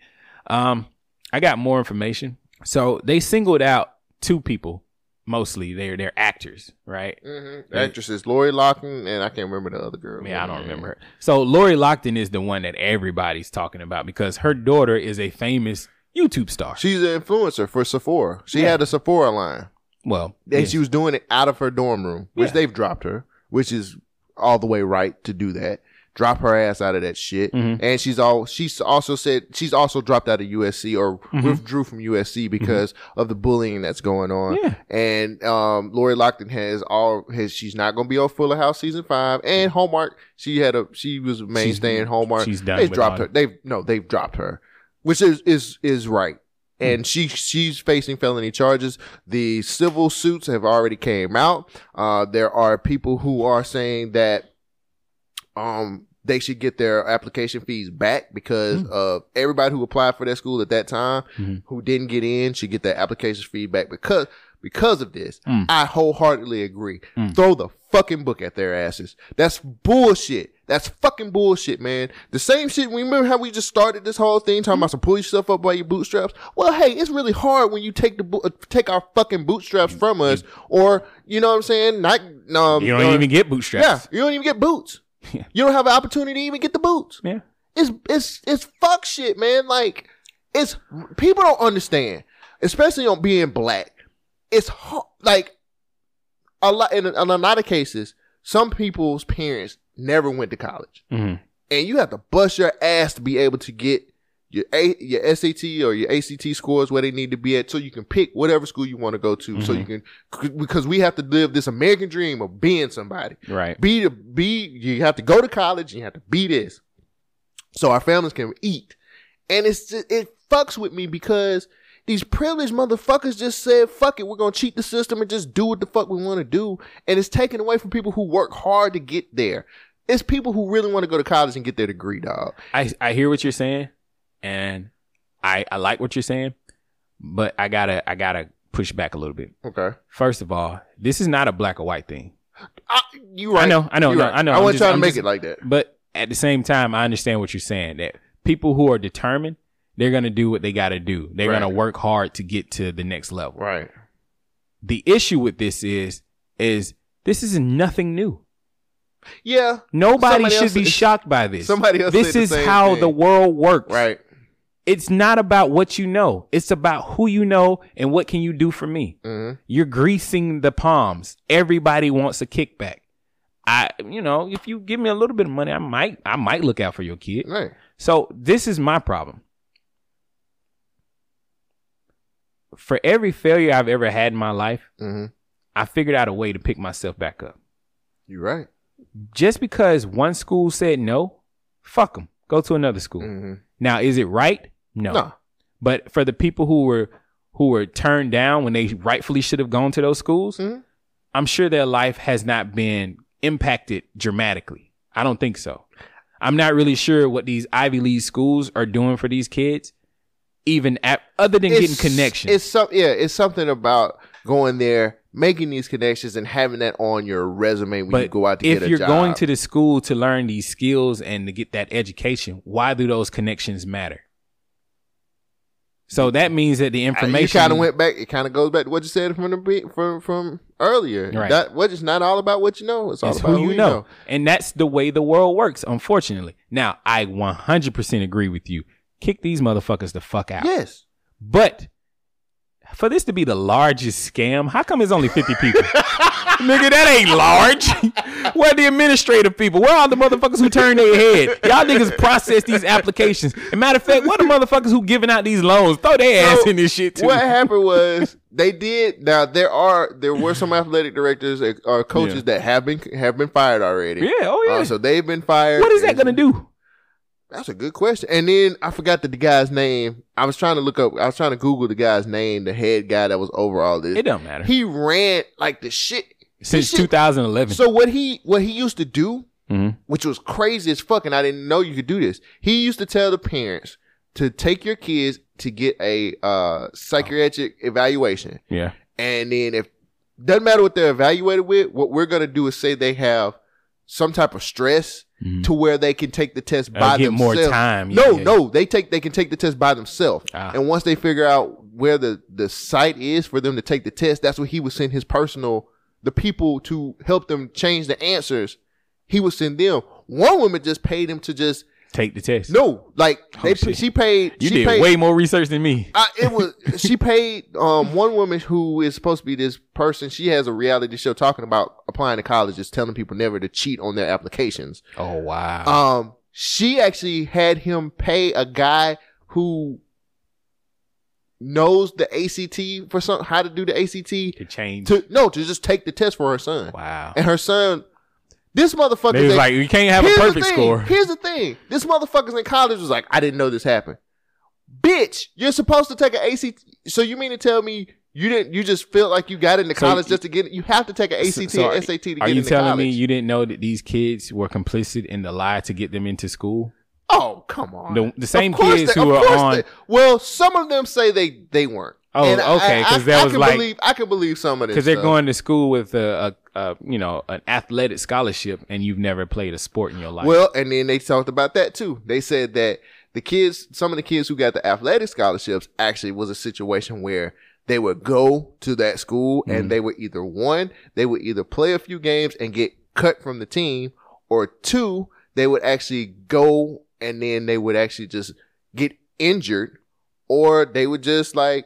B: Um, I got more information. So they singled out two people mostly they're they're actors, right?
A: The actresses Lori Locken and I can't remember the other girl.
B: Yeah, I don't remember her. So Lori Lockton is the one that everybody's talking about because her daughter is a famous YouTube star.
A: She's an influencer for Sephora. She had a Sephora line.
B: Well,
A: and
B: yes.
A: she was doing it out of her dorm room, which they've dropped her, which is all the way right to do that. Drop her ass out of that shit.
B: Mhm.
A: And she's all she's also said she's also dropped out of USC or
B: Mhm.
A: withdrew from USC because of the bullying that's going on.
B: Mm-hmm. Yeah.
A: And um Lori Lockton has all has she's not gonna be on Fuller House season five and Hallmark. She had a she was a mainstay in Hallmark.
B: Mm-hmm. she's done
A: They
B: with
A: dropped her.
B: Hallmark.
A: They've no, they've dropped her. Which is is is right
B: Mm-hmm.
A: and she she's facing felony charges. The civil suits have already came out. Uh, there are people who are saying that um they should get their application fees back because
B: Hmm.
A: of everybody who applied for that school at that time
B: Mm-hmm.
A: who didn't get in should get their application fee back because because of this.
B: Mm.
A: I wholeheartedly agree.
B: Mm.
A: Throw the fucking book at their asses. That's bullshit. That's fucking bullshit, man. The same shit. Remember how we just started this whole thing
B: Hmm.
A: talking about some pull yourself up by your bootstraps? Well, hey, it's really hard when you take the bo- uh, take our fucking bootstraps from us, or you know what I'm saying? Not um,
B: Hmm. you don't
A: uh,
B: even get bootstraps.
A: yeah, you don't even get
B: [LAUGHS]
A: boots. You don't have an opportunity to even get the boots.
B: Yeah.
A: It's it's it's fuck shit, man. Like it's people don't understand, especially on being black. It's hard, like a lot in, in a lot of cases, some people's parents never went to college
B: Mhm.
A: and you have to bust your ass to be able to get your a- your SAT or your ACT scores where they need to be at, so you can pick whatever school you want to go to. So
B: Mm-hmm.
A: you can c- because we have to live this American dream of being somebody.
B: Right.
A: Be the be you have to go to college and you have to be this, so our families can eat. And it's just, it fucks with me because these privileged motherfuckers just said fuck it, we're gonna cheat the system and just do what the fuck we want to do, and it's taken away from people who work hard to get there. It's people who really want to go to college and get their degree, dog.
B: I I hear what you're saying, and I I like what you're saying, but I gotta I gotta push back a little bit.
A: Okay.
B: First of all, this is not a black or white thing.
A: You right.
B: I know, I know,
A: You
B: no,
A: right.
B: I know.
A: I
B: I'm
A: wasn't
B: just-
A: trying to
B: I'm
A: make
B: just-
A: it like that.
B: But at the same time, I understand what you're saying. That people who are determined, they're gonna do what they gotta do. They're
A: Right.
B: gonna work hard to get to the next level.
A: Right.
B: The issue with this is, is this is nothing new.
A: Yeah.
B: Nobody
A: Somebody else
B: should be
A: is-
B: shocked by this.
A: somebody else
B: This
A: said the
B: is
A: same
B: how
A: thing.
B: the world works.
A: Right.
B: It's not about what you know. It's about who you know and what can you do for me.
A: Mhm.
B: You're greasing the palms. Everybody wants a kickback. I, you know, if you give me a little bit of money, I might, I might look out for your kid.
A: Right.
B: So this is my problem. For every failure I've ever had in my life, I figured out a way to pick myself back up
A: You're right.
B: just because one school said no, fuck them. Go to another school. Now, is it right? No.
A: Mm-hmm. No.
B: But for the people who were who were turned down when they rightfully should have gone to those schools,
A: Mm-hmm.
B: I'm sure their life has not been impacted dramatically. I don't think so. I'm not really sure what these Ivy League schools are doing for these kids, even at, other than
A: It's-
B: getting connections.
A: It's some yeah, it's something about going there, making these connections and having that on your resume when you go out to
B: if
A: get a
B: you're
A: job. Uh,
B: going to the school to learn these skills and to get that education, why do those connections matter? So that means that the
A: Uh,
B: information
A: You kind of went back. It kind of goes back to what you said from the be- from from earlier.
B: Right.
A: That what it's not all about what you know. It's all
B: is
A: about
B: who you know. and that's the way the world works. Unfortunately, now I 100% agree with you. Kick these motherfuckers the fuck out. [LAUGHS]
A: Yes.
B: but for this to be the largest scam, how come it's only 50
A: [LAUGHS]
B: people? Nigga, that ain't large. Where the administrative people? Where are the motherfuckers who turn their head? Y'all niggas process these applications. And matter of fact, what the motherfuckers who giving out these loans? Throw their ass
A: So,
B: in this shit too.
A: What
B: [LAUGHS]
A: happened was they did. Now there are there were some athletic directors uh, or coaches
B: Yeah.
A: that have been have been fired already.
B: Yeah, oh, yeah.
A: Uh, so they've been fired.
B: What is that
A: And-
B: gonna do?
A: That's a good question. And then I forgot that the guy's name. I was trying to look up. I was trying to Google the guy's name, the head guy that was over all this.
B: It don't matter.
A: He ran like the shit
B: Since
A: the shit-
B: 2011.
A: So what he what he used to do,
B: Mhm.
A: which was crazy as fuck, and I didn't know you could do this. He used to tell the parents to take your kids to get a uh, psychiatric evaluation,
B: yeah.
A: and then if doesn't matter what they're evaluated with, what we're gonna do is say they have some type of stress to where they can take the test
B: Mm-hmm.
A: by
B: That'll get more
A: themselves.
B: time,
A: No,
B: yeah. Ah.
A: no, they take they can take the test by themselves, and once they figure out where the the site is for them to take the test. That's where he would send his personal the people to help them change the answers. He would send them. One woman just paid him to just
B: take the test.
A: No, like they she paid.
B: Oh, You
A: she
B: did
A: paid,
B: way more research than me.
A: I, it was she paid um, one woman who is supposed to be this person. She has a reality show talking about applying to colleges, telling people never to cheat on their applications.
B: Oh wow.
A: Um, she actually had him pay a guy who knows the ACT for some how to do the ACT
B: to change
A: to no to just take the test for her son.
B: Wow.
A: And her son, this motherfucker
B: They was like, "You can't have a
A: Here's the
B: perfect
A: thing,
B: score."
A: Here's the thing: this motherfucker's in college was like, "I didn't know this happened." Bitch, you're supposed to take an ACT. So you mean to tell me you didn't? You just felt like you got into
B: So
A: college
B: you-
A: just to get? You have to take an ACT
B: So
A: and SAT to
B: are
A: get
B: you
A: into
B: telling
A: college.
B: me you didn't know that these kids were complicit in the lie to get them into school?
A: Oh come on!
B: The, the same
A: Of course
B: kids
A: they-
B: who
A: of
B: are
A: course
B: on.
A: they- well, some of them say they they weren't.
B: Oh,
A: And I-
B: okay,
A: I-
B: 'cause
A: I-
B: that
A: I
B: was
A: can
B: like-
A: believe, I can believe some of this
B: because they're
A: stuff.
B: going to school with a, a, a you know an athletic scholarship and you've never played a sport in your life.
A: Well, and then they talked about that too. They said that the kids, some of the kids who got the athletic scholarships, actually was a situation where they would go to that school and they would either one, they would either play a few games and get cut from the team, or two, they would actually go and then they would actually just get injured, or they would just like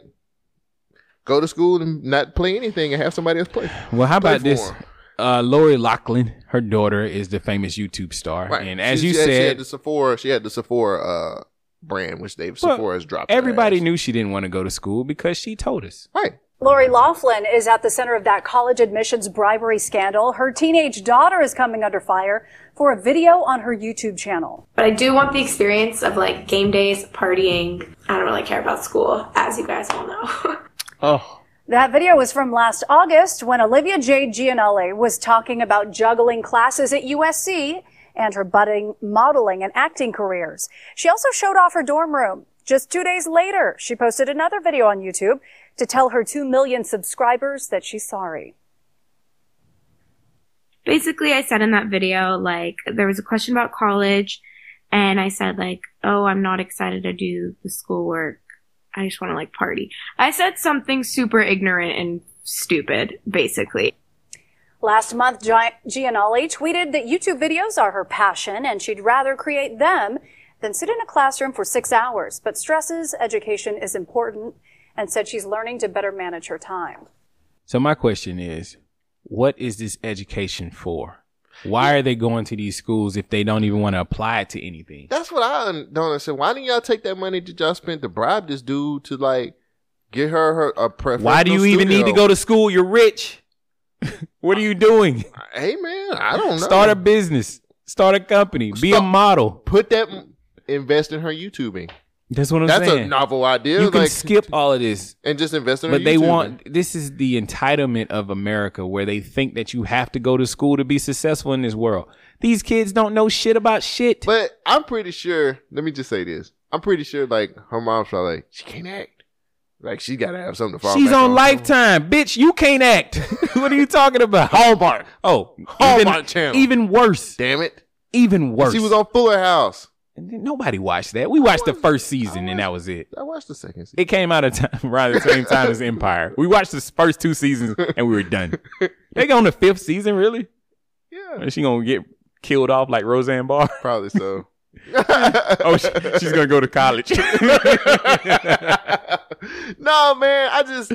A: go to school and not play anything and have somebody else play.
B: Well, how
A: play
B: about
A: for
B: this?
A: 'em.
B: Uh, Lori Lachlan, her daughter, is the famous YouTube star,
A: Right.
B: and as
A: She-
B: you
A: she had- she had
B: said,
A: the Sephora, she had the Sephora uh, brand, which they've
B: Well,
A: Sephora's dropped.
B: everybody knew she didn't want to go to school because she told us.
A: Right.
N: Lori Laughlin is at the center of that college admissions bribery scandal. Her teenage daughter is coming under fire for a video on her YouTube channel.
O: But I do want the experience of like game days, partying. I don't really care about school, as you guys all know. [LAUGHS]
B: Oh.
N: That video was from last August when Olivia J. Gianelli was talking about juggling classes at USC and her budding modeling and acting careers. She also showed off her dorm room. Just two days later, she posted another video on YouTube to tell her 2 million subscribers that she's sorry.
O: Basically, I said in that video, like, there was a question about college, and I said, like, oh, I'm not excited to do the schoolwork. I just want to, like, party. I said something super ignorant and stupid, basically.
N: Last month, Gi- Gianelli tweeted that YouTube videos are her passion and she'd rather create them than sit in a classroom for six hours, but stresses education is important and said she's learning to better manage her time.
B: So my question is, what is this education for? Why are they going to these schools if they don't even want to apply it to anything?
A: That's what I un- don't understand. Why didn't y'all take that money that y'all spent to bribe this dude to like get her her a preference?
B: Why do you even need to go to school? You're rich. [LAUGHS] what are you doing?
A: Hey man, I don't know.
B: Start a business. Start a company. Be a model.
A: Put that invest in her YouTubing.
B: That's what I'm
A: That's
B: saying.
A: a novel idea.
B: You can
A: like
B: skip all of this
A: and just invest in her
B: But they
A: YouTubing.
B: want this is the entitlement of America where they think that you have to go to school to be successful in this world. These kids don't know shit about shit.
A: But I'm pretty sure. Let me just say this. I'm pretty sure like her mom's probably like she can't act. Like she gotta have something to fall.
B: She's
A: back
B: on lifetime. Bitch, you can't act. [LAUGHS] what are you talking about?
A: Hallmark.
B: Oh,
A: Hallmark
B: even,
A: Channel.
B: Even worse.
A: Damn it.
B: Even worse.
A: She was on Fuller House.
B: Nobody watched that. We watched the first season and that was it.
A: I watched the second season.
B: It came out of time [LAUGHS] around the same time as Empire. We watched the first two seasons and we were done. they go on the fifth season, really?
A: Yeah.
B: And she gonna get killed off like Roseanne Barr? [LAUGHS]
A: Probably so.
B: oh, she, she's gonna go to
A: [LAUGHS]
B: college. [LAUGHS]
A: no, man, I just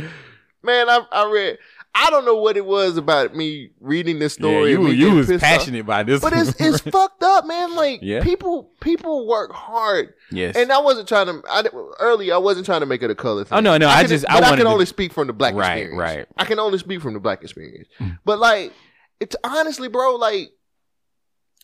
A: man, I I read. I don't know what it was about me reading this story.
B: Yeah,
A: and
B: you-
A: me
B: you
A: getting
B: was
A: pissed off.
B: passionate by this
A: but it's
B: one.
A: it's fucked up, man. Like
B: Yeah.
A: people people work hard.
B: [LAUGHS] Yes.
A: and I wasn't trying to. I didn't- early, I wasn't trying to make it a color thing.
B: Oh, no, no, I
A: can-
B: just- I
A: but I
B: wanted
A: can
B: to-
A: only speak from the black
B: Right,
A: experience.
B: right. Mm-hmm.
A: I can only speak from the black experience. but like, it's honestly, bro, like.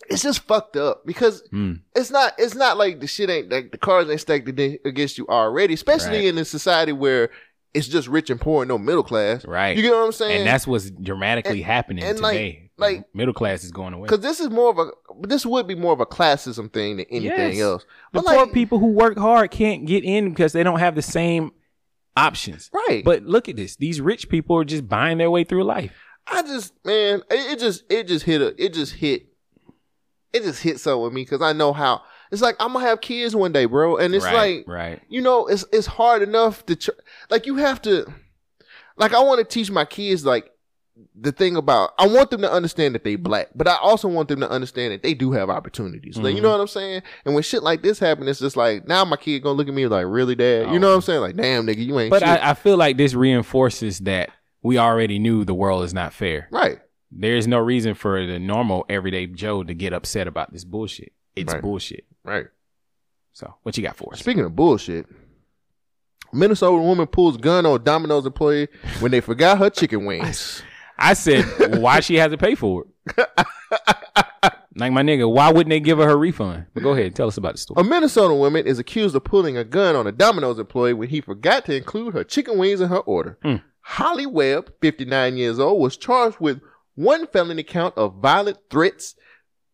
A: It's just fucked up because
B: Mm.
A: it's not it's not like the shit ain't like the cards ain't stacked ag- against you already, especially
B: Right.
A: in a society where it's just rich and poor and no middle class.
B: Right.
A: You get what I'm saying?
B: And that's what's dramatically
A: And-
B: happening
A: and, like-
B: today.
A: like-
B: middle class is going away.
A: because this is more of a this would be more of a classism thing than anything
B: Yes.
A: else.
B: The
A: But
B: poor
A: like,
B: people who work hard can't get in because they don't have the same options.
A: Right.
B: But look at this. These rich people are just buying their way through life.
A: I just man, it, it just it just hit a it just hit it just hit something with me because I know how It's like I'm gonna have kids one day, bro, and it's
B: Right,
A: like,
B: right.
A: you know, it's it's hard enough to tr- like you have to, like I want to teach my kids like the thing about I want them to understand that they black, but I also want them to understand that they do have opportunities. Like, you
P: Mhm.
B: Mm-hmm.
A: know what I'm saying? And when shit like this happens, it's just like now my kid gonna look at me like, really, dad? You know what I'm saying? Like, damn, nigga, you ain't.
B: Oh. But
A: shit.
B: I, I feel like this reinforces that we already knew the world is not fair.
A: Right.
B: There is no reason for the normal everyday Joe to get upset about this bullshit. It's
A: Right.
B: bullshit.
A: Right.
B: So what you got for us?
A: Speaking of bullshit, Minnesota woman pulls gun on Domino's employee when they forgot her chicken wings.
B: I said, [LAUGHS] why she has to pay for it?
A: [LAUGHS]
B: like my nigga, why wouldn't they give her her refund? But go ahead, tell us about the story.
A: A Minnesota woman is accused of pulling a gun on a Domino's employee when he forgot to include her chicken wings in her order. Holly Webb, 59 years old, was charged with one felony count of violent threats.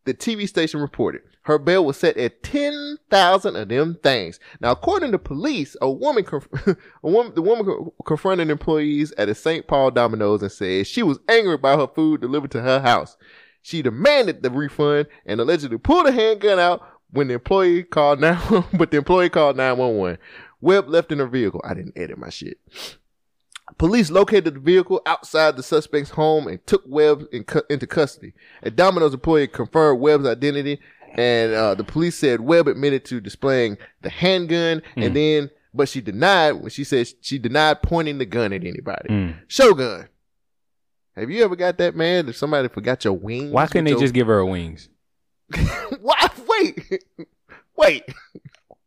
A: The TV station reported her bail was set at 10,000 of them things. Now, according to police, a woman, conf- [LAUGHS] a woman, the woman co- confronted employees at a St. Paul Domino's and said she was angry by her food delivered to her house. She demanded the refund and allegedly pulled a handgun out when the employee called [LAUGHS] nine, but the employee called 911. Webb left in her vehicle. I didn't edit my shit. Police located the vehicle outside the suspect's home and took Webb in cu- into custody. A Domino's employee confirmed Webb's identity, and uh, the police said Webb admitted to displaying the handgun,
P: Mm.
A: and then but she denied when she said she denied pointing the gun at anybody.
B: Mm.
A: Shogun, have you ever got that man? If somebody forgot your wings,
B: Why couldn't
A: with
B: they
A: your-
B: just give her her wings?
A: [LAUGHS] Why? Wait, [LAUGHS] wait,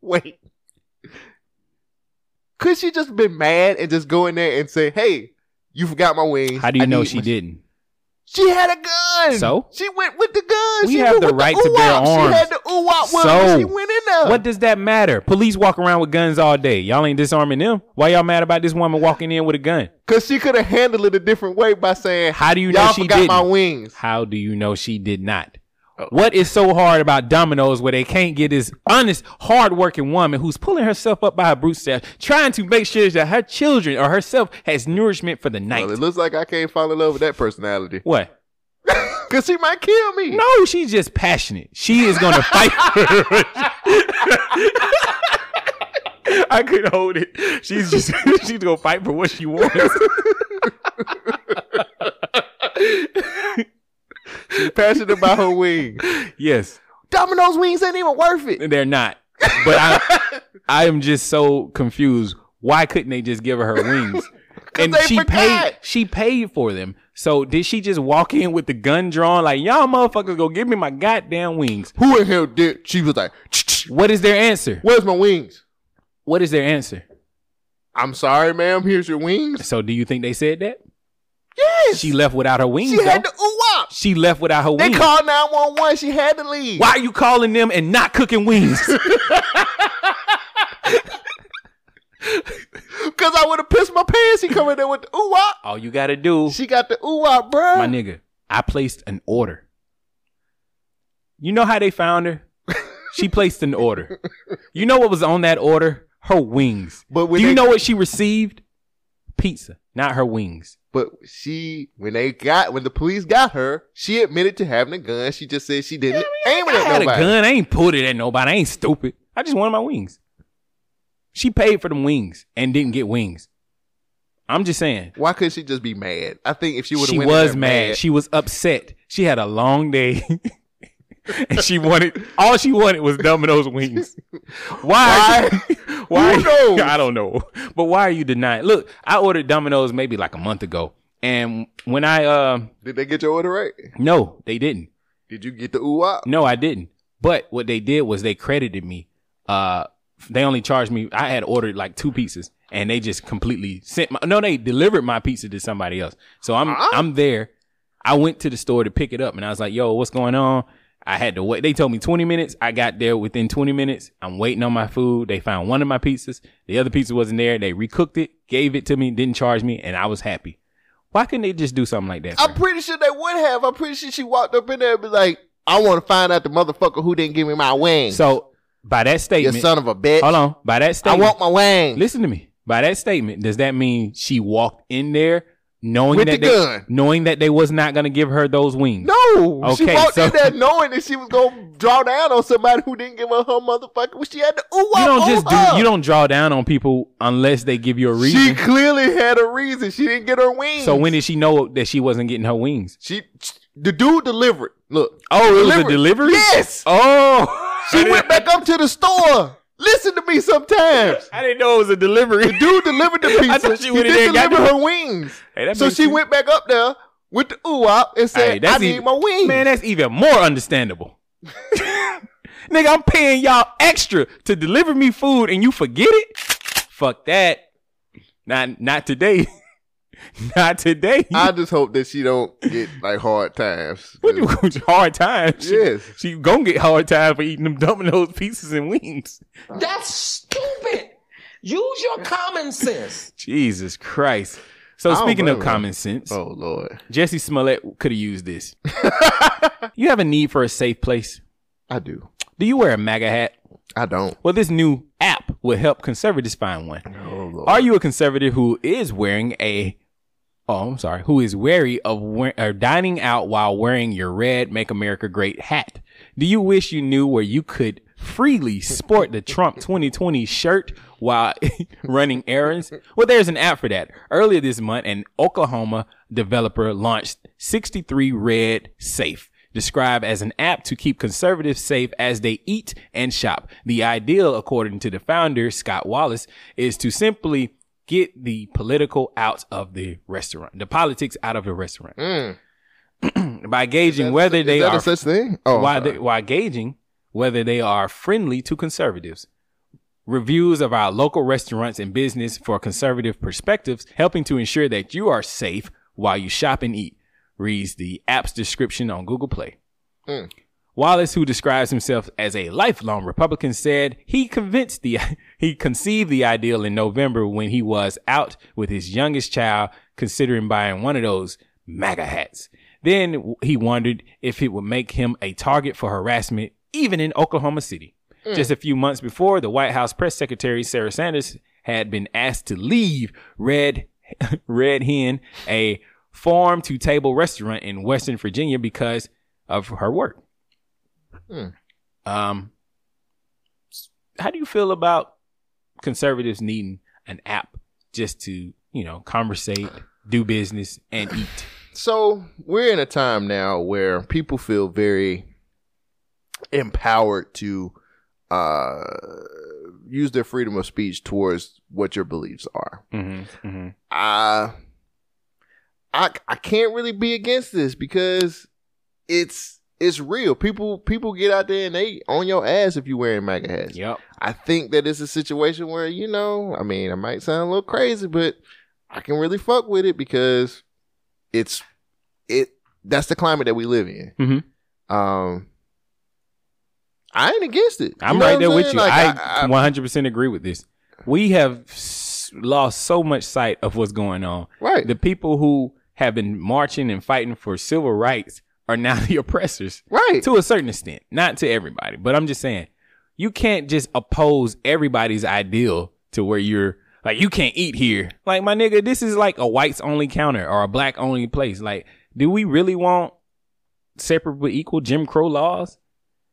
A: wait. Could she just been mad and just go in there and say, "Hey, you forgot my wings"?
B: How do you
A: I
B: know
A: need
B: she
A: my-"
B: didn't?
A: She had a gun.
B: So?
A: she went with the gun.
B: We
A: she
B: have
A: went
B: the
A: with
B: right to bear
A: ooh-wop.
B: arms.
A: She had the ooh wop
B: So?
A: She went in there.
B: What does that matter? Police walk around with guns all day. Y'all ain't disarming them. Why y'all mad about this woman walking in with a gun?
A: Because she could have handled it a different way by saying,
B: How do you
A: Y'all
B: know she
A: forgot
B: didn't?
A: my wings.
B: How do you know she did not?
A: Oh.
B: What is so hard about dominoes where they can't get this honest, hardworking woman who's pulling herself up by her bootstraps, trying to make sure that her children or herself has nourishment for the night?
A: Well, it looks like I can't fall in love with that personality. [LAUGHS]
B: What?
A: Cause she might kill me.
B: No, she's just passionate. She is gonna fight. [LAUGHS] I couldn't hold it. She's just [LAUGHS] she's gonna fight for what she wants.
A: She's passionate about her wings.
B: Yes,
A: [LAUGHS] Domino's wings ain't even worth it.
B: they're not. But I, I am just so confused. Why couldn't they just give her
A: [LAUGHS]
B: her wings? And
A: they
B: she paid.
A: forgot.
B: She paid for them. So did she just walk in with the gun drawn? Like y'all motherfuckers, go give me my goddamn wings.
A: Who in hell did? She was like,
B: what is their answer?
A: Where's my wings?
B: What is their answer?
A: I'm sorry, ma'am. Here's your wings.
B: So do you think they said that?
A: Yes.
B: She left without her wings.
A: She
B: though.
A: had the ooh wop.
B: She left without her
A: They
B: wings.
A: called 911. She had to leave.
B: Why are you calling them and not cooking wings?
A: [LAUGHS] Because I would have pissed my pants. He come in there with the ooh wop.
B: All you gotta
A: [LAUGHS]
B: do,
A: She got the ooh wop, bro.
B: my nigga, I placed an order. You know how they
A: [LAUGHS]
B: found her? She placed an order. You know what was on that order? Her wings.
A: But
B: do
A: when
B: you
A: they-
B: know what she received? Pizza, not her wings.
A: But she, when they got, when the police got her, she admitted to having a gun. She just said she didn't aim it
B: I
A: at
B: had
A: nobody.
B: a gun. I ain't pulled it at nobody. I ain't stupid. I just wanted my wings. She paid for them wings and didn't get wings. I'm just saying.
A: Why couldn't she just be mad? I think if she would have,
B: she was mad. She was upset. She had a long day. [LAUGHS] and she wanted all she wanted was Domino's wings. Why? [LAUGHS] Why?
A: Who knows?
B: [LAUGHS] I don't know. But why are you denying? Look, I ordered Domino's maybe like a month ago, and when I uh,
A: Did they get your order right?
B: no, they didn't.
A: Did you get the ooh wop?
B: No, I didn't. But what they did was they credited me. Uh, they only charged me. I had ordered like two pizzas, and they just completely sent. My, no, they delivered my pizza to somebody else. So I'm I'm there. I went to the store to pick it up, and I was like, "Yo, what's going on?" I had to wait. They told me 20 minutes. I got there within 20 minutes. I'm waiting on my food. They found one of my pizzas. The other pizza wasn't there. They recooked it, gave it to me, didn't charge me, and I was happy. Why couldn't they just do something like that?
A: I'm pretty sure they would have. I'm pretty sure she walked up in there and be like, "I want to find out the motherfucker who didn't give me my wings."
B: So by that statement,
A: son of a bitch.
B: Hold on. By that statement,
A: want my wang.
B: Listen to me. By that statement, does that mean she walked in there knowing
A: With
B: that
A: the
B: they,
A: gun.
B: knowing that they was not gonna give her those wings.
A: No, she
B: Okay,
A: walked
B: so-
A: in there knowing that she was gonna draw down on somebody who didn't give her her motherfucker. Well, she had the ooh,
B: you
A: ah,
B: don't
A: ooh,
B: just
A: ah.
B: do you don't draw down on people unless they give you a
A: She
B: reason.
A: clearly had a reason. She didn't get her wings.
B: so when did she know that she wasn't getting her wings?
A: She the dude delivered. Look.
B: Oh, it was a delivery?
A: Yes.
B: Oh.
A: She went back up to the store. Listen to me sometimes.
B: I didn't know it was a delivery.
A: The dude delivered the pizza.
B: [LAUGHS] I thought she
A: He
B: went in
A: did
B: there and got
A: deliver
B: the-
A: her wings.
B: Hey, that
A: so
B: makes
A: she
B: sense.
A: went back up there with the ooh wop and said,
B: Hey,
A: I
B: that's
A: need
B: even-
A: my wings.
B: Man, that's even more understandable.
A: [LAUGHS]
B: Nigga, I'm paying y'all extra to deliver me food and you forget it? Fuck that. Not not today. [LAUGHS] not today.
A: I just hope that she don't get like hard times.
B: [LAUGHS] What do [LAUGHS] you hard times? She,
A: Yes.
B: She gonna get hard time for eating them Domino's pizzas and wings.
P: That's stupid. Use your common sense.
B: Jesus Christ. So
P: I don't
B: speaking of
P: blame her.
B: common sense.
A: Oh Lord.
B: Jesse Smollett could have
A: [LAUGHS]
B: used this. you have a need for a safe place?
A: I do.
B: Do you wear a MAGA hat?
A: I don't.
B: Well, this new app will help conservatives find one.
A: Oh,
B: Are you a conservative who is wearing a Oh, I'm sorry. Who is wary of wear, or dining out while wearing your red Make America Great hat? Do you wish you knew where you could freely sport the Trump 2020 shirt while [LAUGHS] running errands? Well, there's an app for that. Earlier this month, an Oklahoma developer launched 63 Red Safe. Described as an app to keep conservatives safe as they eat and shop. The ideal, according to the founder, Scott Wallace, is to simply get the political out of the restaurant, the politics out of the restaurant [CLEARS THROAT] by gauging whether they
A: Mm. that a
B: are
A: such thing? Oh, I'm
B: uh, why
A: sorry.
B: they, why gauging whether they are friendly to conservatives. Reviews of our local restaurants and business for conservative perspectives, helping to ensure that you are safe while you shop and eat. Reads the app's description on Google Play.
A: Mm.
B: Wallace, who describes himself as a lifelong Republican, said he convinced the [LAUGHS] he conceived the ideal in November when he was out with his youngest child considering buying one of those MAGA hats. Then w- he wondered if it would make him a target for harassment, even in Oklahoma City.
Q: Mm.
B: Just a few months before, the White House press secretary Sarah Sanders had been asked to leave Red [LAUGHS] Red Hen, a farm to table restaurant in Western Virginia, because of her work.
A: Mm.
B: Um, how do you feel about conservatives needing an app just to, you know, conversate, do business, and eat?
A: so we're in a time now where people feel very empowered to uh, use their freedom of speech towards what your beliefs are.
B: Mm-hmm, mm-hmm.
A: I, I, I can't really be against this because it's it's real. People people get out there and they on your ass if you wearing MAGA hats.
B: Yep.
A: I think that it's a situation where you know, I mean, I might sound a little crazy, but I can really fuck with it because it's it that's the climate that we live in.
B: Mm-hmm.
A: Um, I ain't against it.
B: I'm
A: You know
B: right
A: what
B: there with
A: saying?
B: you.
A: Like,
B: I, 100% agree with this. We have s- lost so much sight of what's going on.
A: Right.
B: The people who have been marching and fighting for civil rights are now [LAUGHS] the oppressors.
A: Right.
B: To a certain extent, not to everybody, but I'm just saying, you can't just oppose everybody's ideal to where you're like you can't eat here. Like my nigga, this is like a whites only counter or a black only place. Like, do we really want separate but equal Jim Crow laws?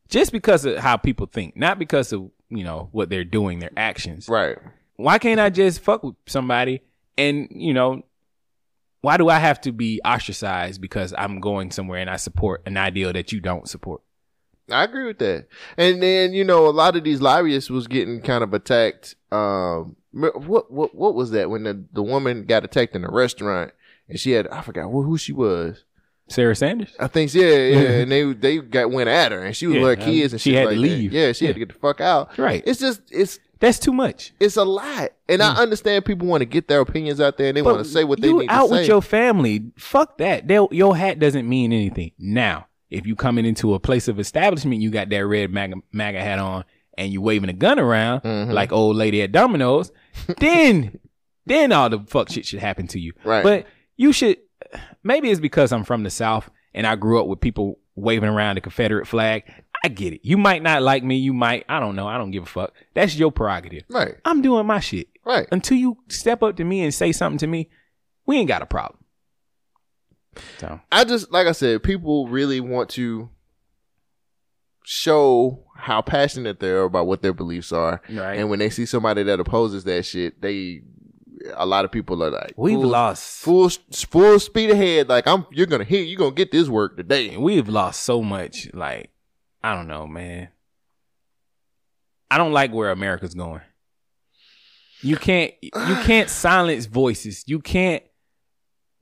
B: just because of how people think, not because of you know what they're doing, their actions.
A: Right.
B: Why can't I just fuck with somebody and you know? Why do I have to be ostracized because I'm going somewhere and I support an ideal that you don't support?
A: I agree with that. And then you know, a lot of these lobbyists was getting kind of attacked. Um, me- what what what was that when the the woman got attacked in a restaurant and she had I forgot who who she was.
B: Sarah Sanders.
A: I think yeah, yeah,
B: [LAUGHS]
A: and they they got went at her, and she was
B: Yeah,
A: with her
B: um,
A: kids, and
B: she
A: she
B: had
A: like
B: to
A: that.
B: leave.
A: Yeah, she had to get the fuck out.
B: Right.
A: It's just it's
B: that's too much.
A: It's a lot, and I understand people want to get their opinions out there and they
B: But
A: want to say what they
B: you
A: need
B: out
A: to say.
B: with your family. Fuck that. They, your hat doesn't mean anything. Now, if you coming into a place of establishment, you got that red MAGA, MAGA hat on and you waving a gun around
A: Mm-hmm.
B: like old lady
A: [LAUGHS]
B: at Domino's, then then all the fuck shit should happen to you.
A: Right.
B: But you should maybe it's because I'm from the South and I grew up with people waving around the Confederate flag. I get it. You might not like me. You might. I don't know. I don't give a fuck. That's your prerogative.
A: Right.
B: I'm doing my shit.
A: Right.
B: Until you step up to me and say something to me, we ain't got a problem. So
A: I just like I said, people really want to show how passionate they are about what their beliefs are.
B: Right.
A: And when they see somebody that opposes that shit, they a lot of people are like,
B: We've
A: full-
B: lost.
A: full full speed ahead. Like I'm, you're gonna hit, you're gonna get this work today.
B: We've lost so much. Like I don't know, man. I don't like where America's going. You can't you can't silence voices. You can't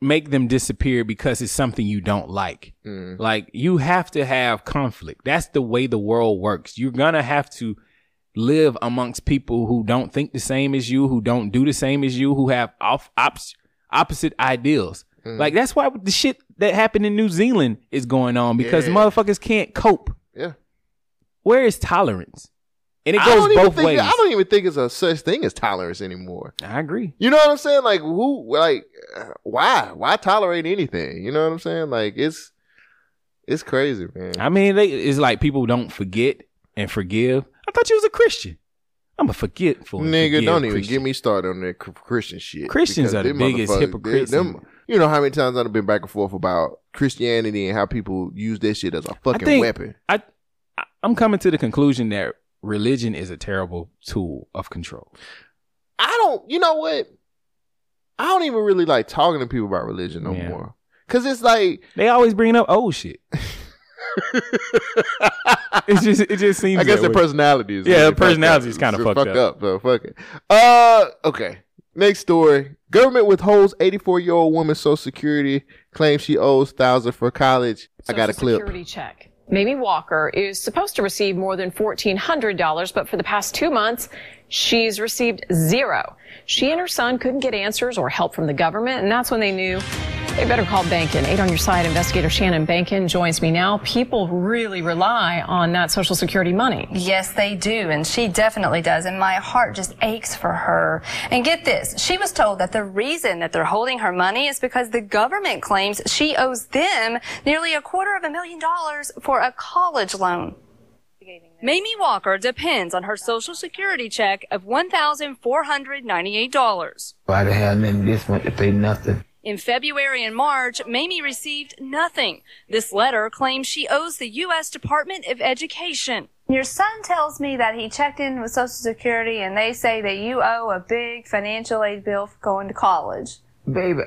B: make them disappear because it's something you don't like.
A: Mm.
B: Like you have to have conflict. That's the way the world works. You're gonna have to live amongst people who don't think the same as you, who don't do the same as you, who have off ops, opposite ideals.
A: Mm.
B: Like that's why the shit that happened in New Zealand is going on because
A: Yeah.
B: motherfuckers can't cope.
A: Yeah.
B: Where is tolerance? And it
A: I
B: goes
A: don't even
B: both
A: think-
B: ways.
A: I don't even think it's a such thing as tolerance anymore.
B: I agree.
A: You know what I'm saying? Like who? Like uh, why? Why tolerate anything? You know what I'm saying? Like it's it's crazy, man.
B: I mean, they, it's like people don't forget and forgive. I thought you was a Christian. I'm a forgetful and
A: Nigga,
B: forgive
A: don't even
B: Christian.
A: get me started on that cr- Christian shit.
B: Christians
A: because
B: are the
A: them
B: biggest
A: motherfuckers, they-
B: hypocrites
A: them-
B: and-
A: you know how many times I've been back and forth about Christianity and how people use that shit as a fucking weapon.
B: I, I I'm coming to the conclusion that religion is a terrible tool of control.
A: I don't. You know what? I don't even really like talking to people about religion no more. Cause it's like
B: they always bringing up
A: [LAUGHS]
B: old shit. it just it just seems.
A: I guess
B: that
A: their
B: way.
A: personality is
B: Yeah,
A: really
B: their
A: fucked up.
B: personality is kinda
A: So
B: fucked
A: fucked
B: up.
A: up. So fuck it. Uh, okay. Next story: Government withholds 84 year old woman Social Security claims she owes thousand for college. I got a clip.
Q: Security check. Mamie Walker is supposed to receive more than $1,400, but for the past two months, she's received zero. She and her son couldn't get answers or help from the government, and that's when they knew they better call Bankin. Eight on your side, investigator Shannon Bankin joins me now. People really rely on that Social Security money.
R: Yes, they do, and she definitely does, and my heart just aches for her. And get this, she was told that the reason that they're holding her money is because the government claims she owes them nearly a quarter of a million dollars for a college loan. Mamie Walker depends on her Social Security check of $1,498.
S: Why the hell then this went to pay nothing?
R: In February and March, Mamie received nothing. This letter claims she owes the U.S. Department of Education. Your son tells me that he checked in with Social Security and they say that you owe a big financial aid bill for going to college.
S: Baby,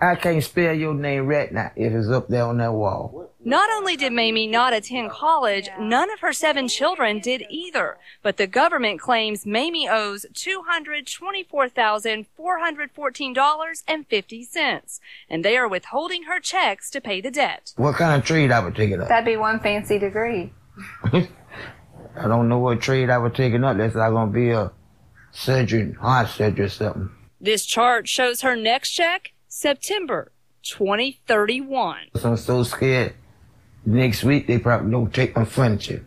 S: I can't spell your name right now if it's up there on that wall.
R: Not only did Mamie not attend college, none of her seven children did either. But the government claims Mamie owes $224,414.50, and they are withholding her checks to pay the debt.
S: What kind of trade I was taking up?
R: be one fancy degree.
S: I don't know what trade I was taking up unless I'm gonna be a surgeon, heart surgeon or something.
R: This chart shows her next check, September 2031.
S: 'Cause I'm so scared. Next week they probably don't take my furniture.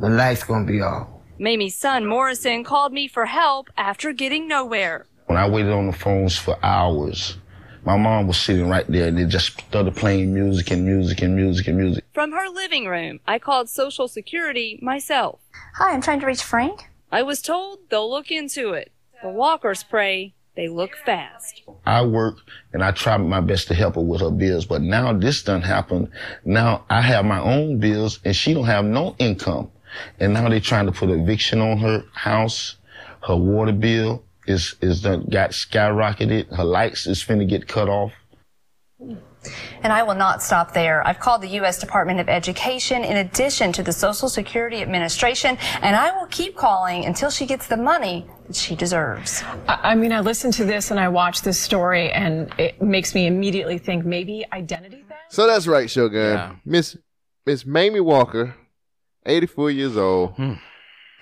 S: The lights gonna be off.
R: Mamie's son Morrison called me for help after getting nowhere.
T: When I waited on the phones for hours, my mom was sitting right there and they just started playing music and music and music and music.
R: From her living room, I called Social Security myself. Hi, I'm trying to reach Frank. I was told they'll look into it. The walkers pray they look fast.
T: I work and I try my best to help her with her bills, but now this done happened. Now I have my own bills and she don't have no income. And now they trying to put eviction on her house. Her water bill is, is done, got skyrocketed. Her lights is finna get cut off.
R: And I will not stop there. I've called the U.S. Department of Education in addition to the Social Security Administration, and I will keep calling until she gets the money that she deserves.
Q: I, I mean, I listen to this and I watch this story, and it makes me immediately think maybe identity theft.
A: So that's right, Shogun. Miss Miss Mamie Walker, eighty four years old,
B: Hmm.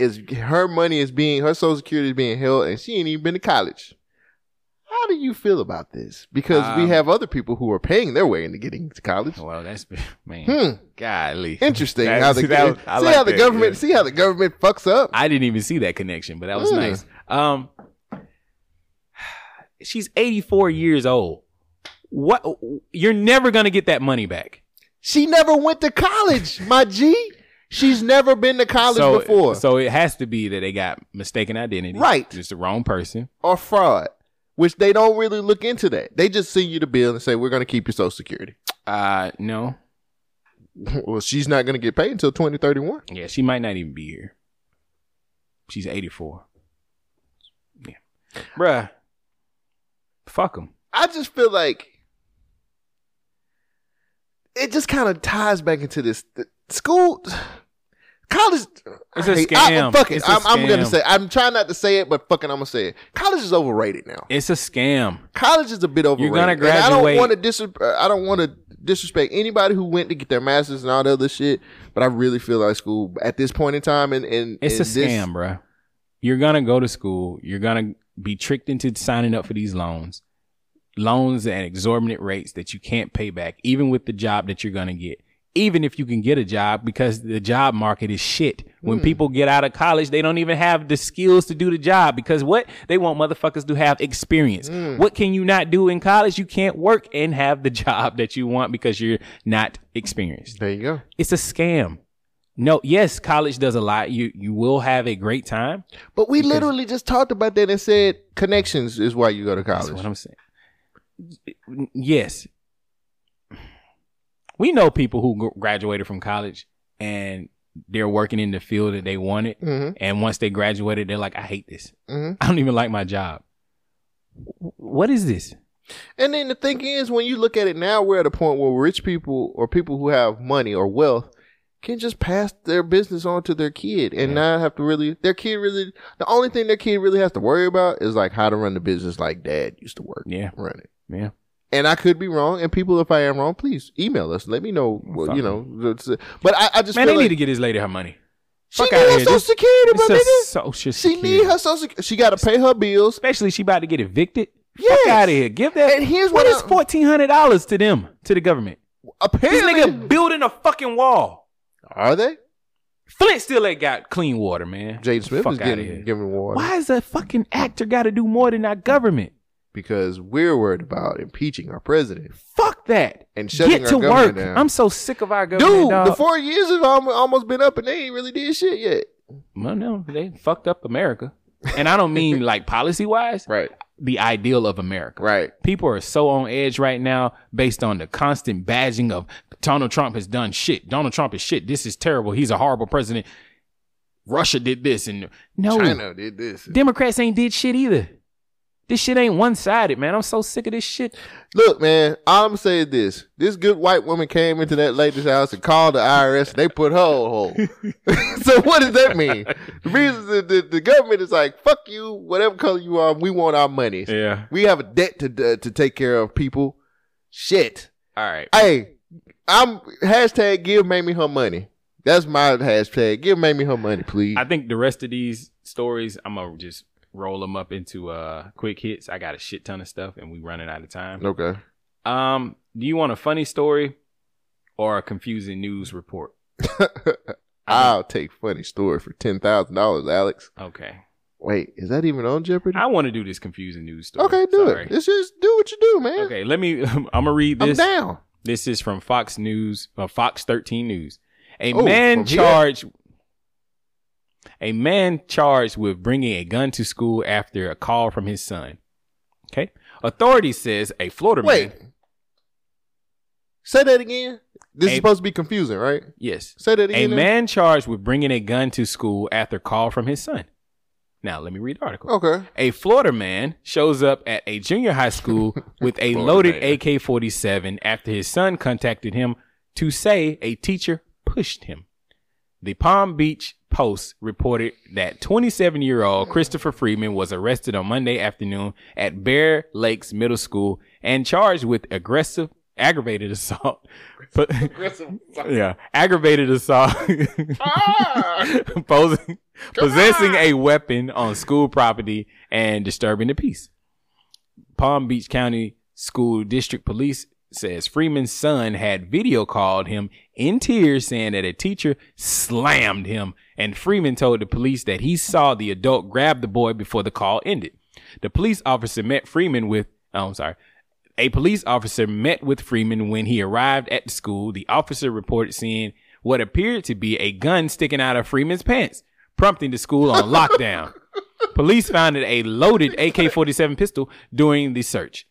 A: is her money is being her social security is being held, and she ain't even been to college. How do you feel about this? Because we
B: Um,
A: have other people who are paying their way into getting to college.
B: Well, that's man.
A: Hmm.
B: Godly.
A: Interesting
B: That-
A: how the
B: [LAUGHS] that-
A: see
B: I like
A: how the
B: that,
A: government
B: yeah.
A: see how the government fucks up.
B: I didn't even see that connection, but that was
A: Mm.
B: nice. Um, she's 84 years old. What? You're never gonna get that money back.
A: She never went to college, my G. She's never been to college
B: so,
A: before.
B: So it has to be that they got mistaken identity.
A: Right.
B: Just the wrong person.
A: Or fraud. which they don't really look into that. They just send you the bill and say we're going to keep your social security. [LAUGHS]
B: Uh, no.
A: Well, she's not going to get paid until 2031.
B: Yeah, she might not even be here. She's 84. Yeah. Bruh. Fuck them.
A: I just feel like it just kind of ties back into this the school, college.
B: It's a
A: I hate-
B: scam.
A: I, fuck it.
B: It's a
A: I'm, I'm gonna
B: scam.
A: say. I'm trying not to say it, but fucking, I'm gonna say it. College is overrated now.
B: It's a scam.
A: College is a bit overrated.
B: You're gonna
A: And I don't
B: graduate-
A: want to dis- I don't want to disrespect anybody who went to get their masters and all the other shit. But I really feel like school at this point in time, and and
B: It's
A: and
B: a
A: this-
B: scam, bruh. You're gonna go to school. You're gonna be tricked into signing up for these loans, loans at exorbitant rates that you can't pay back, even with the job that you're gonna get. Even if you can get a job, because the job market is shit. When
A: Hmm.
B: people get out of college, they don't even have the skills to do the job because what they want motherfuckers to have experience.
A: Hmm.
B: What can you not do in college? You can't work and have the [LAUGHS] job that you want because you're not experienced.
A: There you go.
B: It's a scam. No, yes, college does a lot. You you will have a great time.
A: But we literally just talked about that and said connections is why you go to college.
B: That's what I'm saying. Yes. We know people who gr- graduated from college and they're working in the field that they wanted.
A: Mhm.
B: And once they graduated, they're like, I hate this.
A: Mhm.
B: I don't even like my job. W- What is this?
A: And then the thing is, when you look at it now, we're at a point where rich people or people who have money or wealth can just pass their business on to their kid and not have to really, their kid really, the only thing their kid really has to worry about is like how to run the business like dad used to work.
B: Yeah.
A: Run it.
B: Yeah.
A: And I could be wrong. And people, if I am wrong, please email us. Let me know, well, you know. that's it. But I, I just
B: Man, they
A: feel like
B: need to get this lady her money.
A: she
B: Fuck
A: need
B: outta
A: her
B: here.
A: social
B: This-
A: security,
B: this
A: my
B: is
A: nigga. She
B: Social security.
A: need her social security. She got to pay her bills.
B: Especially she about to get evicted.
A: Yes.
B: Fuck out of here. Give that.
A: And here's
B: what
A: what
B: is fourteen hundred dollars to them to the government.
A: Apparently,
B: this nigga building a fucking wall.
A: Are they?
B: Flint still ain't got clean water, man.
A: Jaden Smith
B: Fuck
A: is
B: outta
A: getting
B: here.
A: giving water.
B: Why is a fucking actor got to do more than our government?
A: because we're worried about impeaching our president
B: Fuck that.
A: and shutting
B: Get
A: our
B: to
A: government
B: work.
A: down.
B: I'm so sick of our government.
A: Dude,
B: dog.
A: the four years have almo- almost been up and they ain't really did shit yet.
B: Well, no, they fucked up America, and I don't
A: [LAUGHS]
B: mean like policy wise.
A: Right.
B: The ideal of America.
A: Right.
B: People are so on edge right now based on the constant badging of Donald Trump has done shit. Donald Trump is shit. This is terrible. He's a horrible president. Russia did this and no
A: China did this.
B: Democrats ain't did shit either. This shit ain't one sided, man. I'm so sick of this shit.
A: Look, man, all I'm saying is this. This good white woman came into that lady's house and called the IRS and they put her on
B: [LAUGHS]
A: hold. [LAUGHS] so what does that mean? The reason the, the, the government is like, fuck you, whatever color you are, we want our money.
B: Yeah.
A: We have a debt to uh, to take care of people. Shit.
B: All right.
A: Hey, I'm hashtag give Mamie her money. That's my hashtag. Give Mamie her money, please.
B: I think the rest of these stories, I'm gonna just roll them up into uh quick hits. I got a shit ton of stuff, and we running out of time. [LAUGHS]
A: okay.
B: Um, do you want a funny story or a confusing news report?
A: [LAUGHS] I'll take funny story for ten thousand dollars, Alex.
B: Okay.
A: Wait, is that even on Jeopardy?
B: I want to do this confusing news story.
A: Okay, do
B: Sorry.
A: it. It's just do what you do, man.
B: Okay, let me. [LAUGHS] I'm gonna read
A: I'm
B: this.
A: down.
B: This is from Fox News, uh, Fox 13 News. A
A: Oh,
B: man
A: from here?
B: charged. A man charged with bringing a gun to school after a call from his son. Okay, authorities says a Florida
A: Wait.
B: man.
A: Say that again. This
B: A-
A: is supposed to be confusing, right?
B: Yes.
A: Say that again.
B: A man charged with bringing a gun to school after call from his son. Now let me read the article.
A: Okay.
B: A Florida man shows up at a junior
A: [LAUGHS]
B: high school with a
A: Florida
B: loaded
A: man.
B: AK 47 after his son contacted him to say a teacher pushed him. The Palm Beach Post reported that 27 year old Christopher Freeman was arrested on Monday afternoon at Bear Lakes Middle School and charged with aggressive, aggravated assault. But, yeah, aggravated assault. [LAUGHS] posing, possessing a weapon on school property and disturbing the peace. Palm Beach County School District Police says Freeman's son had video called him in tears saying that a teacher slammed him and Freeman told the police that he saw the adult grab the boy before the call ended. The police officer met Freeman with oh, I'm sorry. A police officer met with Freeman when he arrived at the school. The officer reported seeing what appeared to be a gun sticking out of Freeman's pants, prompting the school on lockdown. Police found a loaded AK 47 pistol during the search.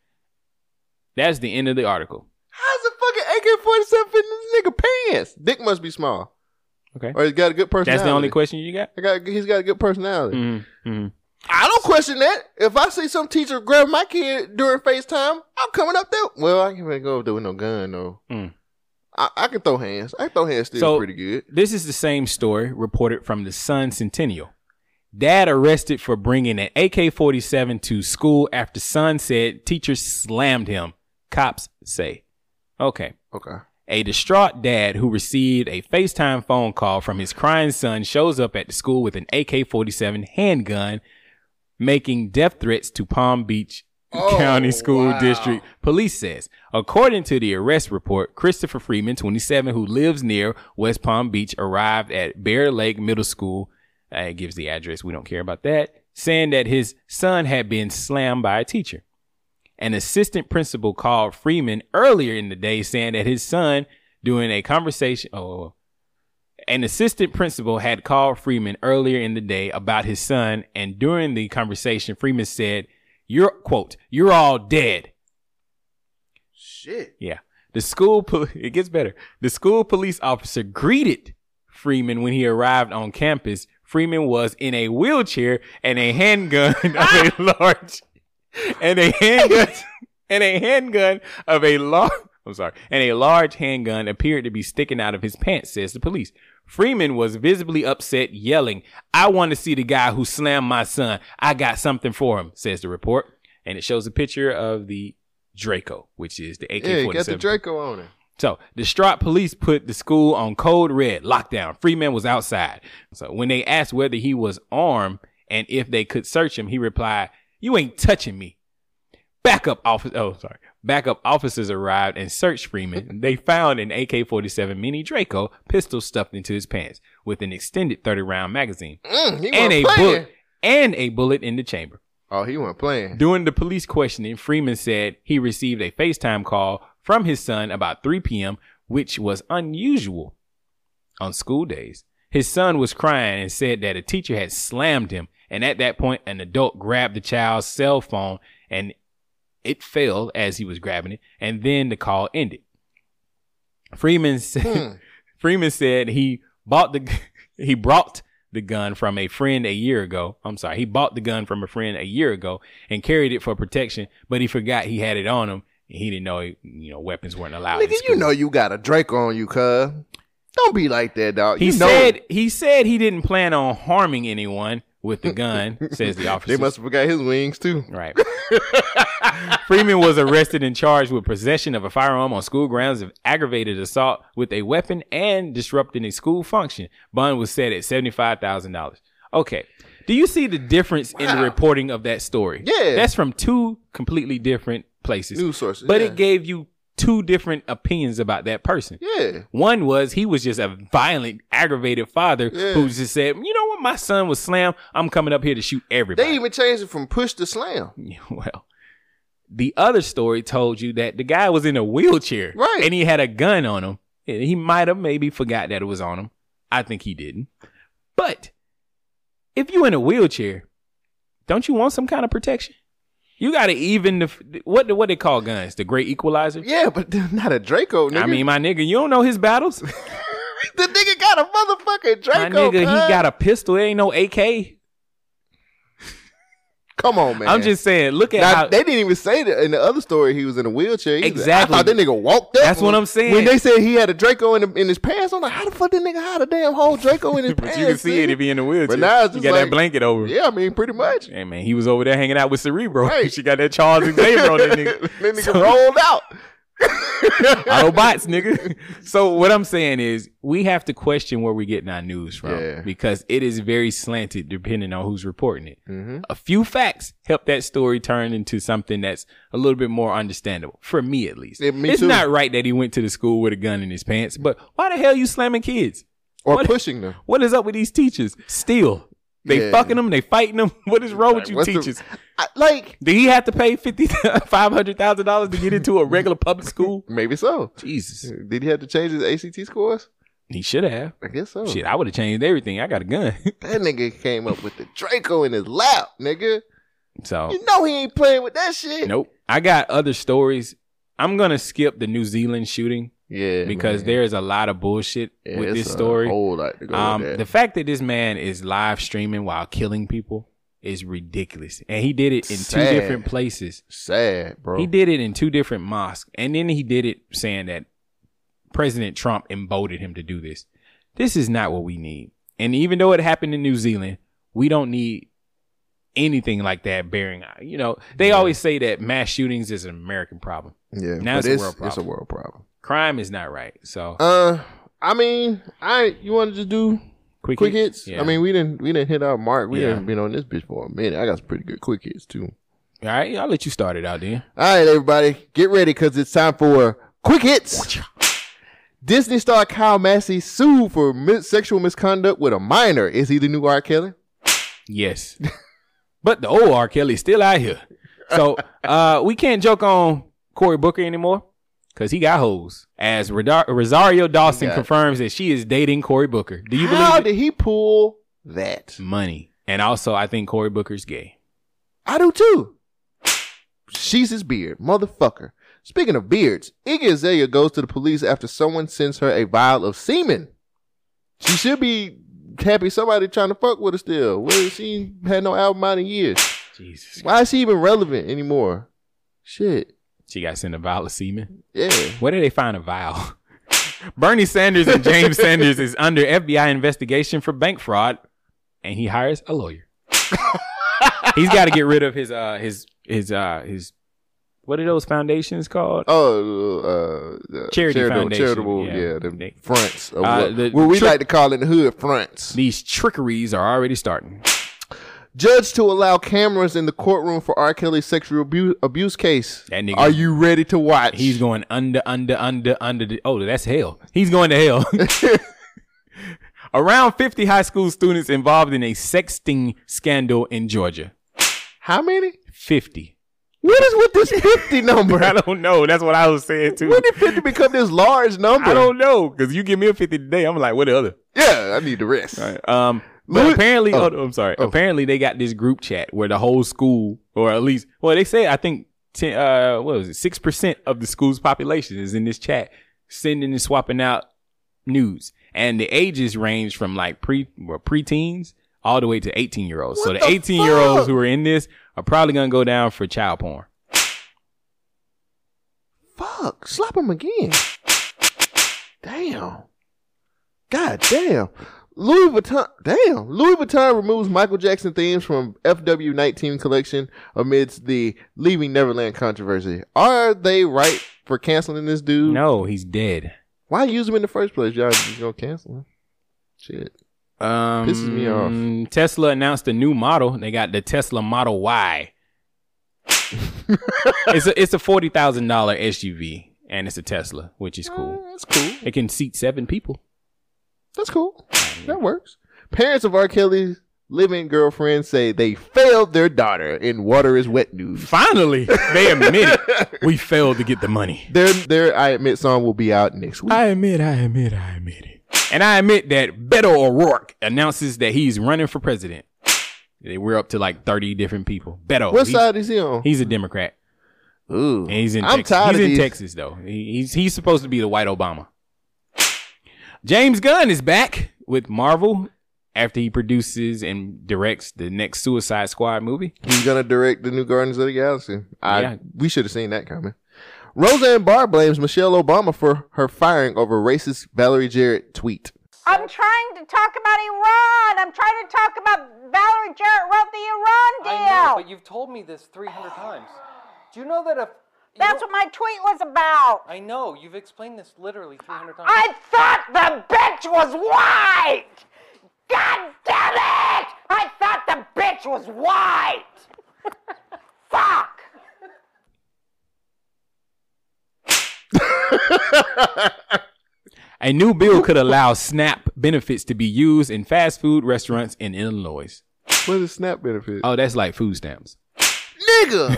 B: That's the end of the article.
A: How's a fucking AK forty seven in this nigga pants? Dick must be small.
B: Okay.
A: Or he's got a good personality.
B: That's the only question you got?
A: I got he's got a good personality.
B: Mhm.
A: I don't question that. If I see some teacher grab my kid during FaceTime, I'm coming up there. Well, I can't go up there with no gun though.
B: Mm.
A: I, I can throw hands. I can throw hands still pretty good.
B: This is the same story reported from the Sun Centennial. Dad arrested for bringing an AK 47 to school after son said teacher slammed him, cops say. Okay.
A: Okay.
B: A distraught dad who received a FaceTime phone call from his crying son shows up at the school with an AK 47 handgun, making death threats to Palm Beach County School District Police says. According to the arrest report, Christopher Freeman, 27, who lives near West Palm Beach, arrived at Bear Lake Middle School. Uh, it gives the address. We don't care about that. Saying that his son had been slammed by a teacher. An assistant principal called Freeman earlier in the day saying that his son, during a conversation, oh, an assistant principal had called Freeman earlier in the day about his son, and during the conversation, Freeman said, "You're quote, you're all dead."
A: Shit.
B: Yeah. The school pol- [LAUGHS] it gets better. The school police officer greeted Freeman when he arrived on campus. Freeman was in a wheelchair and a handgun [LAUGHS] of a large [LAUGHS] and a handgun and a handgun of a large I'm sorry. And a large handgun appeared to be sticking out of his pants, says the police. Freeman was visibly upset, yelling, I want to see the guy who slammed my son. I got something for him, says the report. And it shows a picture of the Draco, which is the AK 47.
A: Yeah, you got the Draco on it.
B: So distraught police put the school on code red lockdown. Freeman was outside. So when they asked whether he was armed and if they could search him, he replied, "You ain't touching me." Backup officer. Oh, sorry. Backup officers arrived and searched
A: [LAUGHS]
B: Freeman. they found an AK-47 Mini Draco pistol stuffed into his pants with an extended 30-round magazine
A: Mm, he
B: and a
A: wasn't playing.
B: bullet and a bullet in the chamber.
A: Oh, he wasn't playing.
B: During the police questioning, Freeman said he received a FaceTime call from his son about 3 p.m., which was unusual on school days. His son was crying and said that a teacher had slammed him, and at that point, an adult grabbed the child's cell phone and it fell as he was grabbing it, and then the call ended. Freeman [LAUGHS] said,
A: Hmm.
B: Freeman said he bought the [LAUGHS] he brought the gun from a friend a year ago. I'm sorry, he bought the gun from a friend a year ago and carried it for protection, but he forgot he had it on him. and He didn't know you know weapons weren't allowed. in
A: Nigga, you know you got a Draco on you, cuz. Don't be like that, dog.
B: He
A: you know
B: said he said he didn't plan on harming anyone with
A: [LAUGHS]
B: the gun, says the officer.
A: They must have forgot his wings too.
B: Right. [LAUGHS] Freeman was arrested and charged with possession of a firearm on school grounds of aggravated assault with a weapon and disrupting a school function. Bond was set at seventy-five thousand dollars. Okay. Do you see the difference in the reporting of that story?
A: Yeah.
B: That's from two completely different places.
A: News sources.
B: But
A: yeah.
B: it gave you two different opinions about that person.
A: Yeah.
B: One was he was just a violent, aggravated father
A: Yeah.
B: who just said, "You know what? My son was slammed. I'm coming up here to shoot everybody."
A: They even changed it from push to slam.
B: [LAUGHS] well, the other story told you that the guy was in a wheelchair, right? And he had a gun on him. And he might have maybe forgot that it was on him. I think he didn't. But if you in a wheelchair, don't you want some kind of protection? You got to even the what what they call guns, the great equalizer.
A: Yeah, but [LAUGHS] not a Draco. Nigga.
B: I mean, my nigga, you don't know his battles.
A: [LAUGHS] The nigga got a motherfucking Draco.
B: my nigga,
A: cuz.
B: he got a pistol. It ain't no AK.
A: Come on, man.
B: I'm just saying. Look at
A: Now,
B: how
A: they didn't even say that in the other story. He was in a wheelchair. He was-
B: Exactly.
A: I thought that nigga walked up.
B: That's what I'm saying.
A: When they said he had a Draco in, the, in his pants, I'm like, how the fuck did nigga hide a damn whole
B: [LAUGHS]
A: Draco in his
B: [LAUGHS] But
A: pants?
B: you can see it if he in the wheelchair.
A: But now it's
B: you
A: just
B: got
A: like-
B: that blanket over. him.
A: Yeah, I mean, pretty
B: [LAUGHS]
A: much.
B: Hey man, he was over there hanging out with Cerebro. [LAUGHS]
A: Right.
B: she got that Charles Xavier on that nigga.
A: [LAUGHS] That nigga rolled out.
B: [LAUGHS] Autobots, nigga. So what I'm saying is we have to question where we're getting our news from because it is very slanted depending on who's reporting it.
A: Mm-hmm.
B: A few facts help that story turn into something that's a little bit more understandable for me at least.
A: me
B: it's
A: too.
B: not right that he went to the school with a gun in his pants, but why the hell you slamming kids
A: Or
B: What-
A: pushing them.
B: What is up with these teachers? Still, they
A: Yeah.
B: fucking them. They fighting them. [LAUGHS] What is wrong with you
A: what's the-
B: teachers?
A: like,
B: did he have to pay fifty [LAUGHS] five hundred
A: [LAUGHS]
B: thousand dollars to get into a regular public school?
A: Maybe so.
B: Jesus.
A: Did he have to change his ACT scores?
B: He should have.
A: I guess so.
B: Shit, I would have changed everything. I got a gun. [LAUGHS]
A: That nigga came up with the Draco in his lap, nigga.
B: So
A: You know he ain't playing with that shit.
B: Nope. I got other stories. I'm gonna skip the New Zealand shooting.
A: Yeah.
B: Because there is a lot of bullshit
A: Yeah,
B: with
A: it's
B: this
A: a
B: story. um,
A: whole lot to go with that.
B: the fact that this man is live streaming while killing people is ridiculous. And he did it in
A: Sad.
B: two different places.
A: Sad, bro.
B: He did it in two different mosques. And then he did it saying that President Trump emboldened him to do this. This is not what we need. And even though it happened in New Zealand, we don't need anything like that bearing you know they always say that mass shootings is an american problem
A: Yeah,
B: now
A: but
B: it's, a
A: it's-
B: world problem
A: it's a world problem
B: crime is not right so
A: Uh, I mean, I you want to just do
B: Quick
A: quick,
B: hits?
A: hits?
B: Yeah.
A: I mean, we didn't we didn't hit our mark. We
B: Yeah.
A: didn't been on this bitch for a minute. I got some pretty good quick hits too.
B: all right i'll let you start it out then
A: All right, everybody, get ready because it's time for quick hits. Disney star Kyle Massey sued for mi- sexual misconduct with a minor. Is he the new R. Kelly?
B: yes but the old r kelly's still out here
A: [LAUGHS]
B: so uh we can't joke on cory booker anymore because he got hoes as Rodar- rosario dawson
A: got-
B: confirms that she is dating cory booker do you
A: How
B: believe
A: did he pull that?
B: it? money and also i think cory booker's gay
A: I do too. She's his beard, motherfucker. Speaking of beards, Iggy Azalea goes to the police after someone sends her a vial of semen. She should be happy somebody trying to fuck with her still. Well, she ain't had no album out in years.
B: Jesus.
A: Why is she even relevant anymore? Shit.
B: she got sent a vial of semen
A: yeah
B: where did they find a vial [LAUGHS] bernie sanders and james sanders is under fbi investigation for bank fraud and he hires a lawyer [LAUGHS] he's got to get rid of his uh his his uh his what are those foundations called?
A: Oh, uh, uh,
B: charity
A: charitable-
B: foundation. Uh,
A: charitable, yeah, them fronts of what-
B: the
A: what we
B: trick-
A: like to call in the hood fronts.
B: These trickeries are already starting.
A: Judge to allow cameras in the courtroom for R. Kelly's sexual abuse, abuse case.
B: That nigga,
A: Are you ready to watch?
B: He's going under, under, under, under. The, oh, that's hell. He's going to [LAUGHS] hell. Around 50 high school students involved in a sexting scandal in Georgia.
A: How many?
B: 50.
A: What is with this
B: [LAUGHS]
A: 50 number?
B: I don't know. That's what I was saying too.
A: When did 50 become this large number?
B: I don't know. Cause you give me a 50 today. I'm like, what the other?
A: Yeah, I need the rest.
B: Um, but apparently, oh, I'm sorry. Apparently, they got this group chat where the whole school, or at least, well, they say I think ten, uh, what was it, six percent of the school's population is in this chat, sending and swapping out news, and the ages range from like pre well, preteens all the way to 18 year olds. So the 18 year olds who are in this are probably gonna go down for child porn.
A: Fuck, slap him again. Damn. God damn. Louis Vuitton, damn. Louis Vuitton removes Michael Jackson themes from FW19 collection amidst the Leaving Neverland controversy. Are they right for canceling this dude?
B: No, he's dead.
A: Why use him in the first place? Y'all just gonna cancel him? Shit.
B: Um,
A: Pisses me off.
B: Tesla announced a new model. They got the Tesla
A: [LAUGHS]
B: Model Y. it's a it's a forty thousand dollar SUV, and it's a Tesla, which is cool.
A: that's cool.
B: It can seat seven people.
A: That's cool. That works. Parents of R. Kelly's living girlfriend say they failed their daughter in water is wet news.
B: Finally, they
A: [LAUGHS]
B: admit it. We failed to get the money.
A: Their their I admit song will be out next week.
B: I admit, I admit, I admit it. And I admit that Beto O'Rourke announces that he's running for president. They- We're up to like thirty different people. Beto,
A: what
B: he's-
A: side is he on?
B: He's a Democrat.
A: Ooh,
B: and he's in.
A: I'm
B: Texas.
A: tired
B: He's
A: of
B: in
A: these-
B: Texas though. He- he's he's supposed to be the white Obama. James Gunn is back with Marvel after he produces and directs the next Suicide Squad movie.
A: He's gonna direct the new Guardians of the Galaxy. I
B: Yeah.
A: we should have seen that coming. Roseanne Barr blames Michelle Obama for her firing over racist Valerie Jarrett tweet.
U: I'm trying to talk about Iran. I'm trying to talk about Valerie Jarrett wrote the Iran deal.
V: I know, but you've told me this 300 times. Do you know that if
U: That's what my tweet was about.
V: I know you've explained this literally 300 times?
U: I thought the bitch was white. God damn it! I thought the bitch was white. Fuck.
B: A new bill could allow SNAP benefits to be used in fast food restaurants in Illinois.
A: What is SNAP benefit?
B: Oh, that's like food stamps. [LAUGHS]
A: Nigga,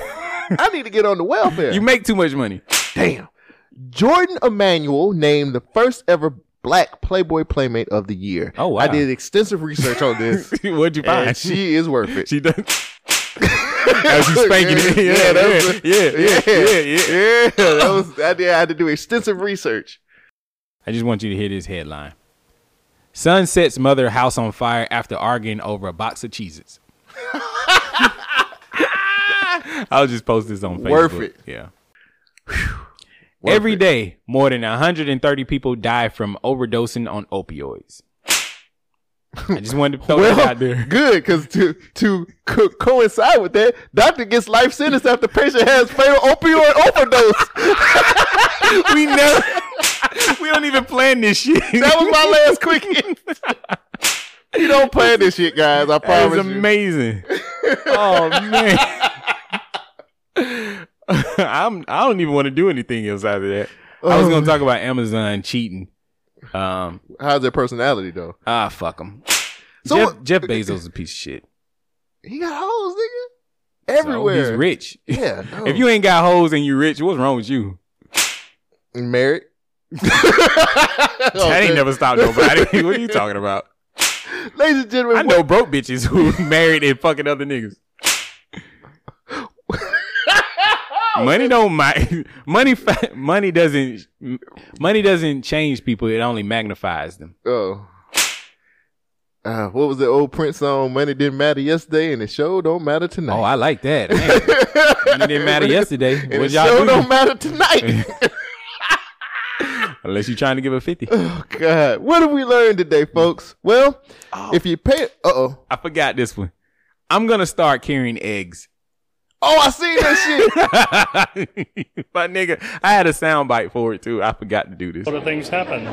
A: I need to get on the welfare.
B: You make too much money.
A: Damn. Jordan Emanuel named the first ever Black Playboy Playmate of the Year. Oh
B: wow.
A: I did extensive research on
B: [LAUGHS]
A: this.
B: [LAUGHS] What'd you find?
A: And she is worth it. [LAUGHS]
B: [LAUGHS] She does. [LAUGHS] As you spanking it. Yeah,
A: that was-
B: yeah, yeah,
A: yeah, yeah. That was I did. I had to do extensive research.
B: I just want you to hear this headline. Son sets mother house on fire after arguing over a box of Cheez-Its. [LAUGHS] I'll just post this on Facebook.
A: Worth it.
B: Yeah. Every day, more than 130 people die from overdosing on opioids. I just wanted to throw
A: [LAUGHS]
B: Oh, that out there.
A: Good, because to to co- coincide with that, doctor gets life sentence after patient has fatal opioid
B: [LAUGHS]
A: overdose.
B: we never, [LAUGHS] we don't even plan this shit.
A: That was my last
B: [LAUGHS]
A: quickie. we don't plan this shit, guys. I
B: That
A: promise.
B: was
A: you.
B: amazing. oh man. [LAUGHS] I'm I don't even want to do anything else out of that. I was gonna talk about Amazon cheating. Um,
A: how's their personality though?
B: Ah, fuck them.
A: So
B: Jeff,
A: what-
B: Jeff Bezos is a piece of shit.
A: [LAUGHS] He got hoes, nigga.
B: So,
A: Everywhere.
B: he's rich.
A: Yeah.
B: if you ain't got hoes and you rich, what's wrong with you?
A: Married.
B: [LAUGHS]
A: [LAUGHS]
B: that ain't never stopped nobody. [LAUGHS] what are you talking about?
A: Ladies and gentlemen,
B: I know broke bitches who [LAUGHS] married and fucking
A: [LAUGHS]
B: other niggas. money don't mind. [LAUGHS] Money fa- money doesn't money doesn't change people. It only magnifies them.
A: Oh. Uh, what was the old Prince song? Money didn't matter yesterday, and it sure don't matter tonight. Oh,
B: I like that. Money didn't matter yesterday.
A: and [LAUGHS]
B: What
A: it
B: y'all
A: sure
B: do?
A: don't matter tonight.
B: [LAUGHS]
A: [LAUGHS]
B: Unless you're trying to give a fifty.
A: oh God, what have we learned today, folks? Well, if you pay, uh oh,
B: I forgot this one. I'm gonna start carrying eggs. [LAUGHS]
A: oh, I seen that
B: My nigga, I had a sound bite for it too. I forgot to do this.
C: lot of things happen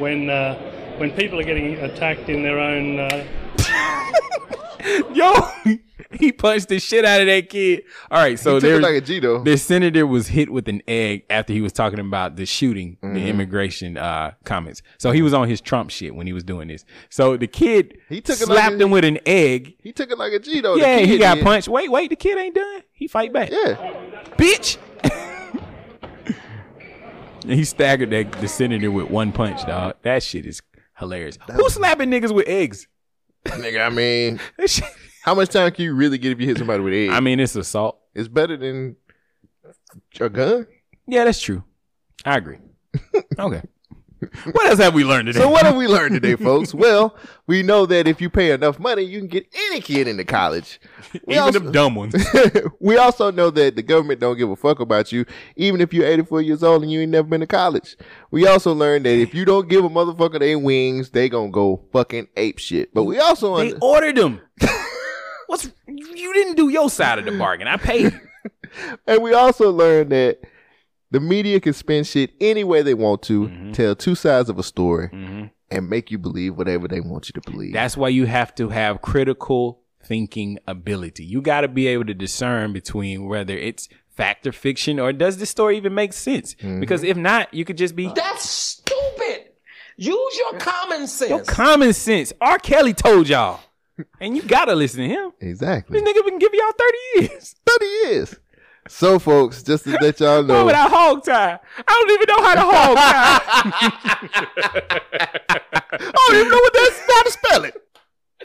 C: when uh, when people are getting attacked in their own. Uh,
B: Yo, [LAUGHS] he punched the shit out of that kid. All right, so
A: He took it
B: there's
A: like a G, though.
B: This senator was hit with an egg after he was talking about the shooting,
A: Mhm.
B: the immigration uh, comments. So he was on his Trump shit when he was doing this. So the kid
A: He took it like
B: slapped
A: a-
B: him with an egg.
A: He took it like a G though. the
B: yeah, he
A: kid
B: got
A: did.
B: punched. Wait, wait, the kid ain't done. He fight back.
A: Yeah,
B: bitch. [LAUGHS] And he staggered that the senator with one punch, dog. That shit is hilarious. Who's slapping niggas with eggs?
A: Nigga, I mean,
B: [LAUGHS]
A: how much time can you really get if you hit somebody with eggs? I
B: mean, it's assault.
A: It's better than a gun.
B: Yeah, that's true. I [LAUGHS] agree. okay. What else have we learned today? [LAUGHS]
A: So what have we learned today, folks? Well, we know that if you pay enough money, you can get any kid into college. We
B: Even them dumb ones.
A: we also know that the government don't give a fuck about you, even if you're 84 years old and you ain't never been to college. We also learned that if you don't give a motherfucker their wings, they gonna go fucking ape shit. But we also
B: [LAUGHS] They ordered them. [LAUGHS] What's you didn't do your side of the bargain? I paid.
A: and we also learned that the media can spin shit any way they want to,
B: Mm-hmm.
A: tell two sides of a story, and make you believe whatever they want you to believe.
B: That's why you have to have critical thinking ability. You got to be able to discern between whether it's fact or fiction, or does this story even make sense? Because if not, you could just be
P: That's stupid. Use your common sense.
B: your common sense. R. Kelly told y'all, and you gotta listen to him.
A: Exactly.
B: This nigga been giving y'all thirty years.
A: 30 years. So, folks, just to let y'all
B: Why would I
A: know,
B: hog tie? I don't even know how to hog tie. [LAUGHS]
A: I don't even know what that's how to spell it.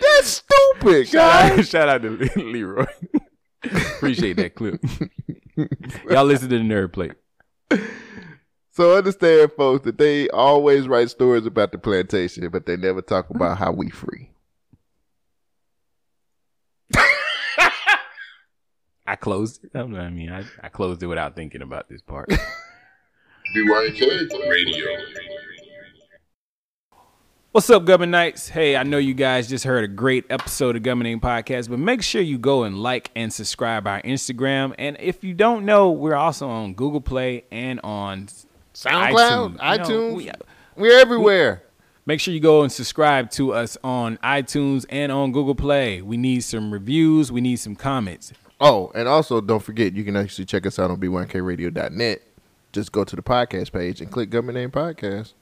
A: That's stupid,
B: Shout
A: guys.
B: out, [LAUGHS] shout out to Le- Leroy. Appreciate that clip. [LAUGHS] Y'all listen to the nerd plate.
A: So understand, folks, that they always write stories about the plantation, but they never talk about how we free.
B: I closed it. I don't know, I mean, I, I closed it without thinking about this part.
D: BYK Radio.
B: What's up, Gubbin Knights? Hey, I know you guys just heard a great episode of Gubbin Name Podcast, but make sure you go and like and subscribe our Instagram. And if you don't know, we're also on Google Play and on
A: SoundCloud,
B: iTunes. You know,
A: iTunes,
B: we- uh,
A: we're everywhere.
B: Make sure you go and subscribe to us on iTunes and on Google Play. We need some reviews. We need some comments.
A: Oh, and also don't forget, you can actually check us out on b1kradio.net. Just go to the podcast page and click Government Name Podcast.